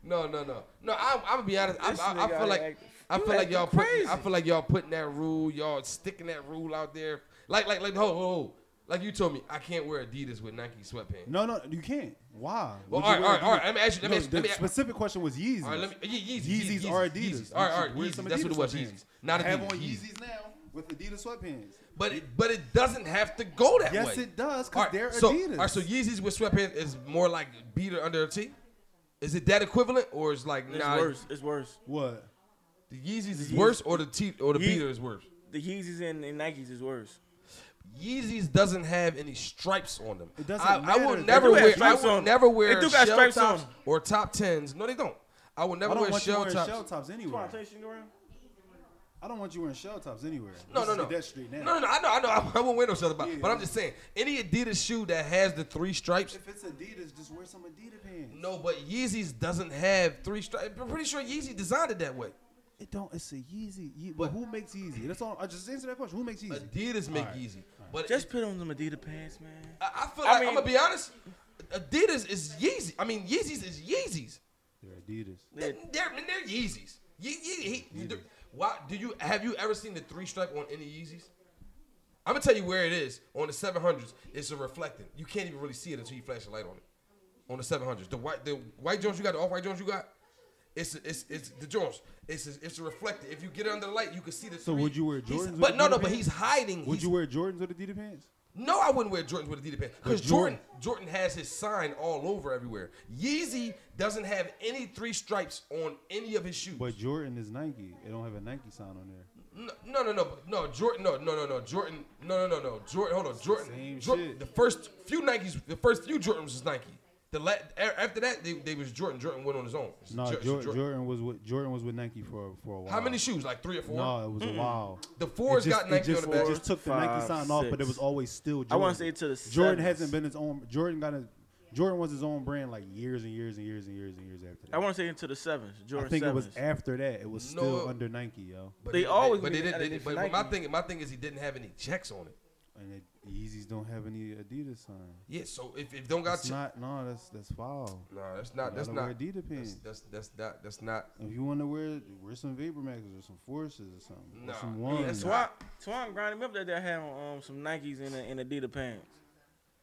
Speaker 3: no, no, no, no. I'm, I'm gonna be honest. I,
Speaker 6: This
Speaker 3: I, I
Speaker 6: nigga
Speaker 3: feel like
Speaker 6: act-
Speaker 3: I
Speaker 6: you
Speaker 3: feel like
Speaker 6: acting
Speaker 3: y'all putting, I
Speaker 6: crazy.
Speaker 3: feel like y'all putting that rule, y'all sticking that rule out there. Like, like, like, ho, ho, ho. like you told me, I can't wear Adidas with Nike sweatpants.
Speaker 5: No, no, you can't. Why?
Speaker 3: Well,
Speaker 5: Would
Speaker 3: all right,
Speaker 5: you
Speaker 3: all
Speaker 5: wear
Speaker 3: right, all right. Let
Speaker 5: Adidas?
Speaker 3: me ask you. Let me
Speaker 5: No,
Speaker 3: ask you. Let me
Speaker 5: the
Speaker 3: ask-
Speaker 5: specific question was Yeezys.
Speaker 3: All right, let me. Yeah, Yeezys,
Speaker 5: Yeezys are Adidas.
Speaker 3: All right, all
Speaker 5: You
Speaker 3: right,
Speaker 5: should wear some
Speaker 3: Yeezys. That's what it was.
Speaker 5: sweatpants.
Speaker 3: Yeezys, not
Speaker 5: I have on
Speaker 3: Adidas. Yeezys.
Speaker 5: Yeezys now with Adidas sweatpants.
Speaker 3: But it, but it doesn't have to go that way.
Speaker 5: Yes, it does
Speaker 3: All
Speaker 5: because
Speaker 3: right,
Speaker 5: they're
Speaker 3: so,
Speaker 5: Adidas.
Speaker 3: All right, so Yeezys with sweatpants is more like beater under a tee. Is it that equivalent, or is like
Speaker 6: It's
Speaker 3: nah?
Speaker 6: worse. It's worse.
Speaker 5: what?
Speaker 3: The Yeezys is worse, or the tee, or the
Speaker 6: Ye-
Speaker 3: beater is worse.
Speaker 6: The Yeezys and, and Nikes is worse.
Speaker 3: Yeezys doesn't have any stripes on them.
Speaker 5: It doesn't
Speaker 3: I, I
Speaker 5: matter.
Speaker 3: will
Speaker 5: They
Speaker 3: never
Speaker 6: do have
Speaker 3: wear. I
Speaker 6: stripes
Speaker 3: will
Speaker 6: on 'em.
Speaker 3: never wear
Speaker 6: They do got
Speaker 3: shell
Speaker 6: stripes
Speaker 3: tops
Speaker 6: on 'em.
Speaker 3: or top tens. No, they don't. I will
Speaker 5: I
Speaker 3: never
Speaker 5: don't
Speaker 3: wear
Speaker 5: want you
Speaker 3: shell
Speaker 5: wearing
Speaker 3: tops.
Speaker 5: shell tops anywhere. I don't want you wearing shell tops anywhere.
Speaker 3: No,
Speaker 5: Let's
Speaker 3: no,
Speaker 5: get
Speaker 3: no.
Speaker 5: That straight now.
Speaker 3: No, no, no. I know, I know. I, won't wear no shell tops.
Speaker 5: Yeah.
Speaker 3: But I'm just saying, any Adidas shoe that has the three stripes.
Speaker 5: If it's Adidas, just wear some Adidas pants.
Speaker 3: No, but Yeezys doesn't have three stripes. I'm pretty sure Yeezy dysoned it that way.
Speaker 5: It don't. It's a Yeezy. Ye- but who makes Yeezy? That's all. I just answer that question. Who makes Yeezy?
Speaker 3: Adidas make Yeezy, but it-
Speaker 6: Just put on some Adidas pants, man.
Speaker 3: I, I feel
Speaker 6: I
Speaker 3: like I
Speaker 6: mean-
Speaker 3: am gonna be honest. Adidas is Yeezy. I mean, Yeezys is Yeezys.
Speaker 5: They're Adidas.
Speaker 3: They're, they're, they're Yeezys. Ye, ye, he, do, why do you have you ever seen the three stripe on any Yeezys? I'm gonna tell you where it is on the 700s. It's a reflecting. You can't even really see it until you flash a light on it. On the 700s, the white the white Jones you got, the off white Jones you got. It's it's it's the Jones. It's a, it's a reflective. If you get it under the light, you can see the.
Speaker 5: So
Speaker 3: three.
Speaker 5: would you wear
Speaker 3: He's-
Speaker 5: Jordans with
Speaker 3: But no,
Speaker 5: Adidas
Speaker 3: no. But
Speaker 5: pants?
Speaker 3: he's hiding.
Speaker 5: Would
Speaker 3: He's-
Speaker 5: you wear Jordans with Adidas pants?
Speaker 3: no, I wouldn't wear Jordans with Adidas pants because
Speaker 5: With Jordan.
Speaker 3: Jordan Jordan has his sign all over everywhere. Yeezy doesn't have any three stripes on any of his shoes.
Speaker 5: But Jordan is Nike. It don't have a Nike sign on there.
Speaker 3: no, no, no, no, no, Jordan, no, no, no, no, Jordan, no, no, no, no, Jordan. Hold on, Jordan.
Speaker 5: same
Speaker 3: Jor-
Speaker 5: shit.
Speaker 3: The first few Nikes, the first few Jordans was Nike. The la- a- after that, they, they was Jordan. Jordan went on his own.
Speaker 5: No,
Speaker 3: Jor-
Speaker 5: Jor- Jordan. was with Jordan was with Nike for for a while.
Speaker 3: How many shoes? Like three or four.
Speaker 5: No, it was a while.
Speaker 3: The
Speaker 5: It
Speaker 3: fours
Speaker 5: just-
Speaker 3: got
Speaker 5: it
Speaker 3: Nike
Speaker 5: just-
Speaker 3: on the
Speaker 5: It
Speaker 3: back.
Speaker 5: just took the
Speaker 6: Four,
Speaker 5: Nike sign
Speaker 6: five,
Speaker 5: off, but it
Speaker 6: six.
Speaker 5: was always still Jordan.
Speaker 6: I want to say to the
Speaker 5: Jordan
Speaker 6: sevens.
Speaker 5: hasn't been his own. Jordan got a. Jordan was his own brand like years and years and years and years and years after that.
Speaker 6: I want to say into the sevens.
Speaker 5: I
Speaker 6: Jordan
Speaker 5: think
Speaker 6: sevens.
Speaker 5: it was after that. It was
Speaker 3: No.
Speaker 5: still under Nike, yo.
Speaker 3: But
Speaker 6: They always
Speaker 3: But they didn't.
Speaker 6: been
Speaker 3: They
Speaker 6: edited
Speaker 3: didn't
Speaker 6: for
Speaker 3: but but my
Speaker 6: Nike.
Speaker 3: thing, my thing is, he didn't have any checks on it.
Speaker 5: And it, Yeezys don't have any Adidas sign.
Speaker 3: Yeah. So if if don't got
Speaker 5: That's
Speaker 3: che-
Speaker 5: not no. That's that's foul.
Speaker 3: No, that's not. That's
Speaker 5: gotta
Speaker 3: not.
Speaker 5: wear Adidas
Speaker 3: that's,
Speaker 5: pants.
Speaker 3: that's that's not. That's not.
Speaker 5: If you want to wear wear some Vapormaxes or some Forces or something,
Speaker 3: Nah,
Speaker 5: or some
Speaker 3: yeah,
Speaker 5: ones.
Speaker 3: why-
Speaker 6: Swan, Swan grinding me up that they had on um, some Nikes and, a- and Adidas pants.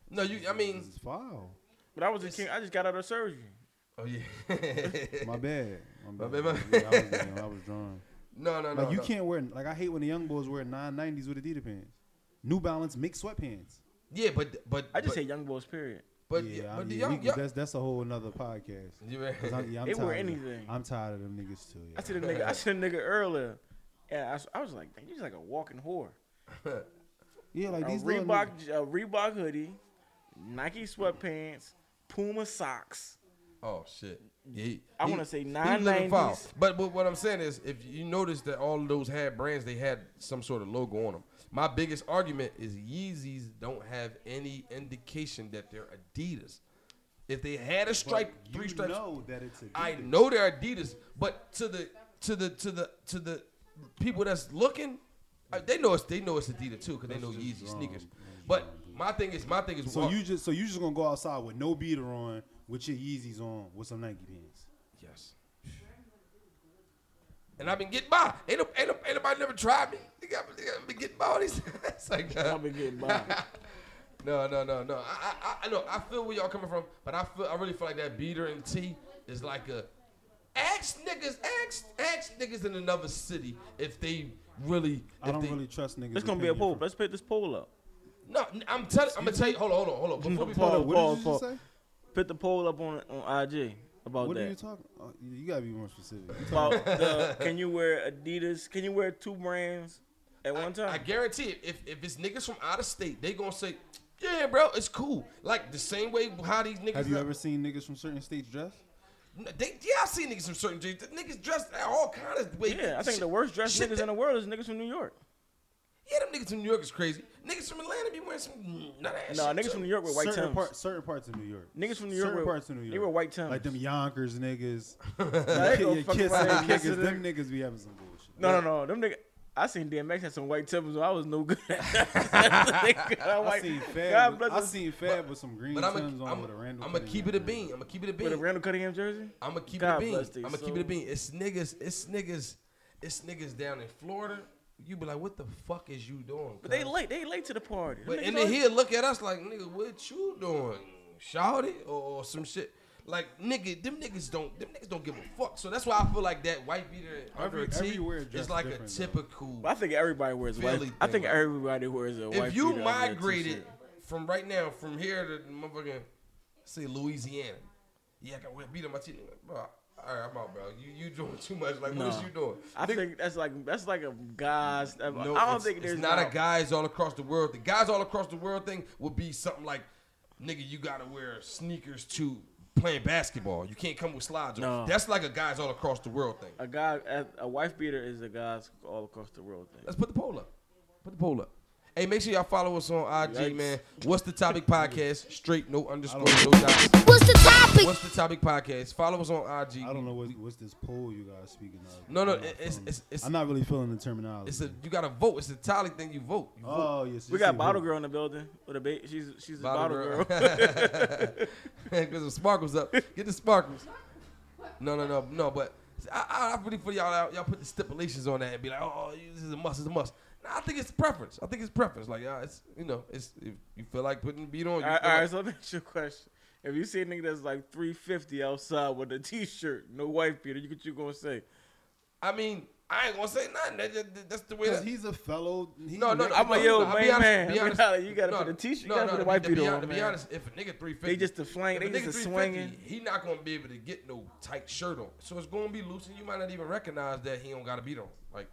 Speaker 3: No, you. I mean.
Speaker 5: It's foul.
Speaker 6: But I was a king. I just got out of surgery.
Speaker 3: Oh yeah.
Speaker 5: My bad. My
Speaker 3: bad,
Speaker 5: bad.
Speaker 3: my
Speaker 5: Yeah, I was damn, I was drawn.
Speaker 3: no, no, no.
Speaker 5: Like you
Speaker 3: no.
Speaker 5: can't wear like I hate when the young boys wear nine nineties with Adidas pants. New Balance mixed sweatpants.
Speaker 3: Yeah, but but
Speaker 6: I
Speaker 3: but,
Speaker 6: just say young boys. Period.
Speaker 3: But,
Speaker 5: yeah, I
Speaker 3: but the
Speaker 5: mean,
Speaker 3: young,
Speaker 5: we-
Speaker 3: young
Speaker 5: that's that's a whole another podcast.
Speaker 3: You right.
Speaker 5: 'Cause I'm, yeah, I'm
Speaker 6: They
Speaker 5: tired
Speaker 6: wear
Speaker 5: of them.
Speaker 6: anything.
Speaker 5: I'm tired of them niggas too.
Speaker 6: I
Speaker 5: Yeah.
Speaker 6: seen a nigga. I seen a nigga earlier, and I was, I was like, "Dang, he's like a walking whore."
Speaker 5: yeah,
Speaker 6: A
Speaker 5: like these little
Speaker 6: Reebok,
Speaker 5: niggas-
Speaker 6: a Reebok hoodie, Nike sweatpants, Puma socks.
Speaker 3: oh shit. Yeah, he-
Speaker 6: I
Speaker 3: he-
Speaker 6: wanna say
Speaker 3: he living foul.
Speaker 6: 990s.
Speaker 3: But but what I'm saying is, if you notice that all of those had brands, they had some sort of logo on them. My biggest argument is Yeezys don't have any indication that they're Adidas. If they had a stripe,
Speaker 5: But
Speaker 3: three
Speaker 5: you
Speaker 3: stripes,
Speaker 5: know that it's Adidas.
Speaker 3: I know they're Adidas, but to the to the to the to the people that's looking, uh, they know it's they know it's Adidas too because they know Yeezy sneakers. But my thing is my thing is
Speaker 5: So
Speaker 3: well,
Speaker 5: you just so you just gonna go outside with no beater on, with your Yeezys on, with some Nike pants.
Speaker 3: yes. And I've been getting by. Ain't, no, ain't, no, ain't nobody never tried me. They got, they got, I've been getting by all these. it's like, nah.
Speaker 6: I've been getting by.
Speaker 3: no, no, no, no. I, I, I- I know. I feel where y'all coming from, but I feel, I really feel like that beater and T is like a ask niggas, ask, ask niggas in another city if they really.
Speaker 5: I
Speaker 3: if
Speaker 5: don't
Speaker 3: they-
Speaker 5: really trust niggas.
Speaker 6: It's gonna be a
Speaker 5: opinion
Speaker 6: poll. Let's pick this poll up.
Speaker 3: No, n- I'm telling. I'm gonna tell you. Hold on, hold on, hold on. Before we
Speaker 5: for-
Speaker 3: follow,
Speaker 6: Paul,
Speaker 5: What did you
Speaker 6: Paul,
Speaker 5: just say?
Speaker 6: Put the poll up on on IG about
Speaker 5: What
Speaker 6: that.
Speaker 5: are you talking? Oh, you you gotta be more specific.
Speaker 6: about the can you wear Adidas? Can you wear two brands at one time?
Speaker 3: I guarantee it. If if it's niggas from out of state, they gonna say, "Yeah, bro, it's cool." Like the same way how these niggas.
Speaker 5: Have you
Speaker 3: are-
Speaker 5: ever seen niggas from certain states dress?
Speaker 3: They, yeah, I've seen niggas from certain J's. Niggas dressed all kinds of ways.
Speaker 6: Yeah, I think the worst dressed
Speaker 3: shit
Speaker 6: niggas in
Speaker 3: that-
Speaker 6: the world is niggas from New York.
Speaker 3: Yeah, them niggas from New York is crazy. Niggas from Atlanta be wearing some mm, nut ass
Speaker 6: Nah,
Speaker 3: shit.
Speaker 6: niggas
Speaker 3: too.
Speaker 6: from New York with white
Speaker 5: certain,
Speaker 6: Timbs.
Speaker 5: part, certain parts of New York.
Speaker 6: Niggas from New York
Speaker 5: Certain
Speaker 6: were-
Speaker 5: parts of New York.
Speaker 6: they were white Timbs.
Speaker 5: Like them Yonkers niggas.
Speaker 6: Nah, they
Speaker 5: Your-
Speaker 6: go
Speaker 5: your
Speaker 6: fuck
Speaker 5: Kiss
Speaker 6: around
Speaker 5: ass
Speaker 6: and kiss
Speaker 5: niggas.
Speaker 6: the
Speaker 5: Them niggas be having some bullshit.
Speaker 6: No, no, no. Them nigga. I seen DMX had some white tippers, so I was no good. at that. I
Speaker 5: I
Speaker 6: like,
Speaker 5: seen
Speaker 6: God
Speaker 5: Fab. with-
Speaker 6: bless
Speaker 5: I
Speaker 6: us.
Speaker 5: seen Fab with some green
Speaker 3: But I'm
Speaker 5: Timbs on with a
Speaker 3: gonna
Speaker 5: Randall.
Speaker 3: I'm gonna
Speaker 5: Cunningham
Speaker 3: keep it a
Speaker 5: jersey.
Speaker 3: bean. I'm gonna keep it a bean.
Speaker 6: With a Randall Cunningham jersey?
Speaker 3: I'm gonna keep
Speaker 6: God
Speaker 3: it a bean.
Speaker 6: bless thee,
Speaker 3: I'm gonna keep it
Speaker 6: soul.
Speaker 3: a bean. It's niggas. It's niggas. It's niggas down in Florida. You be like, what the fuck is you doing?
Speaker 6: But they
Speaker 3: cuz?"
Speaker 6: late. They late to the party. Them
Speaker 3: But
Speaker 6: niggas
Speaker 3: and then
Speaker 6: always-
Speaker 3: he'll look at us like, nigga, what you doing, shouty or, or some shit. Like nigga, them niggas don't, them niggas don't give a fuck. So that's why I feel like that white beater under a
Speaker 5: Every-
Speaker 3: tee
Speaker 5: everywhere
Speaker 3: is
Speaker 5: dressed
Speaker 3: like a
Speaker 5: different, though.
Speaker 3: typical.
Speaker 6: I think everybody wears white.
Speaker 3: Philly
Speaker 6: I
Speaker 3: thing,
Speaker 6: think
Speaker 3: like-
Speaker 6: everybody wears a white.
Speaker 3: If you
Speaker 6: beater under a
Speaker 3: migrated
Speaker 6: t-shirt.
Speaker 3: from right now, from here to motherfucking, say Louisiana, yeah, I got wear beat on my teeth. Bro, all right, I'm out, bro. You you doing too much. Like, what is
Speaker 6: Nah.
Speaker 3: you doing?
Speaker 6: I
Speaker 3: Nigga,
Speaker 6: think that's like that's like a guy's. I
Speaker 3: No,
Speaker 6: don't
Speaker 3: it's-
Speaker 6: think there's
Speaker 3: it's not
Speaker 6: no-
Speaker 3: a guys all across the world. The guys all across the world thing would be something like, nigga, you gotta wear sneakers to playing basketball. You can't come with slides. on."
Speaker 6: No.
Speaker 3: That's like a guys all across the world thing.
Speaker 6: A guy, a, a wife beater is a guys all across the world thing.
Speaker 3: Let's put the poll up. Put the poll up. Hey, make sure y'all follow us on IG,
Speaker 6: Yikes.
Speaker 3: man. What's the topic podcast? Straight, no underscore, no dots.
Speaker 4: What's the topic?
Speaker 3: What's the topic podcast? Follow us on IG.
Speaker 5: I don't know what, what's this poll you guys speaking of.
Speaker 3: No, no,
Speaker 5: I'm not
Speaker 3: it- it's-
Speaker 5: feeling
Speaker 3: it's-
Speaker 5: it.
Speaker 3: it's-
Speaker 5: I'm not really feeling the terminology.
Speaker 3: It's a you gotta vote. It's a tally thing. You vote. You vote.
Speaker 5: oh yes,
Speaker 6: We got Bottle Girl in the building with a ba- She's she's a Bottle, girl.
Speaker 3: Because the sparkles up. Get the sparkles. No, no, no, no. But I, I, I really for y'all out. Y'all put the stipulations on that and be like, oh, you- this is a must. It's a must. Nah, I think it's preference. I think it's preference. Like, uh, it's you know, it's if you feel like putting the beat on. You
Speaker 6: all right,
Speaker 3: feel
Speaker 6: all right,
Speaker 3: like-
Speaker 6: so let me ask you a question. If you see a nigga that's like 350 outside with a t-shirt, no wife beater, you what you gonna say?
Speaker 3: I mean, I ain't gonna say nothing. That, that- that's the way.
Speaker 5: Because
Speaker 3: That,
Speaker 5: he's a fellow. He
Speaker 3: no, no, no.
Speaker 6: I'm
Speaker 3: no,
Speaker 6: like, yo,
Speaker 3: no, I'll be
Speaker 6: main
Speaker 3: honest-
Speaker 6: man,
Speaker 3: be honest.
Speaker 6: Tyler, you gotta
Speaker 3: No,
Speaker 6: put a t-shirt, you
Speaker 3: no,
Speaker 6: gotta
Speaker 3: no,
Speaker 6: put a
Speaker 3: to be-
Speaker 6: white
Speaker 3: to
Speaker 6: beater
Speaker 3: be
Speaker 6: on,
Speaker 3: hon- To be
Speaker 6: man.
Speaker 3: honest, if a nigga 350,
Speaker 6: They just a flang-
Speaker 3: if
Speaker 6: they just a
Speaker 3: 350,
Speaker 6: swinging.
Speaker 3: He not gonna be able to get no tight shirt on, so it's gonna be loose, and you might not even recognize that he don't got a beat on. Like,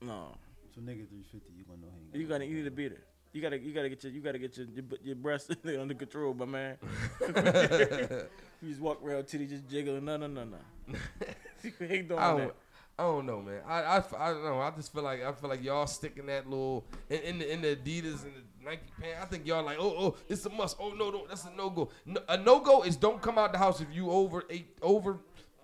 Speaker 6: No,
Speaker 5: So nigga, three fifty. You gonna know he ain't got
Speaker 6: you gotta
Speaker 5: no
Speaker 6: you need a beater. You gotta you gotta get your you gotta get your your, bu- your breasts under control, my man. you just walk around titty just jiggling. No, no, no, no. you ain't doing
Speaker 3: I
Speaker 6: that.
Speaker 3: don't, I don't know, man. I, I, f- I don't know. I just feel like I feel like y'all sticking that little in, in the in the Adidas and the Nike pants. I think y'all like, oh, oh, it's a must. Oh no, no, that's a no go. No, a no go is don't come out the house if you over eight over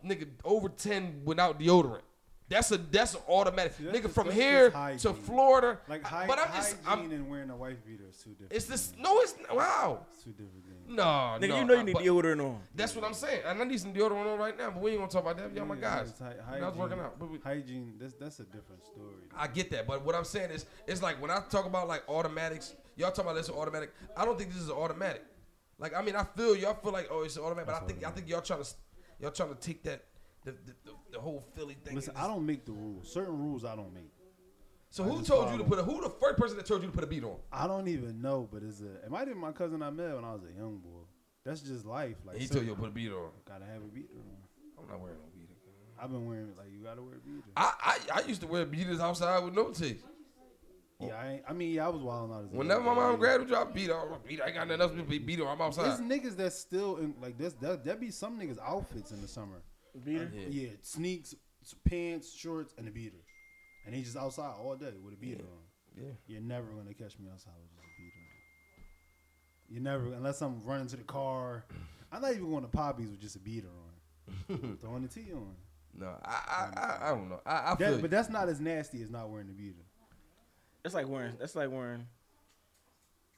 Speaker 3: nigga over ten without deodorant. That's a that's an automatic
Speaker 5: that's
Speaker 3: nigga
Speaker 5: just-
Speaker 3: from
Speaker 5: that's just
Speaker 3: here to
Speaker 5: hygiene.
Speaker 3: Florida.
Speaker 5: Like
Speaker 3: I-
Speaker 5: hy-
Speaker 3: but I'm just
Speaker 5: hygiene
Speaker 3: I'm,
Speaker 5: and wearing a wife beater is two different.
Speaker 3: it's this no, it's wow.
Speaker 5: It's two different things.
Speaker 3: No,
Speaker 6: Nigga,
Speaker 3: no,
Speaker 6: you know
Speaker 3: I-
Speaker 6: you need
Speaker 3: but
Speaker 6: deodorant on.
Speaker 3: That's what I'm saying. And I need some deodorant on right now, but we ain't gonna talk about that. Y'all oh my
Speaker 5: Yeah,
Speaker 3: guys.
Speaker 5: it's hy-
Speaker 3: When I was working
Speaker 5: hygiene-
Speaker 3: out. but we-
Speaker 5: Hygiene. That's that's a different story.
Speaker 3: I get that, but what I'm saying is, it's like when I talk about like automatics, y'all talking about this is automatic. I don't think this is automatic. Like I mean, I feel y'all feel like oh it's automatic, but I think I think y'all trying to y'all trying to take that the the, the, the whole Philly thing.
Speaker 5: Listen,
Speaker 3: and
Speaker 5: I
Speaker 3: just-
Speaker 5: don't make the rules. Certain rules I don't make.
Speaker 3: So
Speaker 5: I
Speaker 3: who
Speaker 5: just
Speaker 3: told you to
Speaker 5: follow.
Speaker 3: put a who the first person that told you to put a beat on?
Speaker 5: I don't even know, but it's a. It might have been my cousin I met when I was a young boy. That's just life. Like
Speaker 3: He
Speaker 5: so-
Speaker 3: told you to put a beat on.
Speaker 5: Gotta have a beater on.
Speaker 3: I'm not wearing no beater.
Speaker 5: I've been wearing it like you gotta wear a beater.
Speaker 3: I, I I used to wear beaters outside with no teeth.
Speaker 5: yeah, I, ain't, I mean, yeah, I was wilding out. As a
Speaker 3: Whenever
Speaker 5: young
Speaker 3: my
Speaker 5: boy,
Speaker 3: mom
Speaker 5: yeah.
Speaker 3: grabbed me, I beat on my beat. I ain't got nothing else to be beat on. I'm
Speaker 5: There's
Speaker 3: outside.
Speaker 5: niggas that's still in like this. That that be some niggas outfits in the summer.
Speaker 6: Beater.
Speaker 5: Yeah, sneaks, s- pants, shorts, and a beater, and he just outside all day with a beater on.
Speaker 3: Yeah.
Speaker 5: you're never gonna catch me outside with just a beater on. You never, unless I'm running to the car. I'm not even going to poppies with just a beater on. Throwing the tee on.
Speaker 3: No, I I, I I don't know. I, I
Speaker 5: That-
Speaker 3: feel.
Speaker 5: but that's not as nasty as not wearing a beater.
Speaker 6: That's like wearing that's like wearing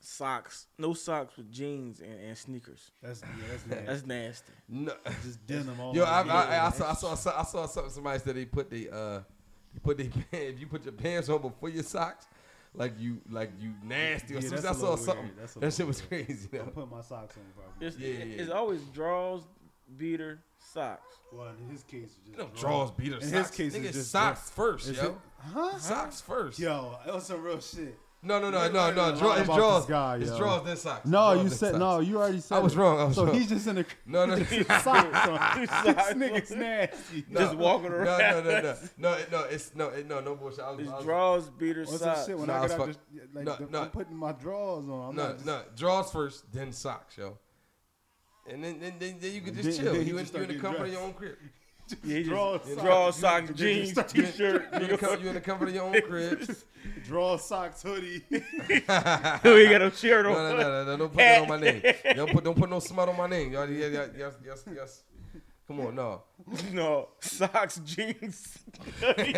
Speaker 6: socks, no socks with jeans and, and sneakers.
Speaker 5: That's yeah, that's nasty.
Speaker 6: That's nasty.
Speaker 3: no.
Speaker 5: just denim all.
Speaker 3: Yo,
Speaker 5: over
Speaker 3: I,
Speaker 5: the
Speaker 3: I, I,
Speaker 5: beater.
Speaker 3: saw, I saw, I saw, I saw something. Somebody said they put the, uh, you put the, if you put your pants on before your socks, like you, like you nasty or
Speaker 5: Yeah,
Speaker 3: something. I
Speaker 5: that's a
Speaker 3: saw
Speaker 5: little
Speaker 3: something.
Speaker 5: weird. That's a
Speaker 3: That shit
Speaker 5: little
Speaker 3: was
Speaker 5: weird.
Speaker 3: crazy.
Speaker 5: I'm
Speaker 3: though.
Speaker 5: putting my socks on probably.
Speaker 6: It's,
Speaker 3: Yeah, yeah.
Speaker 6: it's always draws, beater, socks.
Speaker 5: Well, in his case, it's just
Speaker 3: No draws, beat or
Speaker 5: In his
Speaker 3: socks.
Speaker 5: case, it's
Speaker 3: Nigga,
Speaker 5: just
Speaker 3: socks
Speaker 5: dress.
Speaker 3: first,
Speaker 5: Is
Speaker 3: yo.
Speaker 5: it- Huh?
Speaker 3: Socks first.
Speaker 5: Yo, that was some real shit.
Speaker 3: No, no, no,
Speaker 5: You're
Speaker 3: no,
Speaker 5: learning a
Speaker 3: no.
Speaker 5: lot
Speaker 3: Draw, it's
Speaker 5: about
Speaker 3: draws.
Speaker 5: this guy,
Speaker 3: it's
Speaker 5: yo.
Speaker 3: draws then socks.
Speaker 5: No,
Speaker 3: Draws,
Speaker 5: you
Speaker 3: then
Speaker 5: said
Speaker 3: socks.
Speaker 5: no. You already said.
Speaker 3: I was
Speaker 5: it.
Speaker 3: wrong, I was
Speaker 5: so
Speaker 3: wrong.
Speaker 5: he's just in the
Speaker 3: No, no.
Speaker 5: socks. on. this nigga's nasty.
Speaker 3: No,
Speaker 6: Just walking around.
Speaker 3: No, no, no, no, no, no. It's no, it, no, no bullshit. I was,
Speaker 6: It's
Speaker 3: I was,
Speaker 6: draws, beater,
Speaker 5: What's
Speaker 6: socks.
Speaker 5: that shit when
Speaker 3: Nah,
Speaker 5: I
Speaker 3: it's
Speaker 5: get out?
Speaker 3: fuck-
Speaker 5: the- Like,
Speaker 3: no,
Speaker 5: the-
Speaker 3: no.
Speaker 5: I'm putting my drawers on. I'm
Speaker 3: No,
Speaker 5: not just,
Speaker 3: no. Draws first, then socks, yo. And then, then, then, then you can
Speaker 5: And
Speaker 3: just
Speaker 5: then-
Speaker 3: chill.
Speaker 5: then he
Speaker 3: You in,
Speaker 5: just
Speaker 3: you in the
Speaker 5: start
Speaker 3: comfort of
Speaker 5: getting
Speaker 3: your own crib.
Speaker 6: Yeah, he just
Speaker 5: Draw
Speaker 6: draw,
Speaker 5: a sock.
Speaker 6: socks,
Speaker 5: Just
Speaker 6: jeans,
Speaker 5: start-
Speaker 6: t-shirt.
Speaker 3: You in the, com- you in the comfort of your own crib.
Speaker 5: Draw socks, hoodie.
Speaker 6: he got a shirt
Speaker 3: No, no,
Speaker 6: on.
Speaker 3: no, no, no, don't put that on my name. Don't put, don't put no smut on my name. Y'all, yeah, yeah, yes, yes, yes. Come on, no.
Speaker 6: No, socks, jeans, hoodie.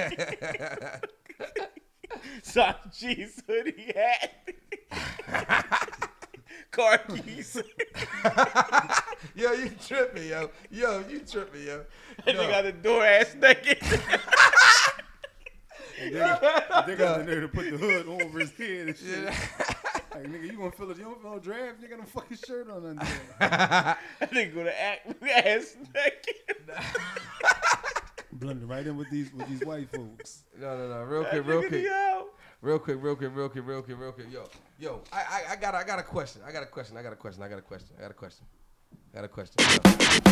Speaker 6: socks, jeans, hoodie, hat, car keys.
Speaker 3: Yo, you tripping, yo. Yo, you tripping, yo.
Speaker 6: They
Speaker 3: No.
Speaker 6: got the door ass naked.
Speaker 5: They got the nerve to put the hood over his head and shit. Like, nigga, you gonna feel it? You don't feel draft? You got a fucking shirt on under there.
Speaker 6: That nigga gonna act ass naked.
Speaker 5: Blending right in with these with these white folks.
Speaker 3: No, no, no. Real
Speaker 6: That
Speaker 3: quick, real
Speaker 6: nigga
Speaker 3: quick.
Speaker 6: yo.
Speaker 3: Real quick, real quick, real quick, real quick, real quick. Yo, yo, I, I, I got, I got a question. I got a question. I got a question. I got a question. I got a question. I got a question. Yo,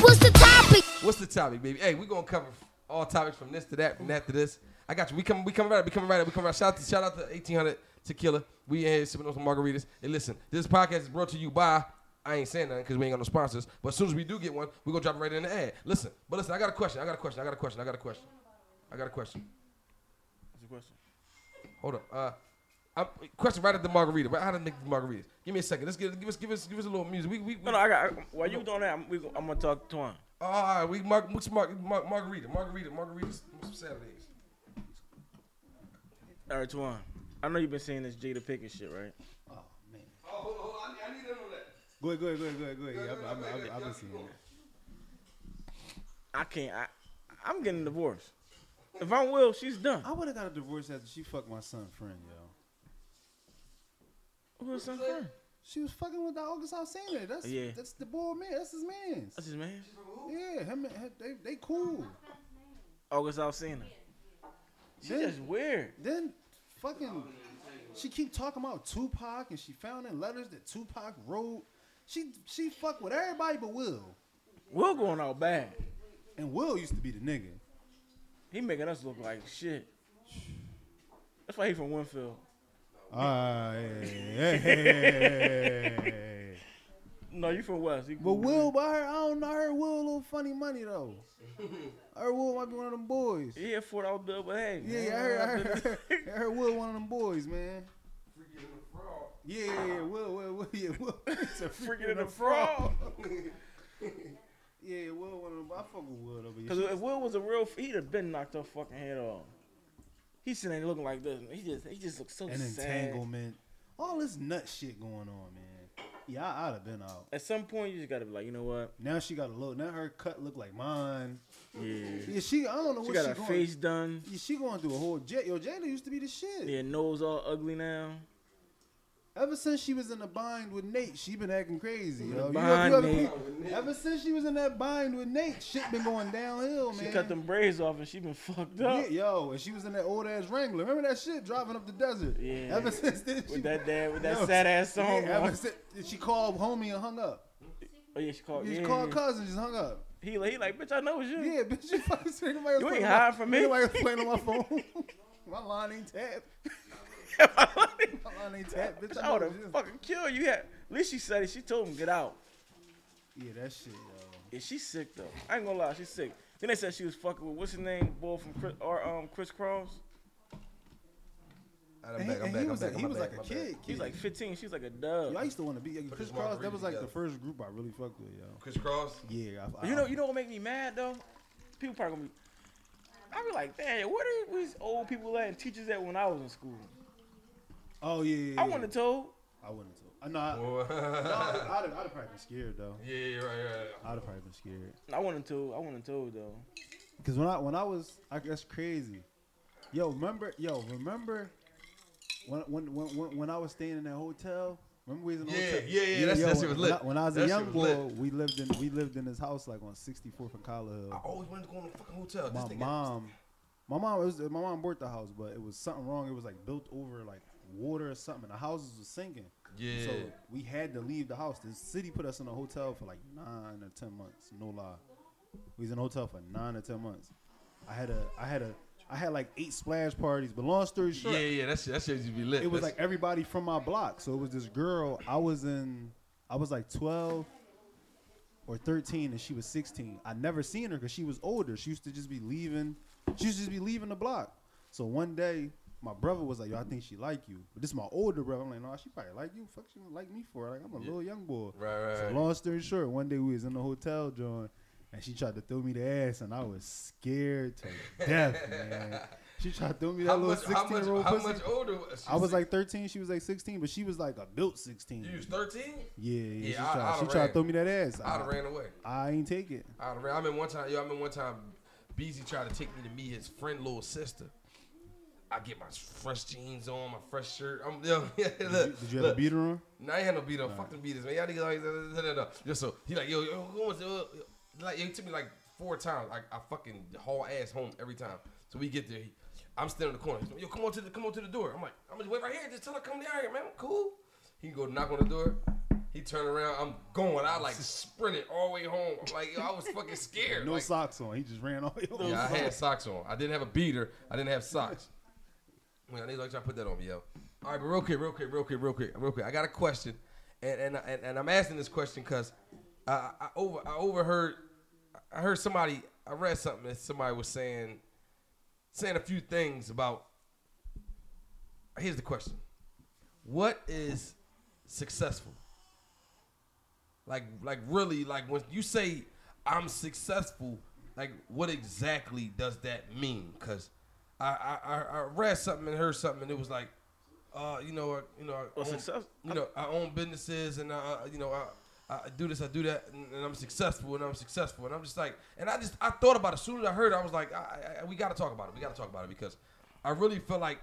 Speaker 4: What's the topic?
Speaker 3: What's the topic, baby? Hey, we gonna cover all topics from this to that, from that to this. I got you. We come, we coming right up. We coming right up. We coming right. Shout out to, shout out to eighteen hundred tequila. We in here sipping on some margaritas. And listen, this podcast is brought to you by. I ain't saying nothing because we ain't got no sponsors. But as soon as we do get one, we gonna drop it right in the ad. Listen, but listen, I got a question. I got a question. I got a question. I got a question. I got a question.
Speaker 6: What's your question?
Speaker 3: Hold up. Uh, I'm, question right at the margarita. Right, how to make the margaritas? Give me a second. Let's give, give us give us give us a little music. We we, we
Speaker 6: No, no, I got. While you doing that, I'm, we, I'm gonna talk to Twan.
Speaker 3: all right. We mar- what's mar- mar- margarita margarita margaritas some Saturdays.
Speaker 6: All right, Twan. I know you've been seeing this Jada Pickett shit, right?
Speaker 5: Oh man.
Speaker 3: Oh, hold on, hold on. I, I need to know that.
Speaker 5: Go ahead, go ahead, go ahead, go ahead, go ahead.
Speaker 3: No, no,
Speaker 5: Yeah,
Speaker 3: no,
Speaker 5: I've-
Speaker 3: go
Speaker 5: I've-
Speaker 3: ahead,
Speaker 5: I've been
Speaker 3: y'all
Speaker 5: seeing
Speaker 3: keep
Speaker 5: that.
Speaker 6: I can't. I, I'm getting divorced. If I will, she's done.
Speaker 5: I would have got a divorce after she fucked my son friend, yo.
Speaker 6: Who's son friend?
Speaker 5: She was fucking with the August Alcina. That's
Speaker 6: Yeah.
Speaker 5: that's the boy man. That's his man's.
Speaker 6: That's his man.
Speaker 5: Yeah, him, and- her- they they cool.
Speaker 6: August Alcina. She's
Speaker 5: Yeah.
Speaker 6: just weird.
Speaker 5: Then fucking she keep talking about Tupac and she found in letters that Tupac wrote. She she fuck with everybody but Will.
Speaker 6: Will going out bad.
Speaker 5: And Will used to be the nigga.
Speaker 6: He making us look like shit. That's why he from Winfield.
Speaker 5: Ah, hey, hey, hey, hey.
Speaker 6: No, you from West. You
Speaker 5: But Will by her, I don't know. I heard Will a little funny money though. I heard Will might be one of them boys.
Speaker 6: He had four dollar bill, but hey.
Speaker 5: Yeah,
Speaker 6: man,
Speaker 5: yeah, I heard, I heard, I heard, I heard Will one of them boys, man.
Speaker 3: Freaky little frog.
Speaker 5: Yeah, yeah, yeah, Will, Will, Will, yeah, Will. It's a
Speaker 6: Freaking in the frog.
Speaker 5: Yeah, Will one of them. I fuck with Will though. But
Speaker 6: Because
Speaker 5: yeah,
Speaker 6: if Will was a real, f- he'd have been knocked her fucking head off. He sitting there looking like this. He just, he just looks so
Speaker 5: an
Speaker 6: sad.
Speaker 5: entanglement, all this nut shit going on, man. Yeah, I, I'd have been out.
Speaker 6: At some point, you just gotta be like, you know what?
Speaker 5: Now she got a look. Now her cut look like mine.
Speaker 6: Yeah.
Speaker 5: Yeah, she. I don't know
Speaker 6: She
Speaker 5: what
Speaker 6: got
Speaker 5: she
Speaker 6: her
Speaker 5: going.
Speaker 6: face done.
Speaker 5: Yeah, she going through a whole jet. Yo, Jada used to be the shit.
Speaker 6: Yeah, nose all ugly now.
Speaker 5: Ever since she was in the bind with Nate, she been acting crazy. Yo. You- you
Speaker 6: bind,
Speaker 5: ever-
Speaker 6: Nate.
Speaker 5: Ever since she was in that bind with Nate, shit been going downhill, man.
Speaker 6: She cut them braids off and she been fucked
Speaker 5: Yeah,
Speaker 6: up.
Speaker 5: yo, and she was in that old ass Wrangler. Remember that shit driving up the desert?
Speaker 6: Yeah.
Speaker 5: Ever since then, she,
Speaker 6: With that dad, with that
Speaker 5: Yo,
Speaker 6: sad ass
Speaker 5: yeah,
Speaker 6: song.
Speaker 5: ever
Speaker 6: on.
Speaker 5: since, she called homie and hung up.
Speaker 6: Oh yeah, she called.
Speaker 5: She
Speaker 6: Yeah,
Speaker 5: called
Speaker 6: yeah.
Speaker 5: cousin, just hung up.
Speaker 6: He, like- he like, bitch, I know it's you.
Speaker 5: Yeah, bitch, you fucking saying nobody was
Speaker 6: You ain't
Speaker 5: playing on
Speaker 6: hiding
Speaker 5: my-
Speaker 6: from me.
Speaker 5: Nobody was playing on my phone. my line ain't tapped.
Speaker 6: bitch,
Speaker 5: My line ain't tapped, bitch.
Speaker 6: I
Speaker 5: I
Speaker 6: would
Speaker 5: know
Speaker 6: have
Speaker 5: it's you.
Speaker 6: fucking killed you. Yeah. At least she said it. She told him get out.
Speaker 5: Yeah, that shit, yo.
Speaker 6: Yeah, she's sick though. I ain't gonna lie, she's sick. Then they said she was fucking with what's his name, boy from Chris, or um Chris Cross.
Speaker 3: All right,
Speaker 5: And
Speaker 3: Ah, I'm back.
Speaker 5: he,
Speaker 3: I'm
Speaker 5: and
Speaker 3: back.
Speaker 5: he
Speaker 3: I'm
Speaker 5: was,
Speaker 3: back.
Speaker 5: like, he
Speaker 3: I'm
Speaker 5: was
Speaker 3: back,
Speaker 5: like a
Speaker 3: I'm
Speaker 5: kid.
Speaker 3: back.
Speaker 5: kid.
Speaker 6: He was like 15. She's like a dub.
Speaker 5: Yo, I used to want to be
Speaker 3: Put
Speaker 5: Chris
Speaker 3: his
Speaker 5: Cross. That
Speaker 3: margarita
Speaker 5: was like the
Speaker 3: together.
Speaker 5: first group I really fucked with, yo.
Speaker 3: Chris Cross.
Speaker 5: Yeah, I, I,
Speaker 6: you know, you know what make me mad though? People probably gonna be. I be like, damn, what are these old people at and teachers at when I was in school?
Speaker 5: Oh yeah, yeah, yeah.
Speaker 6: I want to told.
Speaker 5: I wouldn't have told. I know. I-
Speaker 3: Oh,
Speaker 5: no, I'd, I'd, I'd have probably been scared though.
Speaker 3: yeah, yeah, right, right. right.
Speaker 5: I'd have probably been scared.
Speaker 6: I wanted to. I wanted to though.
Speaker 5: Cause when I when I was I, that's crazy. Yo, remember yo, remember when when when when, when I was staying in that hotel. Remember we was in the
Speaker 3: Yeah,
Speaker 5: hotel.
Speaker 3: yeah, yeah, that's- that shit was
Speaker 5: when
Speaker 3: lit.
Speaker 5: I, when I was
Speaker 3: That
Speaker 5: a
Speaker 3: shit
Speaker 5: young
Speaker 3: was
Speaker 5: boy,
Speaker 3: lit.
Speaker 5: we lived in we lived in this house like on 64th and Collar
Speaker 3: I
Speaker 5: Hill.
Speaker 3: always wanted to go in a fucking hotel.
Speaker 5: My
Speaker 3: this nigga-
Speaker 5: mom, my mom it was my mom bought the house, but it was something wrong. It was like built over like water or something. and The houses was sinking.
Speaker 3: Yeah.
Speaker 5: So we had to leave the house. The city put us in a hotel for like nine or ten months. No lie, we was in a hotel for nine or ten months. I had a, I had a, I had like eight splash parties. But long story short,
Speaker 3: Yeah, yeah, that shit, that shit used to be lit.
Speaker 5: it was
Speaker 3: That's-
Speaker 5: like everybody from my block. So it was this girl. I was in, I was like twelve. or 13 and she was 16. I never seen her because she was older. She used to just be leaving. She used to just be leaving the block. So one day, my brother was like, "Yo, I think she like you." But this is my older brother. I'm like, "No, she probably like you. Fuck, she don't like me for it. Like I'm a little young boy."
Speaker 3: Right, right,
Speaker 5: So
Speaker 3: right.
Speaker 5: long story short, one day we was in the hotel, John, and she tried to throw me the ass, and I was scared to death, man. She tried to throw me that
Speaker 3: How
Speaker 5: little
Speaker 3: much, how
Speaker 5: 16
Speaker 3: much,
Speaker 5: year old
Speaker 3: how
Speaker 5: pussy.
Speaker 3: much older was she?
Speaker 5: I was like 13, she was like 16, but she was like adult 16.
Speaker 3: you was 13?
Speaker 5: Yeah, yeah.
Speaker 3: Yeah,
Speaker 5: she
Speaker 3: I-
Speaker 5: tried,
Speaker 3: I'da
Speaker 5: she tried
Speaker 3: ran.
Speaker 5: to throw me that ass.
Speaker 3: I'd have
Speaker 5: I,
Speaker 3: ran away.
Speaker 5: I ain't take it.
Speaker 3: I'd have ran. I remember one time, yo, I remember one time, Beezy tried to take me to meet his friend, little sister. I get my fresh jeans on, my fresh shirt. I'm, yo, yeah,
Speaker 5: Did you,
Speaker 3: look,
Speaker 5: did you have
Speaker 3: look.
Speaker 5: a beater on?
Speaker 3: Now I ain't had no beat up. Fuck the beaters, man. Y'all niggas always da, da, da, da. Just so he like yo, yo who was uh, like it took me like four times. Like I fucking haul ass home every time. So we get there. He, I'm standing in the corner. He's like, yo, come on to the come on to the door. I'm like, I'm just wait right here. Just tell her come down here, man. I'm cool. He go knock on the door. He turn around. I'm going. I like sprinted all the way home. I'm like yo, I was fucking scared.
Speaker 5: No
Speaker 3: like,
Speaker 5: socks on. He just ran all over.
Speaker 3: yeah, I had socks on. I didn't have a beater. I didn't have socks. Man, I need to like, try to put that on me, yo. All right, but real quick, real quick, real quick, real quick, real quick. I got a question, and and and, and I'm asking this question because I, I I over I overheard I heard somebody I read something that somebody was saying saying a few things about. Here's the question: What is successful? Like like really like when you say I'm successful, like what exactly does that mean? Cause I I, I, I read something and heard something and it was like, uh you know uh, you know I own-
Speaker 6: Well, success-
Speaker 3: you know I own businesses and I I- you know I. I do this, I do that, and, and I'm successful, and I'm successful, and I'm just like, and I just I thought about it. As soon as I heard, it, I was like, I, I, we got to talk about it. We got to talk about it because I really feel like,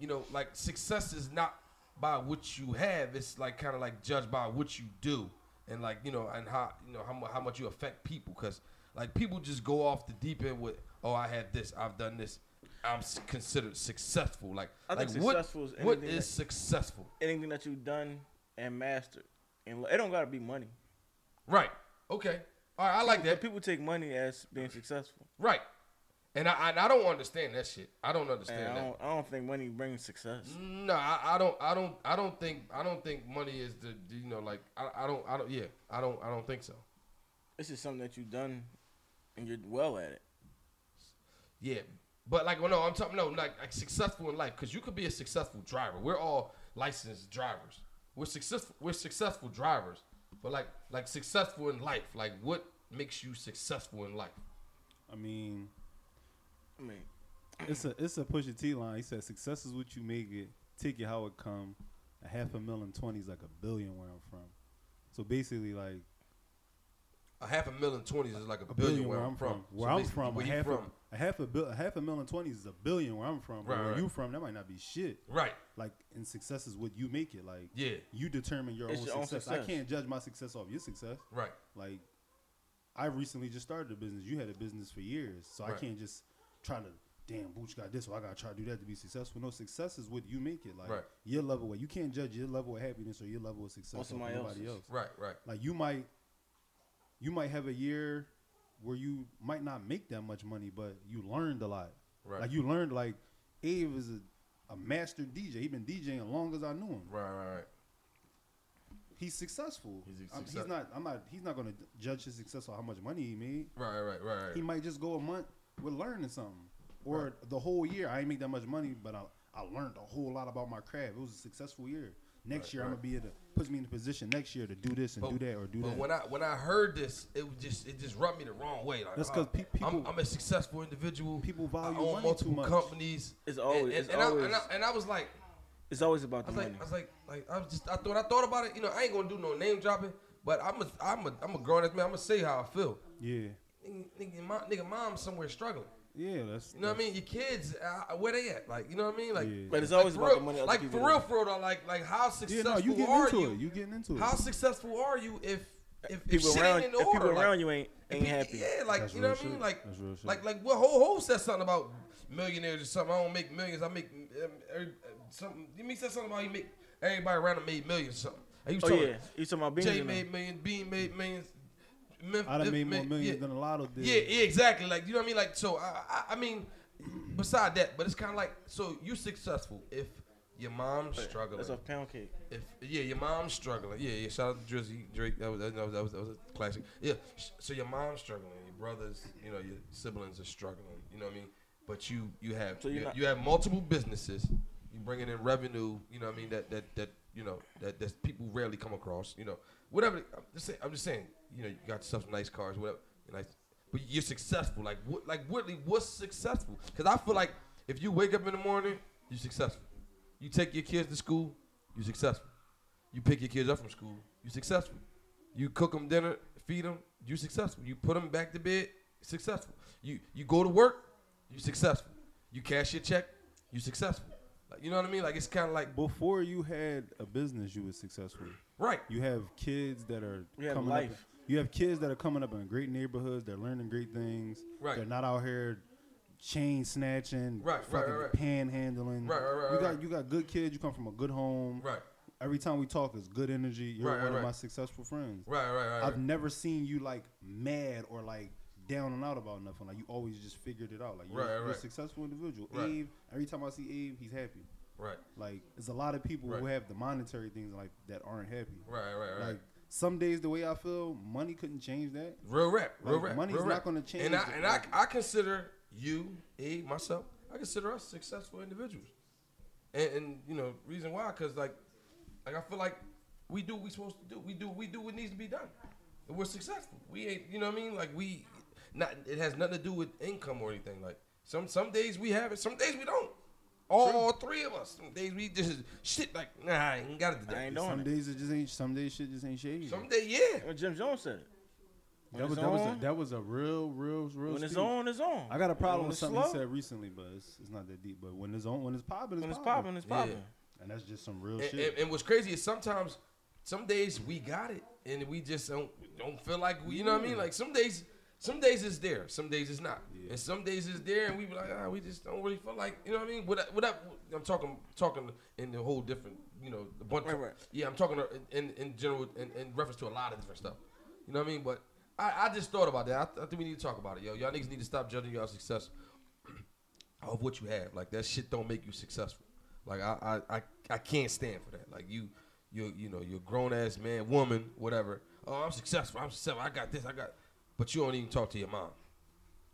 Speaker 3: you know, like success is not by what you have. It's like kind of like judged by what you do, and like you know, and how you know how mu- how much you affect people. Because like people just go off the deep end with, oh, I have this, I've done this, I'm s- considered successful. Like
Speaker 6: I
Speaker 3: like
Speaker 6: think
Speaker 3: what
Speaker 6: successful is
Speaker 3: what is
Speaker 6: anything that-
Speaker 3: successful?
Speaker 6: Anything that you've done and mastered, and it don't gotta be money.
Speaker 3: Right. Okay. All right. I like that.
Speaker 6: People take money as being successful.
Speaker 3: Right. And I, I I don't understand that shit. I don't understand
Speaker 6: And I
Speaker 3: that.
Speaker 6: don't, I don't think money brings success.
Speaker 3: No, I, I don't. I don't. I don't think. I don't think money is the. the, You know, like I, I don't. I don't. Yeah, I don't. I don't think so.
Speaker 6: This is something that you've done, and you're well at it.
Speaker 3: Yeah, but like, well, no, I'm talking. No, like, like successful in life, because you could be a successful driver. We're all licensed drivers. We're successful. We're successful drivers. But like, like successful in life. Like, what makes you successful in life?
Speaker 5: I mean,
Speaker 6: I mean,
Speaker 5: it's a it's a Pusha T line. He said, "Success is what you make it. Take it how it come. A half a million twenties like a billion where I'm from." So basically, like
Speaker 3: A half a million twenties is like a,
Speaker 5: a
Speaker 3: billion, where I'm from.
Speaker 5: Where
Speaker 3: So
Speaker 5: I'm
Speaker 3: basically,
Speaker 5: from,
Speaker 3: where
Speaker 5: a
Speaker 3: you
Speaker 5: half
Speaker 3: from?
Speaker 5: A, a half a bill, a half a million twenties is a billion where I'm from. but
Speaker 3: Right,
Speaker 5: where
Speaker 3: right.
Speaker 5: you from, that might not be shit.
Speaker 3: Right.
Speaker 5: Like, and success is what you make it. Like,
Speaker 3: Yeah.
Speaker 5: you determine your, own,
Speaker 6: It's your own
Speaker 5: success. I
Speaker 6: success.
Speaker 5: can't judge my success off your success.
Speaker 3: Right.
Speaker 5: Like, I recently just started a business. You had a business for years, so I
Speaker 3: Right.
Speaker 5: can't just try to. Damn, Booch got this, so I gotta try to do that to be successful. No, success is what you make it. Like
Speaker 3: Right.
Speaker 5: your level, of, you can't judge your level of happiness or your level of success
Speaker 6: Or
Speaker 5: off
Speaker 6: somebody
Speaker 5: nobody
Speaker 6: else's.
Speaker 5: else.
Speaker 3: Right. Right.
Speaker 5: Like you might you might have a year where you might not make that much money, but you learned a lot.
Speaker 3: Right.
Speaker 5: Like you learned like Ave is a, a master DJ. He been DJing as long as I knew him.
Speaker 3: Right. Right. Right.
Speaker 5: He's successful.
Speaker 3: He's
Speaker 5: I'm-
Speaker 3: success-
Speaker 5: he's not I'm not he's not gonna judge his success on how much money he made.
Speaker 3: Right. Right. Right. right.
Speaker 5: He might just go a month with learning something. Or the whole year I ain't make that much money, but I I learned a whole lot about my craft. It was a successful year. Next year I'm gonna be in a puts me in a position next year to do this and do that or do
Speaker 3: but
Speaker 5: that.
Speaker 3: when I when I heard this, it was just it just rubbed me the wrong way. Like,
Speaker 5: That's
Speaker 3: oh,
Speaker 5: 'cause pe-
Speaker 3: I'm,
Speaker 5: people-
Speaker 3: I'm a successful individual.
Speaker 5: people value
Speaker 3: I own
Speaker 5: money
Speaker 3: multiple
Speaker 5: too much.
Speaker 3: companies.
Speaker 6: It's always-
Speaker 3: and, and,
Speaker 6: it's
Speaker 3: and I, and, I,
Speaker 6: always-
Speaker 3: and I was like,
Speaker 6: it's always about
Speaker 3: I was
Speaker 6: the
Speaker 3: like,
Speaker 6: money.
Speaker 3: I was like, like I was just I thought I thought about it. You know, I ain't gonna do no name dropping, but I'm a I'm a I'm a grown ass man. I'm gonna say how I feel.
Speaker 5: yeah.
Speaker 3: Nigga, nigga, mom, nigga, mom's somewhere struggling.
Speaker 5: Yeah, that's
Speaker 3: You know what I mean? Your kids, uh, where they at? Like, you know what I mean? Like,
Speaker 5: Yeah.
Speaker 6: But it's
Speaker 3: like,
Speaker 6: always
Speaker 3: for
Speaker 6: about
Speaker 3: real,
Speaker 6: the money other
Speaker 3: Like
Speaker 6: people
Speaker 3: for real,
Speaker 6: do.
Speaker 3: for real, though, like like how
Speaker 5: Yeah,
Speaker 3: successful
Speaker 5: no, you getting
Speaker 3: are
Speaker 5: into
Speaker 3: you?
Speaker 5: it. You getting into it.
Speaker 3: How successful are you if if, if
Speaker 6: people
Speaker 3: shit
Speaker 6: around,
Speaker 3: ain't in
Speaker 6: if
Speaker 3: order?
Speaker 6: people
Speaker 3: like-
Speaker 6: around you ain't ain't happy.
Speaker 3: Yeah, like
Speaker 5: That's
Speaker 3: you know
Speaker 5: real
Speaker 3: what I mean.
Speaker 5: shit.
Speaker 3: Like,
Speaker 5: That's real shit.
Speaker 3: like, like what Ho Ho said something about millionaires or something. I don't make millions. I make um, every- uh, something. You mean said something about he make everybody around him made millions or something. And he was
Speaker 6: Oh
Speaker 3: talking,
Speaker 6: yeah, you talking about
Speaker 3: Jay
Speaker 6: being
Speaker 3: made millions, Bean made millions. Mem-
Speaker 5: I
Speaker 3: Mem-
Speaker 5: done made more
Speaker 3: Mem-
Speaker 5: millions
Speaker 3: yeah.
Speaker 5: than a lot of this.
Speaker 3: Yeah, yeah, exactly. Like you know what I mean. Like so, I, I, I mean, beside that, but it's kind of like so you successful if Your mom's struggling.
Speaker 6: That's off pound cake.
Speaker 3: If yeah, your mom's struggling. Yeah, yeah. Shout out to Drizzy Drake. That was that was, that was that was a classic. Yeah. sh- So your mom's struggling. Your brothers, you know, your siblings are struggling. You know what I mean? But you you have
Speaker 6: So you're
Speaker 3: you,
Speaker 6: not-
Speaker 3: you have multiple businesses. You bringing in revenue. You know what I mean? That that that you know that that people rarely come across. You know, whatever. I'm just saying. I'm just saying. You know, you got yourself some nice cars, whatever. And like, but you're successful. Like what? Like Whitley, what's successful? Because I feel like if you wake up in the morning, you're successful. You take your kids to school, you successful. You pick your kids up from school, you successful. You cook them dinner, feed them, you successful. You put them back to bed, successful. You you go to work, you successful. You cash your check, you successful. Like, you know what I mean? Like it's kind of like
Speaker 5: Before you had a business, you was successful.
Speaker 3: right.
Speaker 5: You have kids that are
Speaker 6: We have
Speaker 5: coming up.
Speaker 6: life.
Speaker 5: You have kids that are coming up in great neighborhoods. They're learning great things.
Speaker 3: Right.
Speaker 5: They're not out here chain snatching,
Speaker 3: Right, right,
Speaker 5: fucking
Speaker 3: right, right.
Speaker 5: panhandling.
Speaker 3: Right, right, right,
Speaker 5: You
Speaker 3: right,
Speaker 5: got
Speaker 3: right.
Speaker 5: you got good kids. You come from a good home.
Speaker 3: Right.
Speaker 5: Every time we talk, it's good energy. You're
Speaker 3: Right,
Speaker 5: one
Speaker 3: right,
Speaker 5: of
Speaker 3: right.
Speaker 5: my successful friends.
Speaker 3: Right, right, right.
Speaker 5: I've
Speaker 3: right.
Speaker 5: never seen you like mad or like down and out about nothing. Like you always just figured it out. Like you're,
Speaker 3: Right, right,
Speaker 5: you're a
Speaker 3: right.
Speaker 5: successful individual.
Speaker 3: Right.
Speaker 5: Abe, every time I see Abe, he's happy.
Speaker 3: Right.
Speaker 5: Like there's a lot of people who
Speaker 3: Right.
Speaker 5: have the monetary things like that aren't happy.
Speaker 3: Right, right, right.
Speaker 5: Like some days the way I feel, money couldn't change that.
Speaker 3: real rap, real
Speaker 5: like,
Speaker 3: rap.
Speaker 5: money's
Speaker 3: real
Speaker 5: not
Speaker 3: rap.
Speaker 5: gonna change
Speaker 3: And I
Speaker 5: it,
Speaker 3: and I,
Speaker 5: like-
Speaker 3: I consider you, E, myself, I consider us successful individuals. And, and you know, reason why, cause like, like I feel like we do what we supposed to do. We do we do what needs to be done. And we're successful. We ain't, you know what I mean? Like we, not it has nothing to do with income or anything. Like some some days we have it, some days we don't. All three of us. Some days we just shit like nah, I ain't got it today.
Speaker 6: I ain't
Speaker 5: Some
Speaker 6: doing it.
Speaker 5: days it just ain't. Some days shit just ain't shady.
Speaker 3: Some day, yeah.
Speaker 6: Well, Jim Jones said it. When
Speaker 5: that was
Speaker 6: it's
Speaker 5: that was a,
Speaker 6: on-
Speaker 5: that was a real real real.
Speaker 6: When it's
Speaker 5: speech.
Speaker 6: on, it's on.
Speaker 5: I got a problem
Speaker 6: When
Speaker 5: with
Speaker 6: it's
Speaker 5: something he
Speaker 6: slow,
Speaker 5: said recently, but it's, it's not that deep. But when it's on, when it's popping, it's
Speaker 6: When it's
Speaker 5: popping.
Speaker 6: popping, it's
Speaker 3: Yeah.
Speaker 6: popping.
Speaker 5: and that's just some real
Speaker 3: And,
Speaker 5: shit.
Speaker 3: and- and what's crazy is sometimes, some days we got it, and we just don't don't feel like we. You know what I mean? Like some days, some days it's there, some days it's not, and some days it's there, and we be like, ah, we just don't really feel like. You know what I mean? What I- what I, I'm talking talking in the whole different. You know, the bunch.
Speaker 6: Right,
Speaker 3: of-
Speaker 6: right.
Speaker 3: Yeah, I'm talking in in general in, in reference to a lot of different stuff. You know what I mean? But I, I just thought about that. I, th- I think we need to talk about it, yo. Y'all niggas need to stop judging y'all success of what you have. Like that shit don't make you successful. Like I I, I, I can't stand for that. Like you you you know you're grown ass man woman whatever. Oh I'm successful. I'm successful. I got this. I got. But you don't even talk to your mom.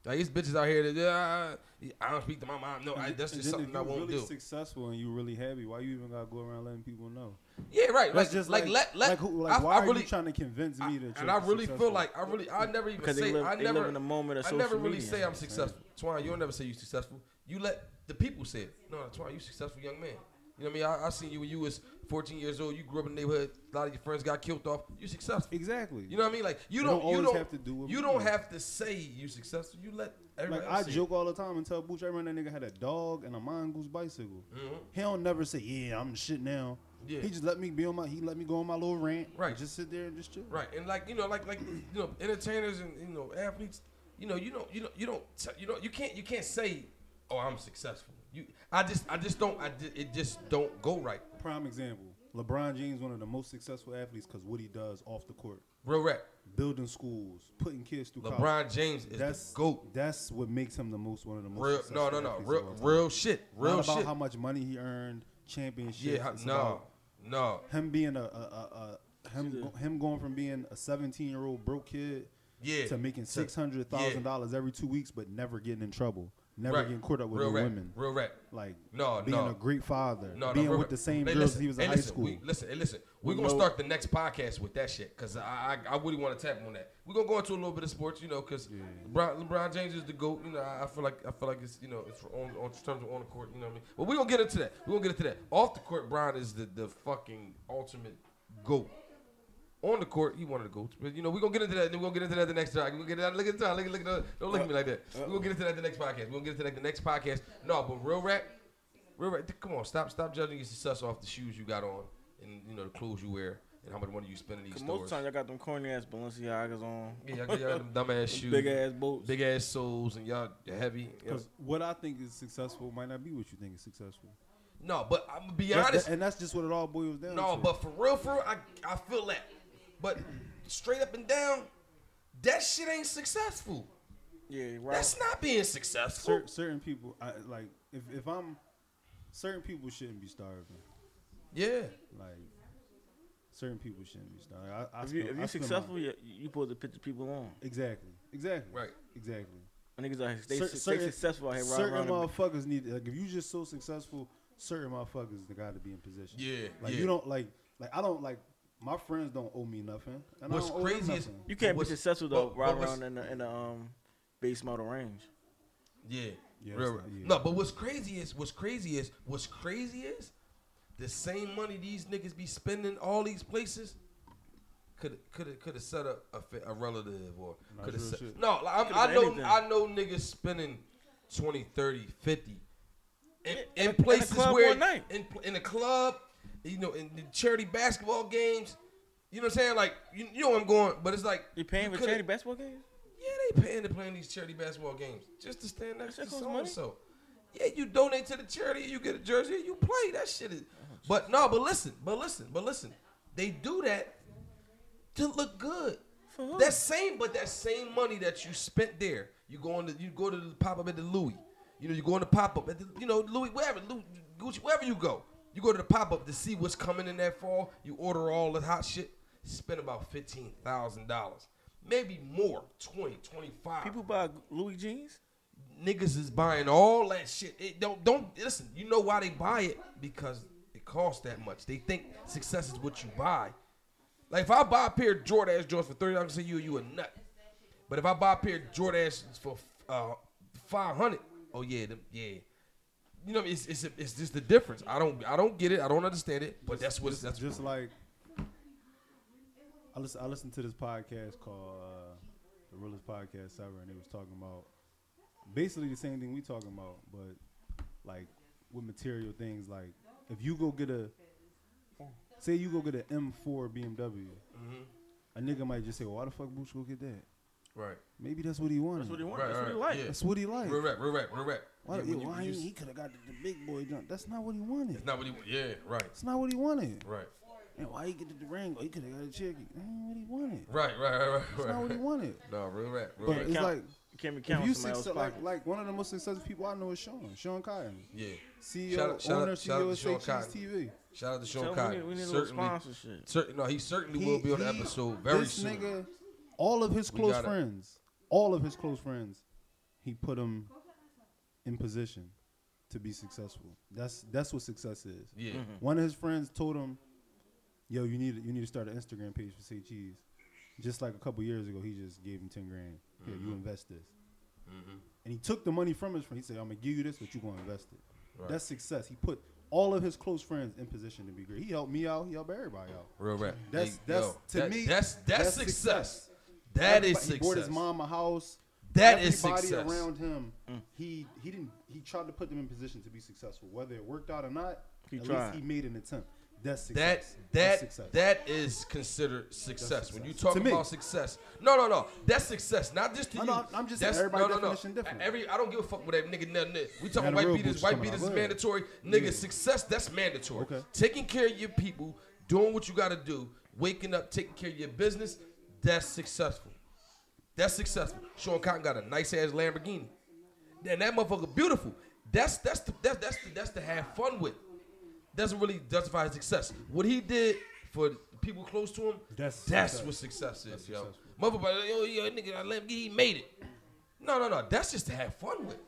Speaker 3: Like these bitches out here that "Ah, I don't speak to my mom. No, I, that's
Speaker 5: And
Speaker 3: just
Speaker 5: then if
Speaker 3: something I
Speaker 5: you
Speaker 3: won't
Speaker 5: really
Speaker 3: do.
Speaker 5: successful and you really happy, why you even gotta go around letting people know?
Speaker 3: yeah, right.
Speaker 5: That's
Speaker 3: Like, just like, let let.
Speaker 5: like, who, like
Speaker 3: I, I
Speaker 5: why are
Speaker 3: really
Speaker 5: you trying to convince
Speaker 3: I-
Speaker 5: me that? You're
Speaker 3: and I really
Speaker 5: successful?
Speaker 3: feel like I really I never even
Speaker 6: Because
Speaker 3: say
Speaker 6: they live,
Speaker 3: I
Speaker 6: they
Speaker 3: never
Speaker 6: live in the moment of
Speaker 3: I
Speaker 6: social
Speaker 3: never really
Speaker 6: media.
Speaker 3: say I'm successful. Twan, you'll never say you successful. You let the people say it. No, Twan, you successful young man. You know what I mean? I, I seen you when you was 14 years old. You grew up in the neighborhood. A lot of your friends got killed off. You successful.
Speaker 5: exactly.
Speaker 3: You know what I mean? Like you
Speaker 5: They
Speaker 3: don't,
Speaker 5: don't
Speaker 3: you
Speaker 5: always
Speaker 3: don't
Speaker 5: have to do what
Speaker 3: you
Speaker 5: we
Speaker 3: don't
Speaker 5: do.
Speaker 3: have to say you successful. You let everybody
Speaker 5: Like I
Speaker 3: else say it.
Speaker 5: joke all the time and tell Booch, I remember that nigga had a dog and a mongoose bicycle. He don't never say, "Yeah, I'm the shit now."
Speaker 3: Mm-hmm. Yeah.
Speaker 5: He just let me be on my. He let me go on my little rant. and
Speaker 3: Right.
Speaker 5: Just sit there and just chill.
Speaker 3: Right, and like you know, like like you know, entertainers and you know, athletes. You know, you don't, you don't, you don't, t- you know, you can't, you can't say, "Oh, I'm successful." You, I just, I just don't, I, ju- it just don't go right.
Speaker 5: Prime example: LeBron James, one of the most successful athletes, because what he does off the court,
Speaker 3: Real rap.
Speaker 5: building schools, putting kids through college.
Speaker 3: LeBron James is
Speaker 5: That's
Speaker 3: the goat.
Speaker 5: That's what makes him the most one of the most.
Speaker 3: Real,
Speaker 5: successful
Speaker 3: no, no, no,
Speaker 5: athletes
Speaker 3: real,
Speaker 5: of all time.
Speaker 3: real shit, real
Speaker 5: Not about
Speaker 3: shit.
Speaker 5: how much money he earned, championships.
Speaker 3: yeah,
Speaker 5: It's
Speaker 3: no,
Speaker 5: about
Speaker 3: no,
Speaker 5: him being a, a, a, a him go- him going from being a 17 year old broke kid
Speaker 3: yeah.
Speaker 5: to making six hundred thousand dollars every two weeks, but never getting in trouble, never
Speaker 3: Right.
Speaker 5: getting caught up with
Speaker 3: real
Speaker 5: no
Speaker 3: rap,
Speaker 5: women,
Speaker 3: Real rap.
Speaker 5: like
Speaker 3: No,
Speaker 5: being
Speaker 3: no.
Speaker 5: a great father,
Speaker 3: No, no,
Speaker 5: being
Speaker 3: real
Speaker 5: with
Speaker 3: rap.
Speaker 5: the same
Speaker 3: Hey,
Speaker 5: girls
Speaker 3: listen,
Speaker 5: he was
Speaker 3: hey,
Speaker 5: in high
Speaker 3: listen,
Speaker 5: school.
Speaker 3: We, listen, hey, listen. We're
Speaker 5: We
Speaker 3: gonna
Speaker 5: know-
Speaker 3: start the next podcast with that shit because I, I I really want to tap on that. We're gonna go into a little bit of sports, you know, because LeBron, LeBron James is the goat. You know, I, I feel like I feel like it's you know it's on, on in terms of on the court. You know what I mean? But we're gonna get into that. We're gonna get into that. Off the court, Brian is the the fucking ultimate goat. On the court, he wanted the goats, but you know we're gonna get into that. and We're gonna get into that the next time. We're gonna get into that. Look at the time. Look at look at the, Don't look at me like that. We're gonna get into that the next podcast. We're gonna get into that the next podcast. No, but real rap. Real right. Come on, stop stop judging your success off the shoes you got on and you know the clothes you wear and how much money you spend in these
Speaker 6: 'Cause
Speaker 3: stores.
Speaker 6: Most times, I got them corny ass Balenciagas on.
Speaker 3: yeah, y'all, y'all got them dumb ass shoes,
Speaker 6: Big ass boots.
Speaker 3: big ass soles, and y'all heavy. Y'all-
Speaker 5: Because what I think is successful might not be what you think is successful.
Speaker 3: No, but I'm gonna be
Speaker 5: That's-
Speaker 3: honest.
Speaker 5: and that's just what it all boils down
Speaker 3: no,
Speaker 5: to.
Speaker 3: but for real, for real, I I feel that. But straight up and down, that shit ain't successful.
Speaker 6: Yeah, right.
Speaker 3: That's not being successful.
Speaker 5: Cer- certain people, I, like if, if I'm certain people shouldn't be starving.
Speaker 3: Yeah.
Speaker 5: Like certain people shouldn't be starving. I, I
Speaker 6: If you
Speaker 5: spend- I
Speaker 6: if you
Speaker 5: spend my-
Speaker 6: successful, you, you supposed to pitch people on.
Speaker 5: exactly, exactly,
Speaker 3: Right.
Speaker 5: exactly.
Speaker 6: My niggas out here, they,
Speaker 5: Cer-
Speaker 6: su-
Speaker 5: certain-
Speaker 6: they successful out here riding
Speaker 5: certain
Speaker 6: around. in-
Speaker 5: motherfuckers need like if you just so successful, certain motherfuckers they got to be in position.
Speaker 3: Yeah,
Speaker 5: like
Speaker 3: yeah.
Speaker 5: you don't like like I don't like my friends don't owe me nothing. And
Speaker 3: What's
Speaker 5: I don't
Speaker 3: crazy
Speaker 5: owe them
Speaker 3: is-
Speaker 5: nothing.
Speaker 6: You can't be
Speaker 3: What's-
Speaker 6: successful though
Speaker 3: but- but
Speaker 6: riding
Speaker 3: what's-
Speaker 6: around in the, in the um base model range.
Speaker 3: Yeah.
Speaker 5: Yeah,
Speaker 3: real,
Speaker 5: that's
Speaker 3: real.
Speaker 5: not- yeah.
Speaker 3: No, but what's crazy is what's crazy is what's crazy is the same money these niggas be spending all these places could could could have set up a, fa- a relative or
Speaker 5: Nah,
Speaker 3: could have
Speaker 5: it's
Speaker 3: set,
Speaker 5: real shit.
Speaker 3: no like, I, I
Speaker 6: been
Speaker 3: know
Speaker 6: anything.
Speaker 3: I know niggas spending 20, 30, 50 in, in
Speaker 6: the
Speaker 3: places
Speaker 6: club
Speaker 3: where
Speaker 6: one night.
Speaker 3: in in a club you know in the charity basketball games you know what I'm saying like you, you know where I'm going but it's like
Speaker 6: You paying
Speaker 3: you
Speaker 6: for
Speaker 3: coulda-
Speaker 6: charity basketball games?
Speaker 3: yeah, they paying to play in these charity basketball games just to stand next
Speaker 6: That
Speaker 3: to
Speaker 6: shit costs
Speaker 3: so
Speaker 6: money.
Speaker 3: and so. Yeah, you donate to the charity, you get a jersey, you play. That shit is. But no, but listen, but listen, but listen. They do that to look good.
Speaker 6: For who?
Speaker 3: That same, but that same money that you spent there, you go on to you go to the pop up at the Louis. You know, you go on the pop up at the you know Louis wherever Louis, Gucci wherever you go. You go to the pop up to see what's coming in that fall. You order all the hot shit. Spend about fifteen thousand dollars, maybe more, 20, 25.
Speaker 6: People buy Louis jeans.
Speaker 3: niggas is buying all that shit. It don't don't listen. You know why they buy it because it costs that much. They think success is what you buy. Like if I buy a pair of Jordan ass Jordans for thirty dollars, say you you a nut. But if I buy a pair of Jordan ass for uh, five hundred, oh yeah, them, yeah. You know, it's it's it's just the difference. I don't I don't get it. I don't understand it. But that's what
Speaker 5: just,
Speaker 3: that's
Speaker 5: just like I listen. I listened to this podcast called uh, the Realest Podcast Ever, and they was talking about basically the same thing we talking about, but like with material things. Like if you go get a, say you go get an M4 BMW,
Speaker 3: Mm-hmm.
Speaker 5: a nigga might just say, "Why the fuck Boots go get that?"
Speaker 3: right.
Speaker 5: Maybe that's what he wanted.
Speaker 6: That's what he want.
Speaker 3: Right,
Speaker 6: That's what
Speaker 3: right,
Speaker 6: he like.
Speaker 3: yeah.
Speaker 5: That's what he liked.
Speaker 3: Real rap, real rap, real rap.
Speaker 5: Why,
Speaker 3: Yeah,
Speaker 5: yeah,
Speaker 3: when you-
Speaker 5: why
Speaker 3: when you
Speaker 5: he,
Speaker 3: s-
Speaker 5: he could have got the, the big boy jump? That's not what he wanted.
Speaker 3: it's not what he yeah right
Speaker 5: That's not what he wanted.
Speaker 3: right
Speaker 5: Man, why he get the Durango? He could have got a Cherokee. That ain't what he wanted.
Speaker 3: right right right right.
Speaker 5: That's not what he wanted.
Speaker 3: No, real rap, real
Speaker 5: But
Speaker 3: rap.
Speaker 5: it's
Speaker 6: Count-
Speaker 5: like
Speaker 6: You can't be
Speaker 5: if
Speaker 6: counting
Speaker 5: you
Speaker 6: somebody
Speaker 5: success,
Speaker 6: else's
Speaker 5: like
Speaker 6: pocket.
Speaker 5: like one of the most successful people I know is Sean, Sean Cotton,
Speaker 3: Yeah.
Speaker 5: CEO,
Speaker 3: Shout out- shout out-
Speaker 5: owner,
Speaker 3: shout out to
Speaker 5: CEO of
Speaker 3: Sean
Speaker 5: Say Cheese
Speaker 3: Cotton.
Speaker 5: TV.
Speaker 3: Shout out to Sean
Speaker 6: Tell him we
Speaker 3: Cotton.
Speaker 6: need, we need a little
Speaker 3: certainly,
Speaker 6: sponsorship.
Speaker 3: certain, no, he certainly
Speaker 5: He-
Speaker 3: will be on the
Speaker 5: he-
Speaker 3: episode very
Speaker 5: this
Speaker 3: soon.
Speaker 5: nigga, all of his
Speaker 3: We
Speaker 5: close
Speaker 3: gotta-
Speaker 5: friends, all of his close friends, he put them in position to be successful. That's that's what success is.
Speaker 3: Yeah,
Speaker 5: One of his friends told him, "Yo, you need you need to start an Instagram page for Say Cheese." Just like a couple years ago, he just gave him ten grand. Here,
Speaker 3: Mm-hmm.
Speaker 5: you invest this. And he took the money from his friend. He said, "I'm gonna give you this, but you gonna invest it."
Speaker 3: Right.
Speaker 5: That's success. He put all of his close friends in position to be great. He helped me out. He helped everybody out.
Speaker 3: real rap.
Speaker 5: That's-
Speaker 3: Hey,
Speaker 5: that's-
Speaker 3: yo,
Speaker 5: to
Speaker 3: that-
Speaker 5: me,
Speaker 3: That's that's,
Speaker 5: that's
Speaker 3: success.
Speaker 5: success.
Speaker 3: That is
Speaker 5: Everybody- He bought his
Speaker 3: success.
Speaker 5: mom a house.
Speaker 3: That is
Speaker 5: Everybody
Speaker 3: success. Mm.
Speaker 5: around him, he he didn't he tried to put them in position to be successful. Whether it worked out or not,
Speaker 6: He
Speaker 5: at
Speaker 6: tried.
Speaker 5: least he made an attempt. That's
Speaker 3: That
Speaker 5: success. That's success.
Speaker 3: that that is considered success. When you
Speaker 5: success.
Speaker 3: talk
Speaker 5: To me.
Speaker 3: about success, no, no, no, that's success. Not just to
Speaker 5: No,
Speaker 3: you.
Speaker 5: no, I'm- I'm just saying
Speaker 3: That's-
Speaker 5: everybody
Speaker 3: no, no, no.
Speaker 5: definition different.
Speaker 3: Every I don't give a fuck what that nigga nothing is. We
Speaker 5: Now
Speaker 3: talking
Speaker 5: the
Speaker 3: white
Speaker 5: real
Speaker 3: beaters.
Speaker 5: boots
Speaker 3: White
Speaker 5: coming out.
Speaker 3: beaters is
Speaker 5: Go ahead.
Speaker 3: mandatory. Nigga,
Speaker 5: Yeah.
Speaker 3: success that's mandatory.
Speaker 5: Okay.
Speaker 3: Taking care of your people, doing what you got to do, waking up, taking care of your business, that's successful. That's successful. Sean Cotton got a nice ass Lamborghini. And that motherfucker beautiful. That's that's the that's that's the, that's to have fun with. Doesn't really justify his success. What he did for the people close to him,
Speaker 5: That's
Speaker 3: that's
Speaker 5: success.
Speaker 3: what success is, yo.
Speaker 5: successful.
Speaker 3: Motherfucker, like, yo, yo, nigga, that Lamborghini he made it. No, no, no. That's just to have fun with.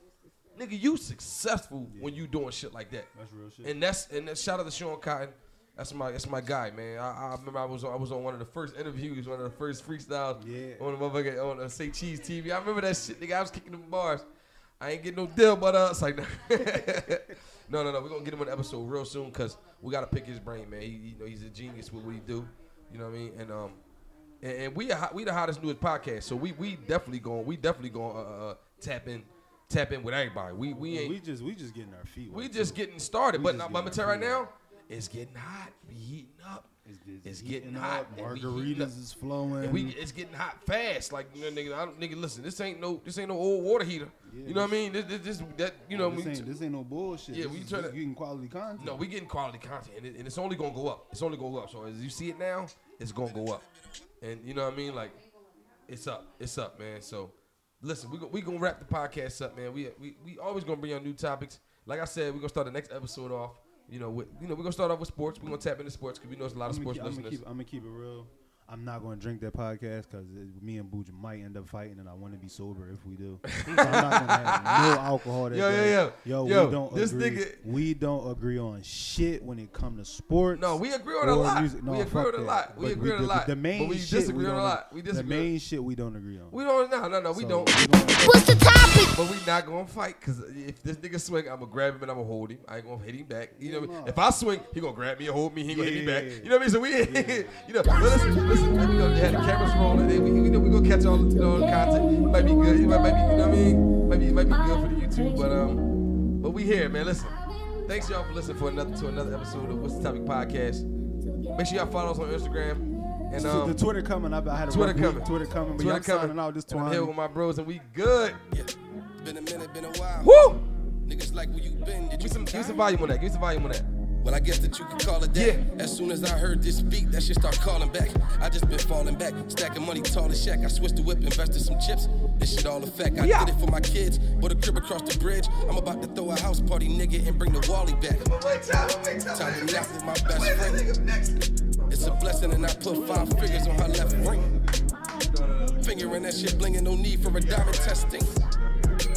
Speaker 3: Nigga, you successful when you doing shit like that.
Speaker 5: That's real shit.
Speaker 3: And that's and that's, shout out to Sean Cotton. That's my that's my guy, man. I, I remember I was on, I was on one of the first interviews, one of the first freestyles
Speaker 5: Yeah.
Speaker 3: on the motherfucker on uh, Say Cheese TV. I remember that shit, nigga. I was kicking the bars. I ain't getting no deal, but uh, it's like no, no, no. We're gonna get him on the episode real soon because we gotta pick his brain, man. He, you know, he's a genius with what he do. You know what I mean? And um, and, and we a hot- we the hottest newest podcast, so we we definitely going we definitely going uh, uh, uh, tap in tap in with everybody. We we ain't
Speaker 5: we just we just getting our feet.
Speaker 3: we
Speaker 5: wet,
Speaker 3: just
Speaker 5: too.
Speaker 3: getting started,
Speaker 5: We
Speaker 3: but
Speaker 5: just
Speaker 3: I'm
Speaker 5: getting
Speaker 3: gonna tell you right
Speaker 5: our
Speaker 3: now, it's getting hot. We heating up. It's, getting
Speaker 5: heating
Speaker 3: hot.
Speaker 5: up,
Speaker 3: and we heating up.
Speaker 5: Margaritas is flowing.
Speaker 3: And we, it's getting hot fast. Like you know, nigga, I don't, nigga, listen, this ain't no, this ain't no old water heater.
Speaker 5: Yeah,
Speaker 3: you know what I mean? This, this, this that, you know,
Speaker 5: this,
Speaker 3: we,
Speaker 5: ain't, this ain't no bullshit.
Speaker 3: Yeah,
Speaker 5: this
Speaker 3: we
Speaker 5: is
Speaker 3: tryna-
Speaker 5: just getting quality content.
Speaker 3: no, we getting quality content, and, it, and it's only gonna go up. It's only gonna go up. So as you see it now, it's gonna go up, and you know what I mean? Like, it's up, it's up, man. So, listen, we go, we gonna wrap the podcast up, man. We we, we always gonna bring on new topics. Like I said, we're gonna start the next episode off. You know, with you know, we're gonna start off with sports. We're gonna tap into sports because we know there's a lot of
Speaker 5: I'm gonna,
Speaker 3: sports
Speaker 5: keep, I'm, gonna
Speaker 3: listeners.
Speaker 5: keep, I'm gonna keep it real. I'm not gonna drink that podcast because me and Booja might end up fighting, and I want to be sober if we do. so I'm not gonna have no alcohol. That
Speaker 3: Yo, yo,
Speaker 5: day.
Speaker 3: yo.
Speaker 5: yo,
Speaker 3: Yo,
Speaker 5: We don't
Speaker 3: this
Speaker 5: agree.
Speaker 3: nigga-
Speaker 5: We don't agree on shit when it comes to sports.
Speaker 3: No, we agree on a
Speaker 5: or
Speaker 3: lot.
Speaker 5: music. No,
Speaker 3: we agree on
Speaker 5: fuck
Speaker 3: a
Speaker 5: that.
Speaker 3: lot. We
Speaker 5: But
Speaker 3: agree on a
Speaker 5: the-
Speaker 3: lot.
Speaker 5: The main
Speaker 3: but we
Speaker 5: shit
Speaker 3: disagree
Speaker 5: we
Speaker 3: on a
Speaker 5: don't-
Speaker 3: lot. We
Speaker 5: The
Speaker 3: disagree.
Speaker 5: main shit we don't agree on.
Speaker 3: we don't. No, no, no. We
Speaker 5: So,
Speaker 3: don't.
Speaker 5: we don't-
Speaker 4: What's the topic?
Speaker 3: But we not gonna fight because if this nigga swing, I'm gonna grab him and I'm gonna hold him. I ain't gonna hit him back. You know what I mean?
Speaker 5: Nah.
Speaker 3: If I swing, he gonna grab me and hold me. He gonna hit me
Speaker 5: Yeah.
Speaker 3: back. You know what I mean? So we, you know, but listen, listen, man, we gonna have the cameras rolling. And we, we know we gonna catch all, you know, all the content. It might be good. It might, might be, you know what I mean? Might be, might be good for the YouTube. But um, but we here, man. Listen, thanks y'all for listening for another to another episode of What's the Topic podcast. Make sure y'all follow us on Instagram and
Speaker 5: So
Speaker 3: um,
Speaker 5: the Twitter coming. I, I had a
Speaker 3: Twitter
Speaker 5: rough week.
Speaker 3: coming.
Speaker 5: Twitter coming. But
Speaker 3: Twitter
Speaker 5: I'm signing out this
Speaker 3: And I'm
Speaker 5: twine.
Speaker 3: here with my bros and we good.
Speaker 8: Been a minute, been a while.
Speaker 3: Woo!
Speaker 8: Niggas like where you been? Did
Speaker 3: Give me
Speaker 8: you
Speaker 3: some, give me some volume on that. Give me some volume on that.
Speaker 8: Well, I guess that you could call it that.
Speaker 3: Yeah.
Speaker 8: As soon as I heard this beat, that shit start calling back. I just been falling back, stacking money tall as Shaq. I switched the whip, invested some chips. This shit all a fact. I
Speaker 3: Yeah.
Speaker 8: did it for my kids, but a crib across the bridge. I'm about to throw a house party, nigga, and bring the Wally back. Time to knock with my best friend. It's a blessing, and I put five figures on her left ring. Fingering that shit, blinging, no need for a diamond testing.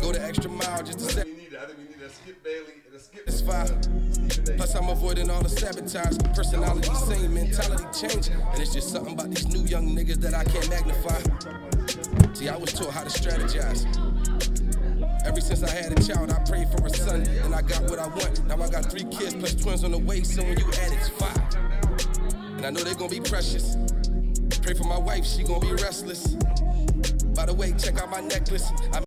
Speaker 8: Go the extra mile just to set. It's fine. Plus, I'm avoiding all the sabotage. Personality, same mentality change. And it's just something about these new young niggas that I can't magnify. See, I was taught how to strategize. Ever since I had a child, I prayed for a son, and I got what I want. Now I got three kids plus twins on the way, so when you add it's five. And I know they're gonna be precious. Pray for my wife, she gonna be restless. By the way, check out my necklace. I